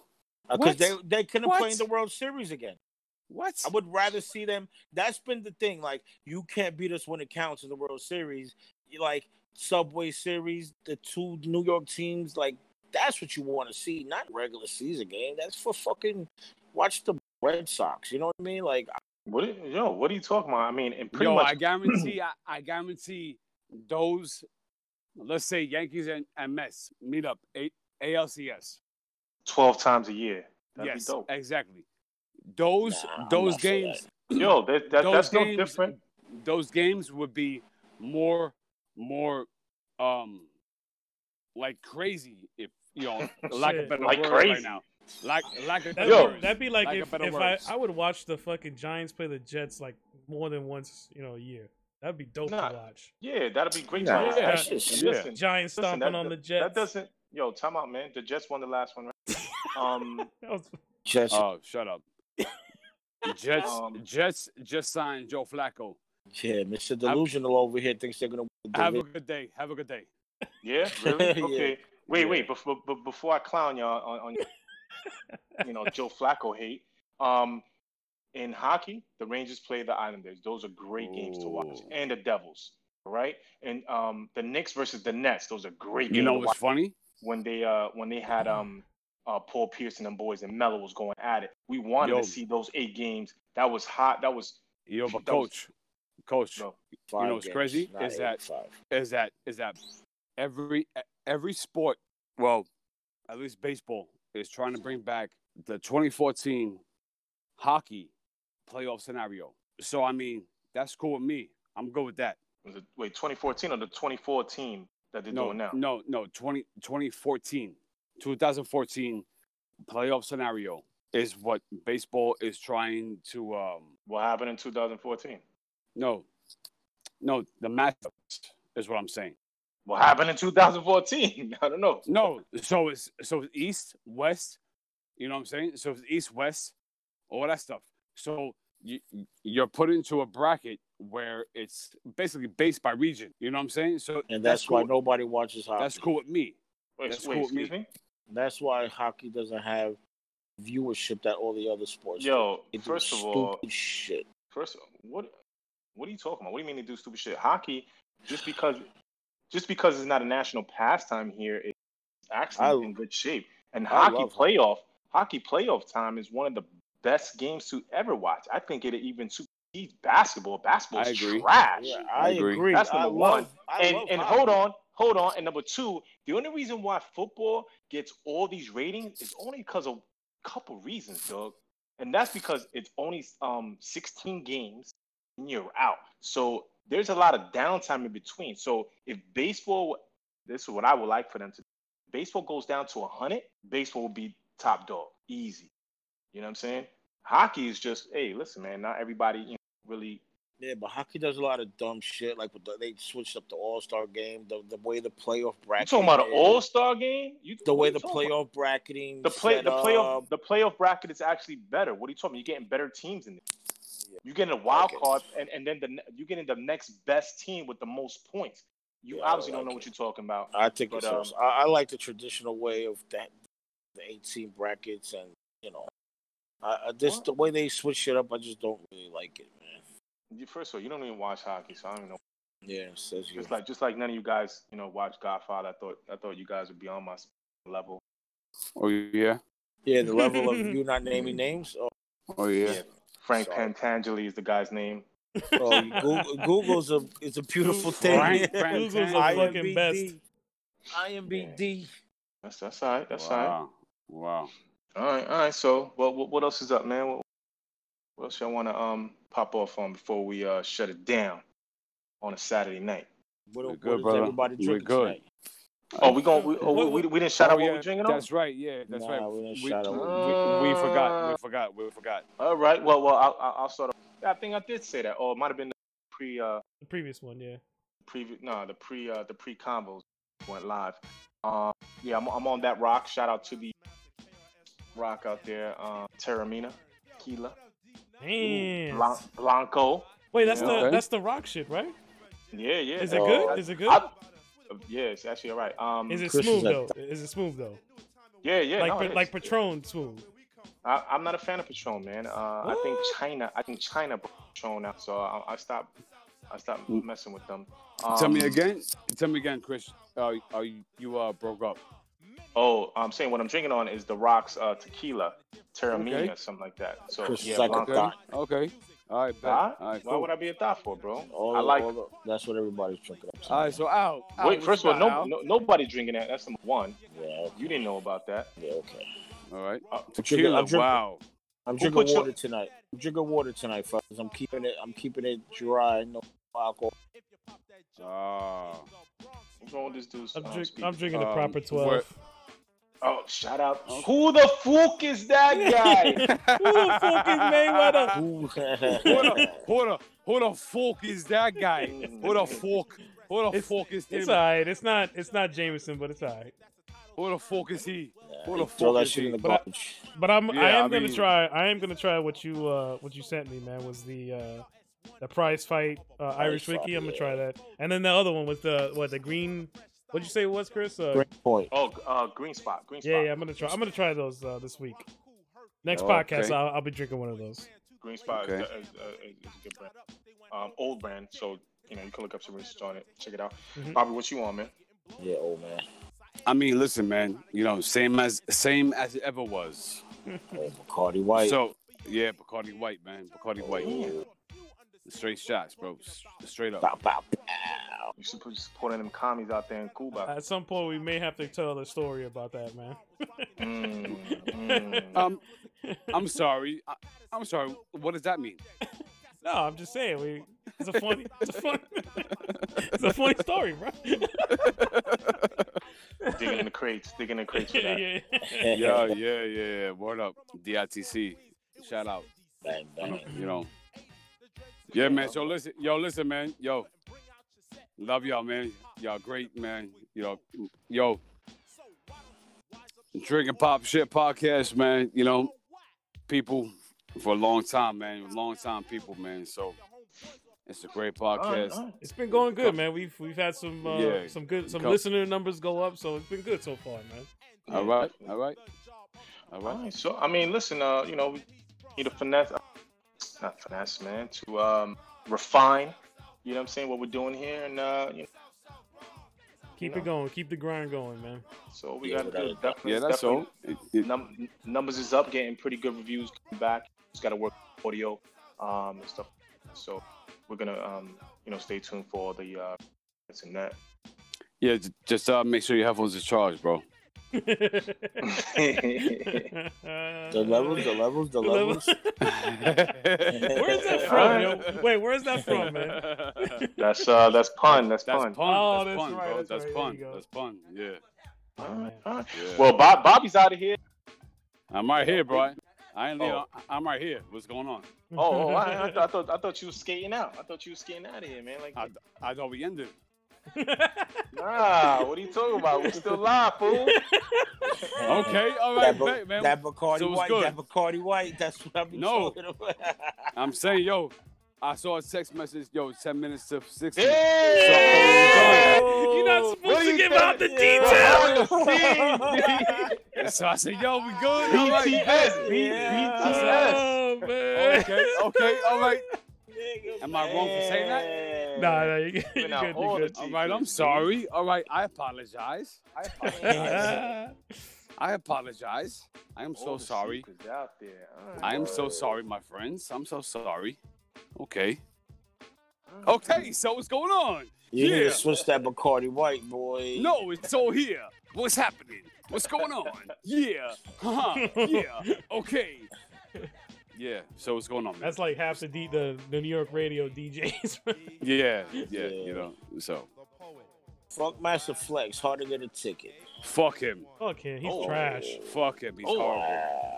[SPEAKER 2] Because
[SPEAKER 4] What?
[SPEAKER 2] they they couldn't play in
[SPEAKER 4] What?
[SPEAKER 2] the World Series again.
[SPEAKER 4] What?
[SPEAKER 2] I would rather see them. That's been the thing. Like you can't beat us when it counts in the World Series. You- Like Subway Series, the two New York teams. Like that's what you want to see, not regular season game. That's for fucking watch the Red Sox. You know what I mean? Like
[SPEAKER 1] what? are- Yo, what are you talking about? I mean, and pretty
[SPEAKER 4] Yo,
[SPEAKER 1] much.
[SPEAKER 4] I guarantee, I, I guarantee those, let's say Yankees and, and Mets meet up A- ALCS.
[SPEAKER 1] 12 times a year. That'd
[SPEAKER 4] yes,
[SPEAKER 1] be dope.
[SPEAKER 4] exactly. Those
[SPEAKER 2] Nah, I'm
[SPEAKER 4] those
[SPEAKER 2] not for that.
[SPEAKER 4] games,
[SPEAKER 1] Yo, that, that,
[SPEAKER 4] Those
[SPEAKER 1] that's no
[SPEAKER 4] games-
[SPEAKER 1] different.
[SPEAKER 4] those games would be more more um like crazy if you know lack of
[SPEAKER 3] Shit.
[SPEAKER 4] better
[SPEAKER 1] Like
[SPEAKER 4] word
[SPEAKER 1] crazy.
[SPEAKER 4] right now. Like like a
[SPEAKER 3] That'd,
[SPEAKER 1] Yo.
[SPEAKER 3] be, that'd be like,
[SPEAKER 4] Like a
[SPEAKER 3] if,
[SPEAKER 4] better
[SPEAKER 3] if I,
[SPEAKER 4] words.
[SPEAKER 3] I would watch the fucking Giants play the Jets like more than once, you know, a year. That'd be dope
[SPEAKER 1] Nah.
[SPEAKER 3] to watch.
[SPEAKER 1] Yeah, that'd be great.
[SPEAKER 2] Nah,
[SPEAKER 1] to watch.
[SPEAKER 4] yeah,
[SPEAKER 1] That-
[SPEAKER 2] shit's-
[SPEAKER 1] listen, listen,
[SPEAKER 3] Giants stomping
[SPEAKER 1] that,
[SPEAKER 3] on the
[SPEAKER 1] that-
[SPEAKER 3] Jets.
[SPEAKER 1] That doesn't. Yo, time out, man. The Jets won the last one, right? um,
[SPEAKER 3] That was-
[SPEAKER 2] just
[SPEAKER 1] Uh,
[SPEAKER 4] Oh, shut up. Jets
[SPEAKER 1] Um,
[SPEAKER 4] Jets just signed Joe Flacco.
[SPEAKER 2] yeah, Mister Delusional over here thinks they're gonna. Win the
[SPEAKER 4] Have a
[SPEAKER 2] division.
[SPEAKER 4] good day. Have a good day.
[SPEAKER 1] yeah, really?
[SPEAKER 2] Yeah.
[SPEAKER 1] Okay. Wait,
[SPEAKER 4] Yeah.
[SPEAKER 1] wait. Before, be- before I clown y'all on, on you know, Joe Flacco hate. Um, in hockey, the Rangers play the Islanders. Those are great games to watch,
[SPEAKER 4] Ooh.
[SPEAKER 1] and the Devils, right? And um, the Knicks versus the Nets. Those are great
[SPEAKER 4] You
[SPEAKER 1] games
[SPEAKER 4] know
[SPEAKER 1] to watch
[SPEAKER 4] what's funny?
[SPEAKER 1] when they uh when they had um uh Paul Pierce and them boys and Mello was going at it. We wanted
[SPEAKER 4] Yo.
[SPEAKER 1] to see those eight games. That was hot. That was
[SPEAKER 4] Yo, but
[SPEAKER 1] That was-
[SPEAKER 4] coach, coach,
[SPEAKER 1] No.
[SPEAKER 2] Five
[SPEAKER 4] know what's
[SPEAKER 2] games,
[SPEAKER 4] crazy
[SPEAKER 2] not
[SPEAKER 4] is that-
[SPEAKER 2] 85.
[SPEAKER 4] is that is that every every sport? Well, at least baseball is trying to bring back the 2014 hockey playoff scenario. So I mean, that's cool with me. I'm good with that.
[SPEAKER 1] was it, wait 2014 or the 2014 that they're
[SPEAKER 4] No,
[SPEAKER 1] doing now.
[SPEAKER 4] no, no. 20, 2014, 2014 playoff scenario is what baseball is trying to um,
[SPEAKER 1] What happened in 2014?
[SPEAKER 4] No, no, the matchups is what I'm saying.
[SPEAKER 1] What happened in 2014? I don't know.
[SPEAKER 4] No, so it's so it's east, west. You know what I'm saying? So it's east, west, all that stuff. So you you're put into a bracket where it's basically based by region. You know what I'm saying? So
[SPEAKER 2] and that's, why
[SPEAKER 4] cool.
[SPEAKER 2] nobody watches hockey.
[SPEAKER 4] that's cool with me.
[SPEAKER 1] Wait,
[SPEAKER 4] That's
[SPEAKER 1] wait,
[SPEAKER 4] cool with
[SPEAKER 1] excuse
[SPEAKER 4] me.
[SPEAKER 1] me?
[SPEAKER 2] That's why hockey doesn't have viewership that all the other sports. do.
[SPEAKER 1] Yo,
[SPEAKER 2] They do
[SPEAKER 1] first of
[SPEAKER 2] stupid
[SPEAKER 1] all,
[SPEAKER 2] shit.
[SPEAKER 1] First, what what are you talking about? What do you mean they do stupid shit? Hockey, just because just because it's not a national pastime here, it's actually
[SPEAKER 2] I-
[SPEAKER 1] in good shape. And
[SPEAKER 2] I
[SPEAKER 1] hockey
[SPEAKER 2] love
[SPEAKER 1] playoff, hockey playoff time is one of the best games to ever watch. I think it even supersedes basketball. Basketball
[SPEAKER 4] I
[SPEAKER 1] is
[SPEAKER 4] agree.
[SPEAKER 1] trash.
[SPEAKER 2] Yeah, I,
[SPEAKER 4] I agree.
[SPEAKER 2] agree.
[SPEAKER 1] That's number
[SPEAKER 2] I
[SPEAKER 1] one.
[SPEAKER 2] love- I
[SPEAKER 1] and
[SPEAKER 2] love
[SPEAKER 1] and
[SPEAKER 2] hockey.
[SPEAKER 1] hold on, hold on. And number two, the only reason why football gets all these ratings is only because of a couple reasons, Doug. And that's because it's only um 16 games and you're out. So there's a lot of downtime in between. So if baseball, this is what I would like for them to do. Baseball goes down to 100, baseball will be top dog, easy. You know what I'm saying? Hockey is just, hey, listen, man, not everybody you know, really
[SPEAKER 2] Yeah, but hockey does a lot of dumb shit. Like with the, they switched up the All Star game, the, the way the playoff
[SPEAKER 1] You
[SPEAKER 2] bracket.
[SPEAKER 1] talking about an
[SPEAKER 2] is,
[SPEAKER 1] All Star game? You
[SPEAKER 2] The
[SPEAKER 1] what
[SPEAKER 2] way
[SPEAKER 1] you
[SPEAKER 2] the
[SPEAKER 1] talking
[SPEAKER 2] playoff
[SPEAKER 1] about?
[SPEAKER 2] bracketing.
[SPEAKER 1] the play,
[SPEAKER 2] set
[SPEAKER 1] the playoff,
[SPEAKER 2] up.
[SPEAKER 1] the playoff bracket is actually better. What are you talking? about? You're getting better teams in there. You get in a wild
[SPEAKER 2] Okay.
[SPEAKER 1] card, and, and then the ne- you get in the next best team with the most points. You
[SPEAKER 2] Yeah, I
[SPEAKER 1] obviously
[SPEAKER 2] like
[SPEAKER 1] don't know
[SPEAKER 2] it.
[SPEAKER 1] what you're talking about.
[SPEAKER 2] I think
[SPEAKER 1] But,
[SPEAKER 2] it's.
[SPEAKER 1] um,
[SPEAKER 2] I, I like the traditional way of that, the eighteen brackets, and you know, I, I just
[SPEAKER 1] What?
[SPEAKER 2] the way they switch it up. I just don't really like it, man.
[SPEAKER 1] You- First of all, you don't even watch hockey, so I don't even know.
[SPEAKER 2] Yeah, it says you.
[SPEAKER 1] Just like just like none of you guys, you know, watch Godfather. I thought I thought you guys would be on my level.
[SPEAKER 4] Oh yeah.
[SPEAKER 2] yeah, the level of you not naming names. Oh,
[SPEAKER 4] Oh yeah.
[SPEAKER 1] Frank
[SPEAKER 2] Sorry.
[SPEAKER 1] Pantangeli is the guy's name.
[SPEAKER 2] oh, Google, Google's a it's a beautiful thing.
[SPEAKER 4] Frank
[SPEAKER 3] Google's
[SPEAKER 4] Frank-
[SPEAKER 3] the fucking best.
[SPEAKER 2] IMBD.
[SPEAKER 1] That's that's all right. That's all right.
[SPEAKER 4] wow. Wow.
[SPEAKER 1] All right, all right. So, what what, what else is up, man? What, what else y'all want to um pop off on before we uh shut it down on a Saturday night?
[SPEAKER 2] What,
[SPEAKER 4] We're
[SPEAKER 2] what
[SPEAKER 4] good,
[SPEAKER 2] is
[SPEAKER 4] brother.
[SPEAKER 2] everybody
[SPEAKER 4] We're
[SPEAKER 2] drinking
[SPEAKER 4] good.
[SPEAKER 2] tonight?
[SPEAKER 1] Oh, we going we oh, we, we, we didn't shout
[SPEAKER 4] Oh,
[SPEAKER 1] out what
[SPEAKER 4] yeah,
[SPEAKER 1] we're drinking on.
[SPEAKER 4] That's right. Yeah, that's
[SPEAKER 2] Nah,
[SPEAKER 4] right.
[SPEAKER 2] we
[SPEAKER 4] We,
[SPEAKER 2] didn't shout out
[SPEAKER 1] what
[SPEAKER 4] we-
[SPEAKER 1] we-
[SPEAKER 4] we forgot. We forgot. We forgot.
[SPEAKER 1] All right. Well, well, I'll, I'll I'll start. Off. I think I did say that. Oh, it might have been the pre uh
[SPEAKER 3] The previous one, yeah.
[SPEAKER 1] preview. No, the pre uh the pre combos went live. Um, yeah, I'm I'm on that rock. Shout out to the rock out there, um, Terramina, Keela,
[SPEAKER 3] Damn.
[SPEAKER 1] Blan- Blanco.
[SPEAKER 3] Wait, that's
[SPEAKER 4] Okay.
[SPEAKER 3] the that's the rock shit, right?
[SPEAKER 1] Yeah, yeah.
[SPEAKER 3] Is it
[SPEAKER 1] Uh,
[SPEAKER 3] good? Is it good?
[SPEAKER 1] I- yeah, it's actually all right. Um,
[SPEAKER 3] Is it
[SPEAKER 2] Chris
[SPEAKER 3] smooth
[SPEAKER 2] is at-
[SPEAKER 3] though? Is it smooth though?
[SPEAKER 1] Yeah, yeah.
[SPEAKER 3] Like
[SPEAKER 1] no,
[SPEAKER 3] pa-
[SPEAKER 1] it
[SPEAKER 3] like
[SPEAKER 1] is.
[SPEAKER 3] Patron smooth.
[SPEAKER 1] I, I'm not a fan of Patron, man. Uh, I think China, I think China brought Patron out, so I, I stopped, I stopped messing with them. Um,
[SPEAKER 4] Tell me again. Tell me again, Chris. Uh, uh, you uh broke up.
[SPEAKER 1] Oh, I'm saying what I'm drinking on is the Rocks uh, tequila, Terramina,
[SPEAKER 4] Okay.
[SPEAKER 1] something like that. So
[SPEAKER 2] Chris
[SPEAKER 1] yeah,
[SPEAKER 2] is like a
[SPEAKER 1] Blanco.
[SPEAKER 2] thot.
[SPEAKER 4] Okay. All right. Bet.
[SPEAKER 1] Huh?
[SPEAKER 4] All right.
[SPEAKER 1] Why
[SPEAKER 4] cool.
[SPEAKER 1] would I be a thought for, bro?
[SPEAKER 2] All
[SPEAKER 1] I
[SPEAKER 2] the-
[SPEAKER 1] like.
[SPEAKER 2] all the- that's what everybody's drinking up to.
[SPEAKER 4] All right. So out.
[SPEAKER 1] Wait, first of all, no, no, nobody drinking that. That's number one.
[SPEAKER 2] yeah, okay,
[SPEAKER 1] You didn't know about that.
[SPEAKER 2] yeah, okay.
[SPEAKER 4] All right.
[SPEAKER 1] Uh,
[SPEAKER 2] drinking-
[SPEAKER 4] Tequila.
[SPEAKER 2] I'm drinking-
[SPEAKER 4] Wow.
[SPEAKER 2] I'm
[SPEAKER 1] Who
[SPEAKER 2] drinking
[SPEAKER 1] put your-
[SPEAKER 2] water tonight. I'm drinking water tonight, fellas. I'm keeping it. I'm keeping it dry. No alcohol.
[SPEAKER 4] Oh.
[SPEAKER 1] What's wrong with this dude's
[SPEAKER 3] I'm,
[SPEAKER 1] um,
[SPEAKER 3] drink,
[SPEAKER 2] Oh,
[SPEAKER 1] speaker?
[SPEAKER 3] I'm drinking the
[SPEAKER 4] Um,
[SPEAKER 3] proper
[SPEAKER 4] we're-
[SPEAKER 3] twelve.
[SPEAKER 1] Oh, shout out! Who the fuck is that guy?
[SPEAKER 3] Who the fuck is Mayweather?
[SPEAKER 2] Ooh.
[SPEAKER 4] Who the, who the who the fuck is that guy? Who the fuck? Who the
[SPEAKER 3] It's-
[SPEAKER 4] fuck is
[SPEAKER 3] It's
[SPEAKER 4] him?
[SPEAKER 3] alright. It's not it's not Jameson, but it's alright.
[SPEAKER 4] Who the fuck is he? Who
[SPEAKER 2] Nah,
[SPEAKER 4] the
[SPEAKER 2] throw
[SPEAKER 4] fuck
[SPEAKER 2] that
[SPEAKER 4] is
[SPEAKER 2] shit in
[SPEAKER 4] he?
[SPEAKER 2] the garbage.
[SPEAKER 3] But I'm
[SPEAKER 4] Yeah,
[SPEAKER 3] I am
[SPEAKER 4] I
[SPEAKER 3] gonna
[SPEAKER 4] mean-
[SPEAKER 3] try I am gonna try what you uh what you sent me, man, was the uh the prize fight uh, Irish
[SPEAKER 2] fight,
[SPEAKER 3] wiki. I'm gonna
[SPEAKER 2] yeah.
[SPEAKER 3] try that. And then the other one was the what the green what'd you say it was, Chris? Uh,
[SPEAKER 2] Great point.
[SPEAKER 1] Oh, uh, green spot, green spot.
[SPEAKER 3] yeah, yeah, I'm gonna try I'm gonna try those uh, this week. Next
[SPEAKER 4] Oh,
[SPEAKER 3] podcast
[SPEAKER 4] okay.
[SPEAKER 3] I'll, I'll be drinking one of those.
[SPEAKER 1] Green Spot
[SPEAKER 4] Okay.
[SPEAKER 1] is, is, uh, is a good brand. Um, old brand, so you know you can look up some research on it, check it out.
[SPEAKER 4] Mm-hmm.
[SPEAKER 3] Mhm.
[SPEAKER 1] Bobby, what you on, man?
[SPEAKER 2] Yeah, old man.
[SPEAKER 4] I mean, listen, man. You know, same as same as it ever was.
[SPEAKER 2] Oh, Cardi White.
[SPEAKER 4] So yeah, Bacardi White, man. Bacardi White.
[SPEAKER 1] Ooh,
[SPEAKER 4] Straight shots, bro. S- Straight up.
[SPEAKER 2] Bow, bow, bow.
[SPEAKER 1] You should be supporting them commies out there in Cuba.
[SPEAKER 3] At some point we may have to tell a story about that, man.
[SPEAKER 1] Mm, mm.
[SPEAKER 4] Um, I'm sorry. I, I'm sorry. What does that mean?
[SPEAKER 3] No, I'm just saying we it's a funny it's a funny it's a funny story, bro.
[SPEAKER 1] digging in the crates, digging in the crates for
[SPEAKER 3] yeah,
[SPEAKER 1] that.
[SPEAKER 3] yeah.
[SPEAKER 4] yeah, yeah, yeah. Word up, DITC. Shout out.
[SPEAKER 2] Bang, bang.
[SPEAKER 4] You know. Yeah, man. So listen, yo, listen, man. Yo, love y'all, man. Y'all great, man. You know, yo. Drinking pop shit podcast, man. You know, people for a long time, man. Long time people, man. So It's a great podcast.
[SPEAKER 1] All right, all right.
[SPEAKER 3] It's been going good, man. We've we've had some uh,
[SPEAKER 4] Yeah.
[SPEAKER 3] some good some
[SPEAKER 4] Come-
[SPEAKER 3] listener numbers go up, so it's been good so far, man.
[SPEAKER 4] All right, all right, all
[SPEAKER 1] All
[SPEAKER 4] right.
[SPEAKER 1] right. So I mean, listen. Uh, you know, we need to finesse, uh, not finesse, man, to um refine. You know what I'm saying? What we're doing here, and uh, you know,
[SPEAKER 3] Keep
[SPEAKER 1] No.
[SPEAKER 3] it going. Keep the grind going, man.
[SPEAKER 1] so we
[SPEAKER 2] Yeah,
[SPEAKER 1] got
[SPEAKER 2] without a
[SPEAKER 1] to
[SPEAKER 2] doubt.
[SPEAKER 1] definitely.
[SPEAKER 4] Yeah, that's all.
[SPEAKER 1] definitely-
[SPEAKER 4] It- it-
[SPEAKER 1] Num- numbers is up, getting pretty good reviews coming back. Just got to work audio, um, and stuff. So we're gonna um, you know, stay tuned for all the uh, this and that.
[SPEAKER 4] yeah, j- just uh, make sure your headphones are charged, bro.
[SPEAKER 2] The
[SPEAKER 3] the
[SPEAKER 2] levels, the levels, the
[SPEAKER 3] The
[SPEAKER 2] levels.
[SPEAKER 3] levels. Where is that from, yo? Wait, where's that from, man?
[SPEAKER 1] That's uh, that's pun. That's,
[SPEAKER 4] That's
[SPEAKER 1] pun.
[SPEAKER 4] pun.
[SPEAKER 3] Oh,
[SPEAKER 4] that's
[SPEAKER 3] that's
[SPEAKER 4] pun,
[SPEAKER 3] right,
[SPEAKER 4] bro.
[SPEAKER 3] that's
[SPEAKER 4] That's
[SPEAKER 3] right, there
[SPEAKER 4] pun.
[SPEAKER 3] you go.
[SPEAKER 4] That's pun. Yeah.
[SPEAKER 1] All right, all right.
[SPEAKER 4] yeah.
[SPEAKER 1] Well, Bob, Bobby's out of here.
[SPEAKER 4] I'm right here, bro. I ain't leaving.
[SPEAKER 1] Oh.
[SPEAKER 4] I'm right here. What's going on?
[SPEAKER 1] Oh, oh I, I, thought- I thought I thought you was skating out. I thought you was skating out of here, man. Like,
[SPEAKER 4] I, I thought we ended.
[SPEAKER 1] nah, what are you talking about? We're still live, fool.
[SPEAKER 3] Oh.
[SPEAKER 4] Okay, all right,
[SPEAKER 2] That,
[SPEAKER 4] bet, man.
[SPEAKER 2] that Bacardi
[SPEAKER 4] So it was
[SPEAKER 2] White,
[SPEAKER 4] good.
[SPEAKER 2] that Bacardi White. That's what I'm
[SPEAKER 4] No.
[SPEAKER 2] talking about.
[SPEAKER 4] I'm saying, yo, I saw a text message, yo, 10 minutes to 6.
[SPEAKER 1] Yeah.
[SPEAKER 3] You're
[SPEAKER 1] What
[SPEAKER 3] not
[SPEAKER 1] are
[SPEAKER 3] supposed to
[SPEAKER 1] you
[SPEAKER 3] give out the
[SPEAKER 1] doing?
[SPEAKER 3] details.
[SPEAKER 4] So I said, yo, we good? All right.
[SPEAKER 1] BTS, B-
[SPEAKER 2] Yeah.
[SPEAKER 1] BTS.
[SPEAKER 3] Oh, man.
[SPEAKER 4] Okay, okay, all right.
[SPEAKER 2] Nigga,
[SPEAKER 4] Am I wrong for saying that?
[SPEAKER 3] Nah, nah, you, you
[SPEAKER 1] Been out
[SPEAKER 3] good,
[SPEAKER 1] all
[SPEAKER 3] you good.
[SPEAKER 1] the
[SPEAKER 4] All right, I'm sorry. All right, I apologize. I apologize. I apologize. I am so
[SPEAKER 1] All the
[SPEAKER 4] sorry.
[SPEAKER 1] secrets out there. All right.
[SPEAKER 4] I am so sorry, my friends. I'm so sorry. Okay. Okay, so what's going on?
[SPEAKER 2] You need
[SPEAKER 4] Yeah.
[SPEAKER 2] to switch that Bacardi White, boy.
[SPEAKER 4] No, it's all here. What's happening? What's going on? Yeah. Huh. Yeah. Okay. Yeah. So what's going on, man?
[SPEAKER 3] That's like half the, D, the the New York radio DJs.
[SPEAKER 4] yeah, yeah.
[SPEAKER 2] Yeah.
[SPEAKER 4] You know. So
[SPEAKER 2] Fuck Master Flex. Hard to get a ticket.
[SPEAKER 4] fuck him.
[SPEAKER 3] Fuck him, he's
[SPEAKER 1] Oh.
[SPEAKER 3] trash.
[SPEAKER 4] Fuck him. He's
[SPEAKER 1] Oh,
[SPEAKER 4] horrible.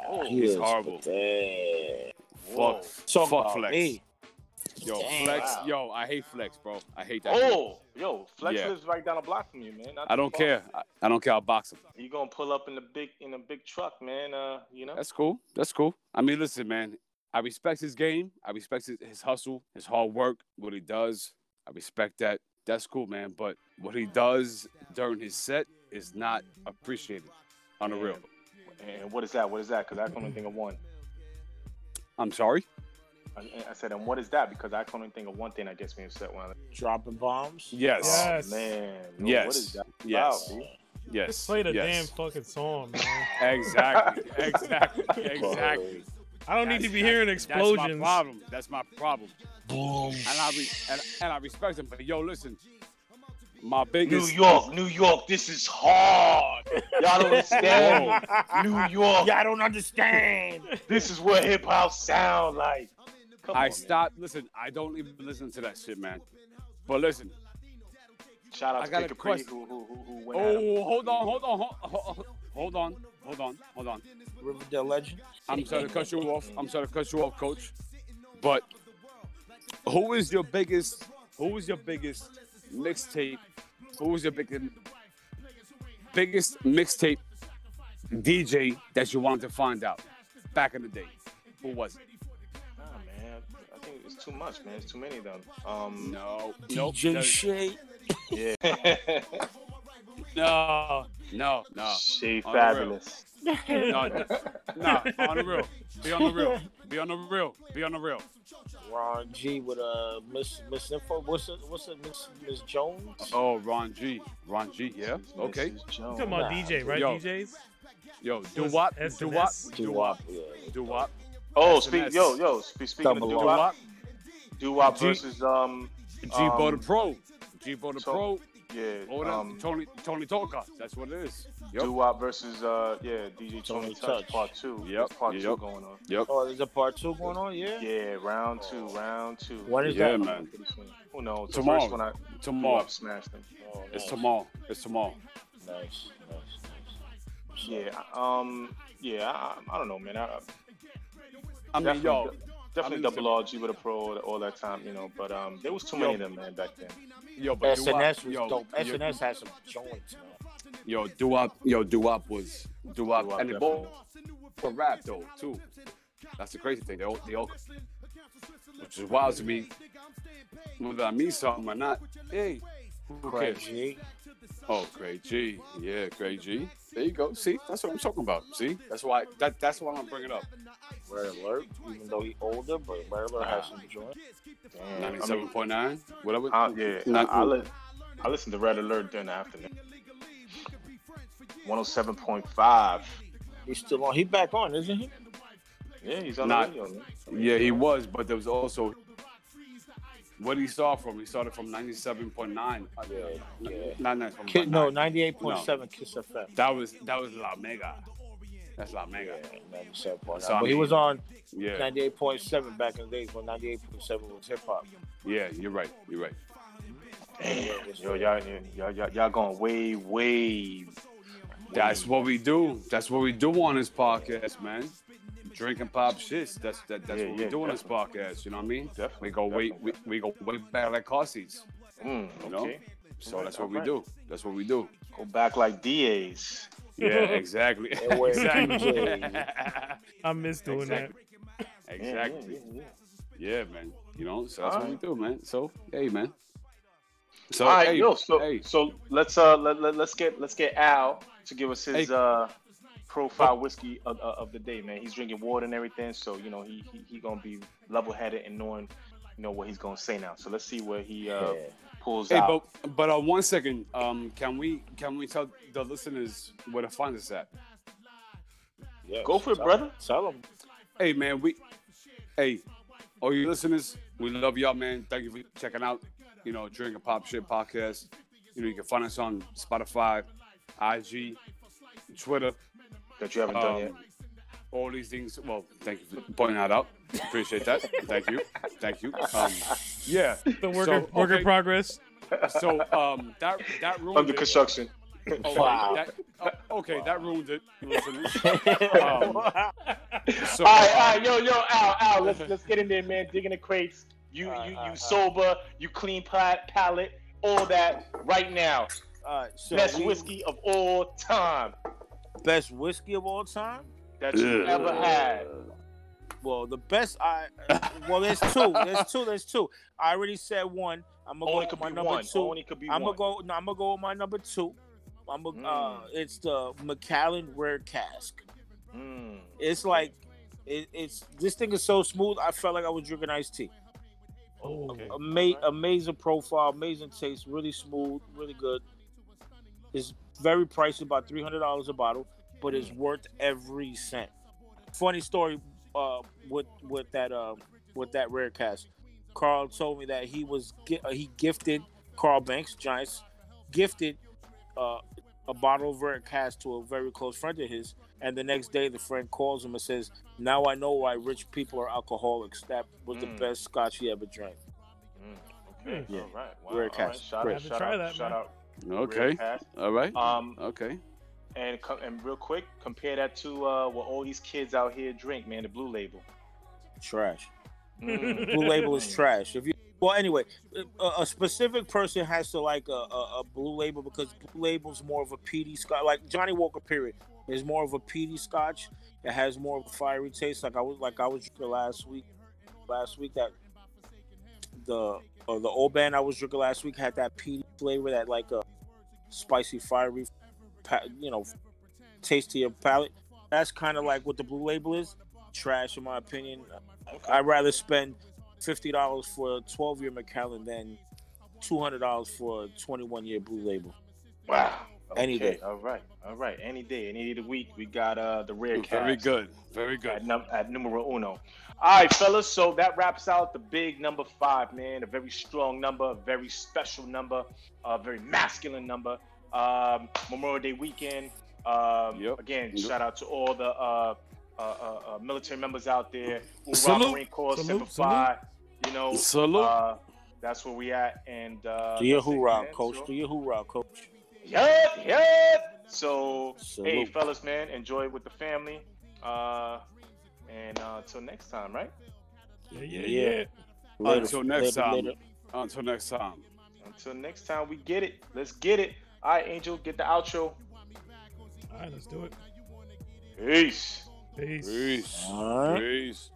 [SPEAKER 2] Oh,
[SPEAKER 4] he's horrible.
[SPEAKER 1] Whoa.
[SPEAKER 4] Fuck.
[SPEAKER 2] Talk
[SPEAKER 4] fuck
[SPEAKER 2] about
[SPEAKER 4] flex.
[SPEAKER 2] me.
[SPEAKER 4] Yo,
[SPEAKER 2] Damn.
[SPEAKER 4] flex.
[SPEAKER 1] Wow.
[SPEAKER 4] Yo, I hate flex, bro. I hate that. dude.
[SPEAKER 1] Oh, yo, Flex
[SPEAKER 4] Yeah.
[SPEAKER 1] lives right down the block from you, man. Not
[SPEAKER 4] I
[SPEAKER 1] too
[SPEAKER 4] don't
[SPEAKER 1] far.
[SPEAKER 4] care. I, I don't care. I'll box him.
[SPEAKER 1] You gonna pull up in the big in a big truck, man? Uh, you know.
[SPEAKER 4] That's cool. That's cool. I mean, listen, man. I respect his game. I respect his, his hustle, his hard work, what he does. I respect that. That's cool, man. But what he does during his set is not appreciated on the real.
[SPEAKER 1] and what is that? What is that? Because I can only think of one.
[SPEAKER 4] I'm sorry.
[SPEAKER 1] I, I said, and what is that? Because I can only think of one thing that gets me upset when I
[SPEAKER 2] Dropping bombs.
[SPEAKER 4] Yes.
[SPEAKER 3] Yeah.
[SPEAKER 1] Oh, man. yo, What is
[SPEAKER 4] Yes.
[SPEAKER 1] that?
[SPEAKER 4] Yes.
[SPEAKER 1] Wow, dude.
[SPEAKER 4] Yes.
[SPEAKER 3] Just play the damn
[SPEAKER 4] yes.
[SPEAKER 3] fucking song, man.
[SPEAKER 4] Exactly. Exactly. Exactly.
[SPEAKER 3] I don't need to
[SPEAKER 4] That's-
[SPEAKER 3] be hearing
[SPEAKER 4] that's- That's
[SPEAKER 3] explosions.
[SPEAKER 4] my problem. That's my problem.
[SPEAKER 2] Boom.
[SPEAKER 4] And I re- and, and I respect him. But yo, listen. My biggest
[SPEAKER 1] New York, New York, this is hard. Y'all don't understand. New York,
[SPEAKER 2] Yeah, I don't understand.
[SPEAKER 1] this is what hip hop sound like. Come
[SPEAKER 4] I
[SPEAKER 1] on,
[SPEAKER 4] stopped. Listen, I don't even listen to that shit, man. But listen.
[SPEAKER 1] Man. Shout out
[SPEAKER 4] I
[SPEAKER 1] to
[SPEAKER 4] got
[SPEAKER 1] Big
[SPEAKER 4] a
[SPEAKER 1] Capri
[SPEAKER 4] question.
[SPEAKER 1] who, who, who, who went at him.
[SPEAKER 4] Oh, hold on, hold on, hold- hold hold on, hold on, hold on.
[SPEAKER 2] Riverdale legend.
[SPEAKER 4] I'm sorry to cut you off. I'm sorry to cut you off, coach. But who is your biggest? Who is your biggest mixtape? Who is your biggest biggest mixtape DJ that you wanted to find out back in the day? Who was it?
[SPEAKER 1] Nah, man. I think it's too much, man. It's too many of them. Um,
[SPEAKER 4] No, no,
[SPEAKER 2] DJ Shay.
[SPEAKER 1] yeah.
[SPEAKER 4] no, no, no.
[SPEAKER 1] She
[SPEAKER 4] real.
[SPEAKER 1] fabulous.
[SPEAKER 4] No, no, no, on the real. Be on the real. Be on the real. Be on the real.
[SPEAKER 2] Ron G with uh Miss Miss Info. What's it? What's it? Miss Miss Jones.
[SPEAKER 4] Oh, Ron G. Ron G. Yeah.
[SPEAKER 1] Mrs.
[SPEAKER 4] Okay.
[SPEAKER 1] Jones.
[SPEAKER 3] You talking
[SPEAKER 2] Nah.
[SPEAKER 3] about DJ, right?
[SPEAKER 4] Yo.
[SPEAKER 3] DJs.
[SPEAKER 4] Yo, do
[SPEAKER 3] Was
[SPEAKER 4] wop,
[SPEAKER 3] SNS?
[SPEAKER 4] do wop, do wop,
[SPEAKER 2] Yeah.
[SPEAKER 4] do wop,
[SPEAKER 1] Oh,
[SPEAKER 4] SNS.
[SPEAKER 1] speak, yo, yo, spe- speaking
[SPEAKER 2] Double
[SPEAKER 1] of
[SPEAKER 4] do
[SPEAKER 2] R.
[SPEAKER 1] doo-wop,
[SPEAKER 4] wop.
[SPEAKER 1] doo-wop
[SPEAKER 4] G-
[SPEAKER 1] versus, um,
[SPEAKER 4] G
[SPEAKER 1] Um,
[SPEAKER 4] Bo the Pro, G Bo the
[SPEAKER 1] so-
[SPEAKER 4] Pro,
[SPEAKER 1] yeah,
[SPEAKER 4] all Oh, that
[SPEAKER 1] um,
[SPEAKER 4] Tony Tony Talker. That's what it is. Yep.
[SPEAKER 1] Doo Wop versus uh yeah DJ Tony
[SPEAKER 2] Tony
[SPEAKER 1] Touch
[SPEAKER 2] Touch.
[SPEAKER 1] Part Two.
[SPEAKER 4] Yep,
[SPEAKER 1] That's part two
[SPEAKER 4] yep.
[SPEAKER 1] going on.
[SPEAKER 4] yep.
[SPEAKER 2] Oh, there's a part two going on. Yeah.
[SPEAKER 1] Yeah, round two, round two.
[SPEAKER 2] When is
[SPEAKER 4] Yeah,
[SPEAKER 2] that?
[SPEAKER 4] man.
[SPEAKER 1] Pretty soon. Who knows? The
[SPEAKER 4] Oh. Tomorrow.
[SPEAKER 1] first one I Doo
[SPEAKER 4] Tomorrow.
[SPEAKER 1] Wop smashed them.
[SPEAKER 2] Oh,
[SPEAKER 4] It's
[SPEAKER 2] nice,
[SPEAKER 4] tomorrow. It's tomorrow.
[SPEAKER 2] Nice. Nice. nice.
[SPEAKER 1] Yeah, um, yeah, I, I- I don't know, man. I, I
[SPEAKER 4] I mean,
[SPEAKER 1] definitely,
[SPEAKER 4] yo,
[SPEAKER 1] definitely
[SPEAKER 4] mean,
[SPEAKER 1] double RG with a pro all, all that time, you know. But um, there was too many of them, man, back then.
[SPEAKER 4] yo, but do wop,
[SPEAKER 2] SNS was
[SPEAKER 4] yo,
[SPEAKER 2] dope.
[SPEAKER 4] yo,
[SPEAKER 2] SNS had some joints. Man.
[SPEAKER 4] yo, do wop, yo, do wop was do wop,
[SPEAKER 1] Doo-wop
[SPEAKER 4] and they
[SPEAKER 1] definitely.
[SPEAKER 4] both were rap though too. That's the crazy thing. They all, they all which is wild to me. Whether I mean something or not, hey, who
[SPEAKER 2] Craig
[SPEAKER 4] cares?
[SPEAKER 2] G.
[SPEAKER 4] Oh, Craig G. Yeah, Craig G. There you go. See, that's what I'm talking about. See, that's why that that's why I'm bringing it up.
[SPEAKER 2] Red Alert, even though he older, but Red Alert has some joint.
[SPEAKER 1] Damn. I
[SPEAKER 4] Ninety-seven
[SPEAKER 1] mean,
[SPEAKER 4] point nine. Whatever.
[SPEAKER 1] I, yeah,
[SPEAKER 4] Not-
[SPEAKER 1] I, I, li- I listened to Red Alert during the afternoon. 107.5.
[SPEAKER 2] He's still on. He back on, isn't he?
[SPEAKER 1] Yeah, he's on
[SPEAKER 4] Not-
[SPEAKER 1] the radio. Man.
[SPEAKER 4] Yeah, he was, but there was also what he saw from. He started from ninety-seven point nine.
[SPEAKER 2] Yeah, yeah.
[SPEAKER 4] Not ninety-seven
[SPEAKER 2] Ki-
[SPEAKER 4] point
[SPEAKER 2] no,
[SPEAKER 4] nine.
[SPEAKER 2] ninety-eight point seven Kiss FM.
[SPEAKER 4] That was that was La Mega. That's La Mega.
[SPEAKER 2] Yeah, ninety-seven point
[SPEAKER 4] So, I
[SPEAKER 2] nine. But he
[SPEAKER 4] mean-
[SPEAKER 2] was on
[SPEAKER 4] Yeah,
[SPEAKER 2] ninety-eight point seven back in the days when ninety-eight point seven was hip hop.
[SPEAKER 4] yeah. You're right. You're right.
[SPEAKER 1] Damn. Yo, y'all, y'all, y'all, y'all going way, way.
[SPEAKER 4] That's what we do. That's what we do on this podcast, man. Drinking pop shits. That's that, that's
[SPEAKER 1] Yeah,
[SPEAKER 4] what
[SPEAKER 1] yeah,
[SPEAKER 4] we do on this podcast. You know what I mean?
[SPEAKER 1] Definitely,
[SPEAKER 4] We go way we,
[SPEAKER 1] definitely.
[SPEAKER 4] we go way back like car seats.
[SPEAKER 1] Mm,
[SPEAKER 4] You know?
[SPEAKER 1] okay.
[SPEAKER 4] So
[SPEAKER 1] Right,
[SPEAKER 4] that's what we
[SPEAKER 1] alright.
[SPEAKER 4] do. That's what we do.
[SPEAKER 1] Go back like DAs.
[SPEAKER 4] Yeah, exactly.
[SPEAKER 2] That way-
[SPEAKER 4] exactly.
[SPEAKER 3] I miss doing that.
[SPEAKER 4] Exactly. exactly. Yeah, man. You know, so that's what we
[SPEAKER 1] Alright.
[SPEAKER 4] do, man. So hey, man. So
[SPEAKER 1] All right,
[SPEAKER 4] hey,
[SPEAKER 1] yo. So,
[SPEAKER 4] hey,
[SPEAKER 1] so let's uh let, let, us get let's get Al to give us his
[SPEAKER 4] Hey. Oh.
[SPEAKER 1] uh profile whiskey of, of of the day, man. He's drinking water and everything, so you know he he, he gonna be level headed and knowing you know what he's gonna say now. So let's see where he uh
[SPEAKER 2] Yeah.
[SPEAKER 1] pulls
[SPEAKER 4] hey,
[SPEAKER 1] out.
[SPEAKER 4] but but uh, one second. Um, can we can we tell the listeners where to find us at?
[SPEAKER 2] Yes.
[SPEAKER 1] Go for it,
[SPEAKER 2] Tell-
[SPEAKER 1] brother.
[SPEAKER 2] Tell him.
[SPEAKER 4] Hey man, we hey, all you listeners, we love y'all, man. Thank you for checking out, you know, Drink and Pop Shit podcast. You know, you can find us on Spotify, IG, Twitter,
[SPEAKER 1] that you haven't done yet.
[SPEAKER 4] um, all these things. Well, thank you for pointing that out. Appreciate that. Thank you. Thank you. Um, yeah.
[SPEAKER 3] The work,
[SPEAKER 4] so,
[SPEAKER 3] in- work in
[SPEAKER 4] okay,
[SPEAKER 3] progress.
[SPEAKER 4] So um, that that ruined
[SPEAKER 1] Under
[SPEAKER 4] it.
[SPEAKER 1] construction.
[SPEAKER 4] Oh,
[SPEAKER 2] Wow.
[SPEAKER 4] that- oh, okay, that ruined it. listeners. Um,
[SPEAKER 2] Wow.
[SPEAKER 4] so,
[SPEAKER 1] All right, all right, yo, yo, Al, Al, let's let's get in there, man. Digging the crates. You
[SPEAKER 2] All right,
[SPEAKER 1] you
[SPEAKER 2] all right, all
[SPEAKER 1] you
[SPEAKER 2] right.
[SPEAKER 1] sober. You clean pal- palate. All that right now.
[SPEAKER 2] All right, so
[SPEAKER 1] Best
[SPEAKER 2] we-
[SPEAKER 1] whiskey of all time
[SPEAKER 2] best whiskey of all time.
[SPEAKER 1] that you ever had.
[SPEAKER 2] Well, the best I uh, well, there's two, there's two, there's two. I already said one. I'm gonna
[SPEAKER 1] Only
[SPEAKER 2] go
[SPEAKER 1] could
[SPEAKER 2] with my
[SPEAKER 1] be
[SPEAKER 2] number
[SPEAKER 1] one.
[SPEAKER 2] 2
[SPEAKER 1] Only could be
[SPEAKER 2] I'm
[SPEAKER 1] one.
[SPEAKER 2] gonna go. No, I'm gonna go with my number two. I'm gonna. Uh, it's the McAllen Rare Cask.
[SPEAKER 1] Mm.
[SPEAKER 2] It's like, it, it's this thing is so smooth. I felt like I was drinking iced tea.
[SPEAKER 3] Oh, okay.
[SPEAKER 2] Ama- amazing profile, amazing taste, really smooth, really good. It's very pricey, about three hundred dollars a bottle, but it's worth every cent. Funny story uh, with with that um, with that rare cast. Carl told me that he was gi- uh, he gifted Carl Banks Giants gifted uh, a bottle of rare cast to a very close friend of his, and the next day the friend calls him and says, "Now I know why rich people are alcoholics. That was
[SPEAKER 1] Mm.
[SPEAKER 2] the best scotch he ever drank."
[SPEAKER 1] Okay.
[SPEAKER 2] Yeah.
[SPEAKER 1] All right. Wow.
[SPEAKER 2] Rare
[SPEAKER 1] All right.
[SPEAKER 2] cast.
[SPEAKER 1] Shout
[SPEAKER 2] Rare.
[SPEAKER 1] out.
[SPEAKER 3] Haven't
[SPEAKER 1] Shout
[SPEAKER 3] tried
[SPEAKER 1] out.
[SPEAKER 3] that,
[SPEAKER 1] shout
[SPEAKER 3] man.
[SPEAKER 1] out. Rare
[SPEAKER 4] okay.
[SPEAKER 1] cast.
[SPEAKER 4] All right.
[SPEAKER 1] Um,
[SPEAKER 4] Okay.
[SPEAKER 1] and co- and real quick, compare that to uh, what all these kids out here drink, man. The Blue Label.
[SPEAKER 2] Trash.
[SPEAKER 1] Mm.
[SPEAKER 2] Blue label is trash. If you well, anyway, a, a specific person has to like a, a, a blue label because blue label's more of a peaty scotch. Like Johnny Walker, period, is more of a peaty scotch. It has more of a fiery taste. Like I was like I was drinking last week. Last week that the uh, the old band I was drinking last week had that peaty flavor, that like a spicy, fiery, pa- you know, taste to your palate. That's kind of like what the blue label is. Trash, in my opinion. I'd rather spend fifty dollars for a twelve year McAllen than two hundred dollars for a twenty one year Blue Label.
[SPEAKER 1] Wow.
[SPEAKER 2] Any
[SPEAKER 1] Okay,
[SPEAKER 2] day.
[SPEAKER 1] All right. All right. Any day. Any day of the week. We got uh the rare cast.
[SPEAKER 4] Very good. Very
[SPEAKER 1] At,
[SPEAKER 4] good.
[SPEAKER 1] num- at numero uno. All right, fellas. So that wraps out the big number five, man. A very strong number, a very special number, a very masculine number. Um, Memorial Day weekend. Um,
[SPEAKER 4] Yep.
[SPEAKER 1] Again,
[SPEAKER 4] Yep.
[SPEAKER 1] shout out to all the uh, uh, uh, uh, military members out there. Who
[SPEAKER 4] Salute.
[SPEAKER 1] Marine Corps,
[SPEAKER 3] Salute,
[SPEAKER 1] Semper Fi. You know,
[SPEAKER 4] Salute.
[SPEAKER 1] uh, that's where we at. And uh,
[SPEAKER 2] Do your
[SPEAKER 1] that's it,
[SPEAKER 2] hoorah,
[SPEAKER 1] man.
[SPEAKER 2] coach.
[SPEAKER 1] So-
[SPEAKER 2] Do your hoorah, coach.
[SPEAKER 1] Yup, yup. So,
[SPEAKER 2] Salute.
[SPEAKER 1] hey, fellas, man, enjoy it with the family. Uh, and uh, till next time, right?
[SPEAKER 3] Yeah, yeah, yeah.
[SPEAKER 2] Later,
[SPEAKER 4] Until next
[SPEAKER 2] later,
[SPEAKER 4] time.
[SPEAKER 2] later.
[SPEAKER 4] Until next time.
[SPEAKER 1] Until next time, we get it. Let's get it. All right, Angel, get the outro.
[SPEAKER 3] All right, let's do it.
[SPEAKER 1] Peace.
[SPEAKER 3] Peace.
[SPEAKER 4] Peace.
[SPEAKER 2] All right.
[SPEAKER 4] Peace.